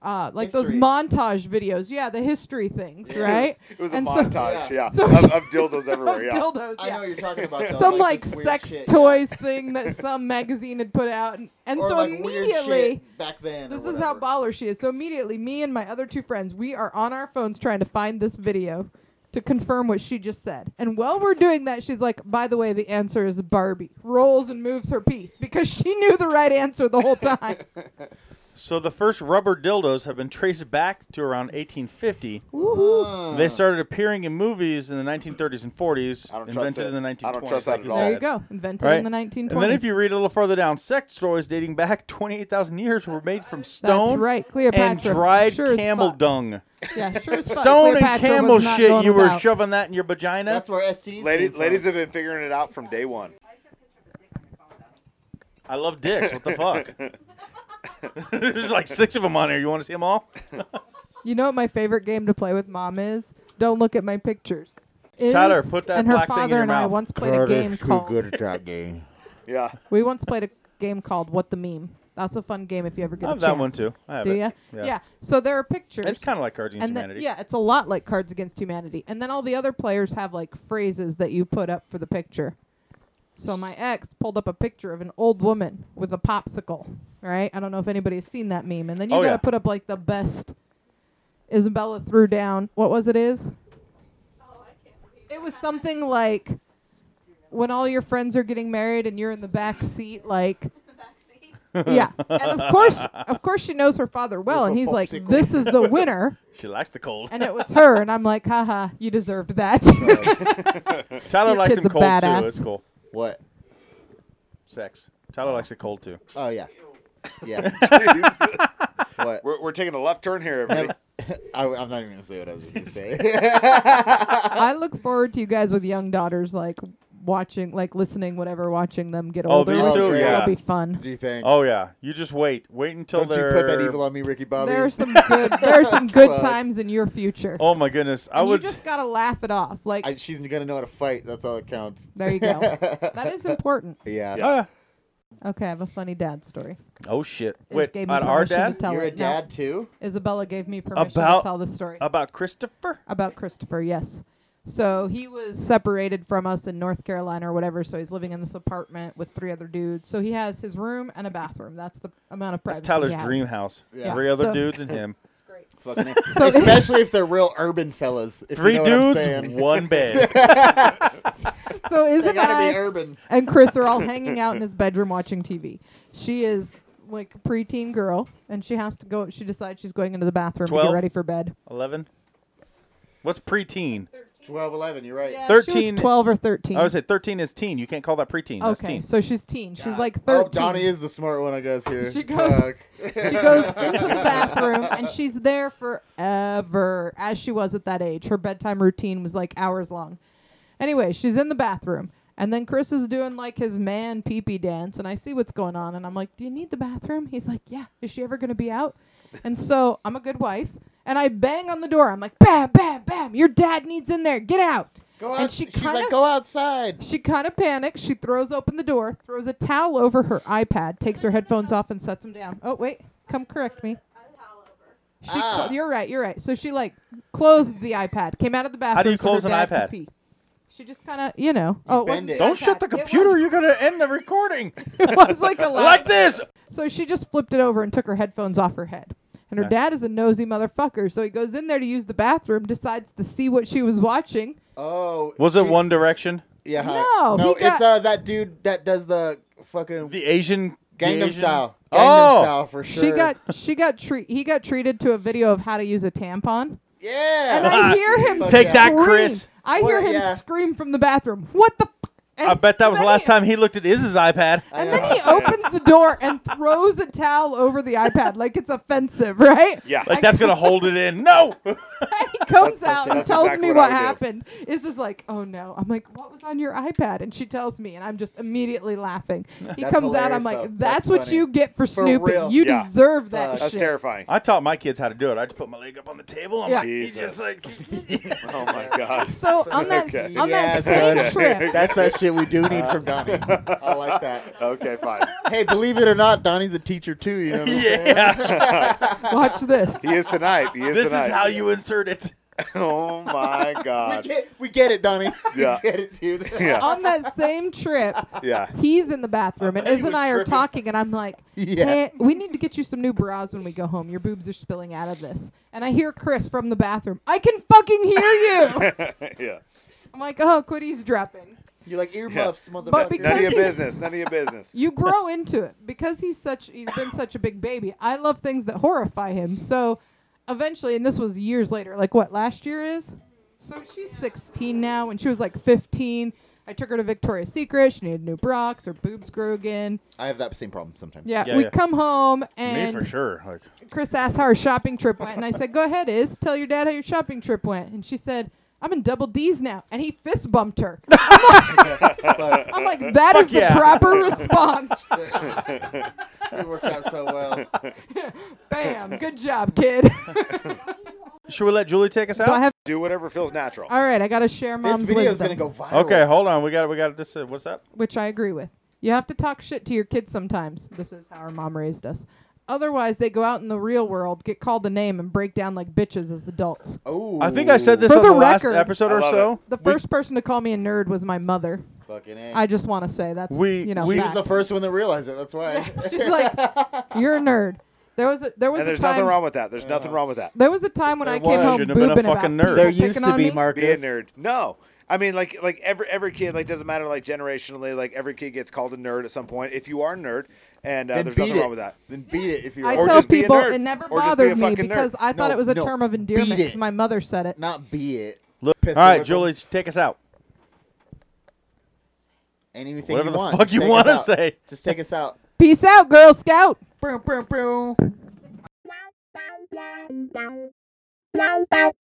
Speaker 6: uh, like those
Speaker 5: History.
Speaker 6: montage videos. Yeah, the history things, right?
Speaker 1: It was a
Speaker 6: And so-
Speaker 1: montage,
Speaker 5: Yeah.
Speaker 1: yeah,
Speaker 6: So-
Speaker 1: of, of dildos everywhere, yeah.
Speaker 6: dildos,
Speaker 5: I
Speaker 6: yeah.
Speaker 5: know what you're talking about. Though,
Speaker 6: some like,
Speaker 5: this weird
Speaker 6: sex
Speaker 5: shit, yeah.
Speaker 6: toys thing that some magazine had put out, and, and
Speaker 5: Or,
Speaker 6: so
Speaker 5: like, weird shit
Speaker 6: immediately.
Speaker 5: back then. or
Speaker 6: This is how
Speaker 5: whatever.
Speaker 6: baller she is. So immediately, me and my other two friends, we are on our phones trying to find this video to confirm what she just said. And while we're doing that, she's like, "By the way, the answer is Barbie." Rolls and moves her piece because she knew the right answer the whole time.
Speaker 4: so the first rubber dildos have been traced back to around 1850.
Speaker 5: Ah.
Speaker 4: They started appearing in movies in the 1930s and 40s.
Speaker 1: Uh. I don't trust
Speaker 4: invented
Speaker 1: it.
Speaker 4: in the 1920s.
Speaker 1: I don't trust that
Speaker 4: like
Speaker 1: at
Speaker 4: you
Speaker 1: all.
Speaker 4: said.
Speaker 6: there you go, invented
Speaker 4: Right?
Speaker 6: in the 1920s.
Speaker 4: And then if you read a little further down, sex toys dating back 28,000 years were made from
Speaker 6: that's
Speaker 4: stone
Speaker 6: right,
Speaker 4: and
Speaker 6: Cleopatra
Speaker 4: dried
Speaker 6: sure as
Speaker 4: camel
Speaker 6: fuck.
Speaker 4: dung.
Speaker 6: Yeah, sure as fuck.
Speaker 4: Stone and
Speaker 6: Cleopatra was
Speaker 4: camel
Speaker 6: not
Speaker 4: shit.
Speaker 6: going
Speaker 4: You were
Speaker 6: without.
Speaker 4: shoving that in your vagina.
Speaker 5: That's where STDs
Speaker 1: Lady,
Speaker 5: came from.
Speaker 1: ladies have been figuring it out from day one.
Speaker 4: I love dicks. What the fuck? There's like six of them on here. You want to see them all?
Speaker 6: You know what my favorite game to play with mom is? Don't look at my pictures. Is-
Speaker 4: Tyler, put that
Speaker 6: and her
Speaker 4: black thing
Speaker 6: father
Speaker 4: in your
Speaker 6: and I
Speaker 4: mouth.
Speaker 6: once played a game called
Speaker 5: at that game.
Speaker 1: Yeah,
Speaker 6: We once played a game called What the Meme. That's a fun game if you ever get a
Speaker 4: I have
Speaker 6: chance.
Speaker 4: that one too. I have
Speaker 6: Do
Speaker 4: it.
Speaker 6: you? Yeah. So there are pictures.
Speaker 4: It's kind of like Cards Against
Speaker 6: and then,
Speaker 4: Humanity.
Speaker 6: yeah, it's a lot like Cards Against Humanity. And then all the other players have like phrases that you put up for the picture. So my ex pulled up a picture of an old woman with a popsicle, right? I don't know if anybody's seen that meme. And then you
Speaker 4: Oh,
Speaker 6: got to
Speaker 4: yeah.
Speaker 6: put up like the best Isabella threw down. What was it is? It was something like when all your friends are getting married and you're in the back seat like yeah and of course of course she knows her father well
Speaker 5: With
Speaker 6: and
Speaker 5: a
Speaker 6: he's like
Speaker 5: popsicle.
Speaker 6: this is the winner
Speaker 4: She likes the cold.
Speaker 6: and it was her and i'm like haha you deserved that
Speaker 4: Tyler
Speaker 6: your
Speaker 4: likes
Speaker 6: kid's
Speaker 4: them
Speaker 6: a
Speaker 4: cold
Speaker 6: badass.
Speaker 4: too. It's cool.
Speaker 5: What?
Speaker 4: Sex. Tyler likes it cold too.
Speaker 5: Oh yeah, yeah.
Speaker 1: Jeez.
Speaker 5: what?
Speaker 1: we're, we're taking a left turn here, everybody.
Speaker 5: Never- I, I'm not even gonna say what I was gonna say.
Speaker 6: i look forward to you guys with young daughters like watching like listening whatever watching them get
Speaker 4: Oh,
Speaker 6: older
Speaker 4: these
Speaker 5: two,
Speaker 6: That'll
Speaker 5: yeah.
Speaker 6: be fun
Speaker 5: Do you think?
Speaker 4: Oh yeah. You just wait. Wait until
Speaker 5: Don't
Speaker 4: they're.
Speaker 5: you put that evil on me, Ricky Bobby?
Speaker 6: there are some good there are some good
Speaker 5: Fuck.
Speaker 6: times in your future
Speaker 4: Oh my goodness. I
Speaker 6: And
Speaker 4: would.
Speaker 6: you just gotta laugh it off like
Speaker 5: I, she's gonna know how to fight. That's all that counts.
Speaker 6: there you go that is important
Speaker 5: Oh, Yeah.
Speaker 1: Yeah.
Speaker 4: Ah.
Speaker 6: okay i have a funny dad story
Speaker 4: Oh shit.
Speaker 6: Is
Speaker 4: Wait.
Speaker 6: gave me
Speaker 4: About our
Speaker 6: permission to
Speaker 4: dad.
Speaker 6: tell
Speaker 5: You're a
Speaker 6: it. No,
Speaker 5: dad too.
Speaker 6: Isabella gave me permission
Speaker 4: About-
Speaker 6: to tell the story
Speaker 4: About Christopher.
Speaker 6: about Christopher. Yes. So he was separated from us in North Carolina or whatever. So he's living in this apartment with three other dudes. So he has his room and a bathroom. That's the amount of privacy.
Speaker 4: That's Tyler's
Speaker 6: he has.
Speaker 4: dream house.
Speaker 5: Yeah.
Speaker 4: Three other
Speaker 6: So-
Speaker 4: dudes and him.
Speaker 5: Fucking A.
Speaker 6: So-
Speaker 5: Especially if they're real urban fellas. If
Speaker 4: Three
Speaker 5: you know What I'm
Speaker 4: dudes,
Speaker 5: saying.
Speaker 4: one bed.
Speaker 6: So
Speaker 5: They gotta be
Speaker 6: Isabella
Speaker 5: urban.
Speaker 6: and Chris are all hanging out in his bedroom watching TV. She is like a preteen girl, and she has to go. She decides she's going into the bathroom to
Speaker 4: Twelve?
Speaker 6: get ready for bed.
Speaker 4: Eleven. What's preteen?
Speaker 5: 12, 11, You're right.
Speaker 6: Yeah, she
Speaker 4: Thirteen-
Speaker 6: was twelve or thirteen.
Speaker 4: I would say thirteen is teen. You can't call that preteen. That's
Speaker 6: okay,
Speaker 4: teen.
Speaker 6: so she's teen. She's like thirteen.
Speaker 5: Oh, Donnie is the smart one, I guess. Here.
Speaker 6: She goes-
Speaker 5: Fuck.
Speaker 6: she goes into the bathroom and she's there forever as she was at that age her bedtime routine was like hours long anyway she's in the bathroom and then chris is doing like his man pee pee dance and i see what's going on and i'm like do you need the bathroom he's like yeah is she ever going to be out and so i'm a good wife and i bang on the door i'm like bam bam bam your dad needs in there get out
Speaker 5: Go
Speaker 6: and
Speaker 5: out.
Speaker 6: she
Speaker 5: she's
Speaker 6: kind of
Speaker 5: like, go outside.
Speaker 6: she kind of panics. She throws open the door, throws a towel over her iPad, takes her headphones off, and sets them down. Oh wait, come correct me. She, clo-
Speaker 5: Ah.
Speaker 6: you're right. You're right. So she like closed the iPad, came out of the bathroom.
Speaker 4: How do you
Speaker 6: so her
Speaker 4: close an
Speaker 6: dad could
Speaker 4: iPad?
Speaker 6: pee. She just kind of, you know. oh, it wasn't
Speaker 5: bend it.
Speaker 6: the
Speaker 4: Don't shut the
Speaker 6: iPad. It was-
Speaker 4: computer. You're gonna end the recording.
Speaker 6: It was, like a laptop.
Speaker 4: like this.
Speaker 6: So she just flipped it over and took her headphones off her head. And her
Speaker 4: Nice.
Speaker 6: dad is a nosy motherfucker, so he goes in there to use the bathroom, decides to see what she was watching.
Speaker 5: Oh,
Speaker 4: Was it
Speaker 5: she-
Speaker 4: One Direction?
Speaker 5: Yeah. hi.
Speaker 6: No,
Speaker 5: no,
Speaker 6: he got-
Speaker 5: it's uh that dude that does the fucking
Speaker 4: The Asian the
Speaker 5: Gangnam
Speaker 4: Asian-
Speaker 5: Style. Gangnam
Speaker 4: Oh.
Speaker 5: Style for sure.
Speaker 6: She got she got treat he got treated to a video of how to use a tampon.
Speaker 5: yeah.
Speaker 6: And I hear him
Speaker 5: Take that,
Speaker 6: scream.
Speaker 4: Chris.
Speaker 6: I hear
Speaker 5: Well,
Speaker 6: him
Speaker 5: yeah.
Speaker 6: scream from the bathroom. What the? F-? And-
Speaker 4: I bet that
Speaker 6: and
Speaker 4: was
Speaker 6: then
Speaker 4: the last
Speaker 6: he-
Speaker 4: time he looked at Iz's iPad.
Speaker 5: I
Speaker 6: And
Speaker 5: know.
Speaker 6: then he opens the door and throws a towel over the iPad like it's offensive, right?
Speaker 1: Yeah.
Speaker 4: Like that's gonna hold it in. No.
Speaker 6: he comes out and
Speaker 1: that's
Speaker 6: tells
Speaker 1: exactly
Speaker 6: me
Speaker 1: what I
Speaker 6: what
Speaker 1: would do.
Speaker 6: happened. Is this like, oh no? I'm like, what was on your iPad? And she tells me, and I'm just immediately laughing. He
Speaker 5: That's
Speaker 6: comes out, I'm
Speaker 5: hilarious,
Speaker 6: like,
Speaker 5: though.
Speaker 6: that's,
Speaker 5: That's
Speaker 6: what
Speaker 5: funny.
Speaker 6: you get for, snooping.
Speaker 5: real.
Speaker 6: You
Speaker 1: Yeah.
Speaker 6: deserve that
Speaker 5: Fuck.
Speaker 1: Uh, That's
Speaker 6: shit.
Speaker 1: terrifying.
Speaker 4: I taught my kids how to do it. I just put my leg up on the table. I'm
Speaker 6: Yeah.
Speaker 4: like, he's
Speaker 1: Jesus.
Speaker 4: just like,
Speaker 1: Oh my god.
Speaker 6: So on that
Speaker 1: Okay.
Speaker 6: on
Speaker 5: Yeah,
Speaker 6: that same
Speaker 5: son.
Speaker 6: trip,
Speaker 5: That's that shit we do need from Donnie. I like that.
Speaker 1: Okay, fine.
Speaker 5: Hey, believe it or not, Donnie's a teacher too. You know what I'm saying?
Speaker 4: yeah,
Speaker 6: watch this.
Speaker 1: He is tonight. He is
Speaker 4: this
Speaker 1: tonight.
Speaker 4: is how you insert it.
Speaker 1: Oh my
Speaker 5: We
Speaker 1: god.
Speaker 5: get, we get it, Donnie.
Speaker 1: Yeah.
Speaker 5: We get it, dude.
Speaker 1: Yeah.
Speaker 6: On that same trip,
Speaker 1: Yeah.
Speaker 6: he's in the bathroom and
Speaker 4: bet he
Speaker 6: Iz
Speaker 4: was
Speaker 6: and I are
Speaker 4: tripping.
Speaker 6: talking, and I'm like,
Speaker 5: Yeah.
Speaker 6: "Hey, we need to get you some new bras when we go home. Your boobs are spilling out of this." And I hear Chris from the bathroom. I can fucking hear you.
Speaker 1: yeah.
Speaker 6: I'm like, "Oh, quit eavesdropping."
Speaker 5: You're like earmuffs, motherfucker.
Speaker 1: None
Speaker 6: But because-
Speaker 1: of your
Speaker 6: he's-
Speaker 1: business. None of your business.
Speaker 6: You grow into it because he's such he's been such a big baby. I love things that horrify him. So eventually, and this was years later, like what last year is. So she's 16 now. When she was like 15, I took her to Victoria's Secret. She needed new bras. Her boobs grew again.
Speaker 5: I have that same problem sometimes.
Speaker 6: Yeah,
Speaker 4: Yeah,
Speaker 6: we
Speaker 4: yeah.
Speaker 6: come home
Speaker 4: Me
Speaker 6: and
Speaker 4: for sure. Like,
Speaker 6: Chris asked how her shopping trip went, and I said, "Go ahead, Iz. Tell your dad how your shopping trip went." And she said, "I'm in double D's now," and he fist bumped her.
Speaker 5: But
Speaker 6: I'm like, "That is
Speaker 4: Fuck yeah."
Speaker 6: the proper response."
Speaker 5: it worked out so well.
Speaker 6: Bam! Good job, kid.
Speaker 4: should we let Julie take us out?
Speaker 6: Do I have?
Speaker 1: Do whatever feels natural.
Speaker 6: All right, I gotta share mom's
Speaker 5: this video's
Speaker 6: wisdom,
Speaker 5: gonna go viral.
Speaker 4: okay, hold on. We got it. We got it. This. Uh, what's up?
Speaker 6: which I agree with. You have to talk shit to your kids sometimes. This is how our mom raised us. Otherwise, they go out in the real world, get called a name, and break down like bitches as adults.
Speaker 5: Oh,
Speaker 4: I think I said this
Speaker 6: For
Speaker 4: on
Speaker 6: the
Speaker 4: the last
Speaker 6: record-
Speaker 4: episode
Speaker 1: I
Speaker 4: or
Speaker 1: love
Speaker 4: so.
Speaker 6: The
Speaker 4: We-
Speaker 6: first person to call me a nerd was my mother.
Speaker 5: Fucking A.
Speaker 6: I just want to say that's
Speaker 4: We-
Speaker 6: you know
Speaker 4: we-
Speaker 5: she was
Speaker 6: fact.
Speaker 5: the first one that realized it. That's why.
Speaker 6: She's like, you're a nerd. There was a, there was
Speaker 1: And
Speaker 6: a
Speaker 1: there's
Speaker 6: time
Speaker 1: nothing wrong with that. There's nothing wrong with that.
Speaker 6: there was a time when
Speaker 5: There
Speaker 6: I
Speaker 5: was.
Speaker 6: came home
Speaker 4: Shouldn't have been a
Speaker 6: booping about
Speaker 4: fucking nerd.
Speaker 6: people
Speaker 5: there used
Speaker 6: picking
Speaker 5: to
Speaker 6: on
Speaker 5: be
Speaker 6: me.
Speaker 5: Marcus.
Speaker 1: Be a nerd. No. I mean, like, like every every kid, like, doesn't matter, like, generationally, like, every kid gets called a nerd at some point. If you are a nerd, and uh,
Speaker 5: Then
Speaker 1: there's
Speaker 5: beat
Speaker 1: nothing
Speaker 5: it.
Speaker 1: wrong with that.
Speaker 5: Then beat it if you're.
Speaker 6: I
Speaker 5: or
Speaker 6: tell
Speaker 1: just be a
Speaker 6: people
Speaker 1: nerd.
Speaker 6: it never
Speaker 1: Or just be a
Speaker 6: bothered me
Speaker 1: fucking nerd.
Speaker 6: because I thought
Speaker 5: No,
Speaker 6: it was a
Speaker 5: no,
Speaker 6: term of endearment
Speaker 5: beat it.
Speaker 6: because my mother said it.
Speaker 5: not be it.
Speaker 4: Look-
Speaker 5: Pistol
Speaker 4: all right,
Speaker 5: whip 'em.
Speaker 4: Julie, take us out.
Speaker 5: Anything
Speaker 4: Whatever
Speaker 5: you
Speaker 4: the
Speaker 5: want.
Speaker 4: fuck
Speaker 5: Just
Speaker 4: you
Speaker 5: take us
Speaker 4: wanna
Speaker 5: out.
Speaker 4: say.
Speaker 5: Just take us out.
Speaker 6: Peace out, Girl Scout.
Speaker 5: Boom, boom, boom.
Speaker 11: Bow, bow.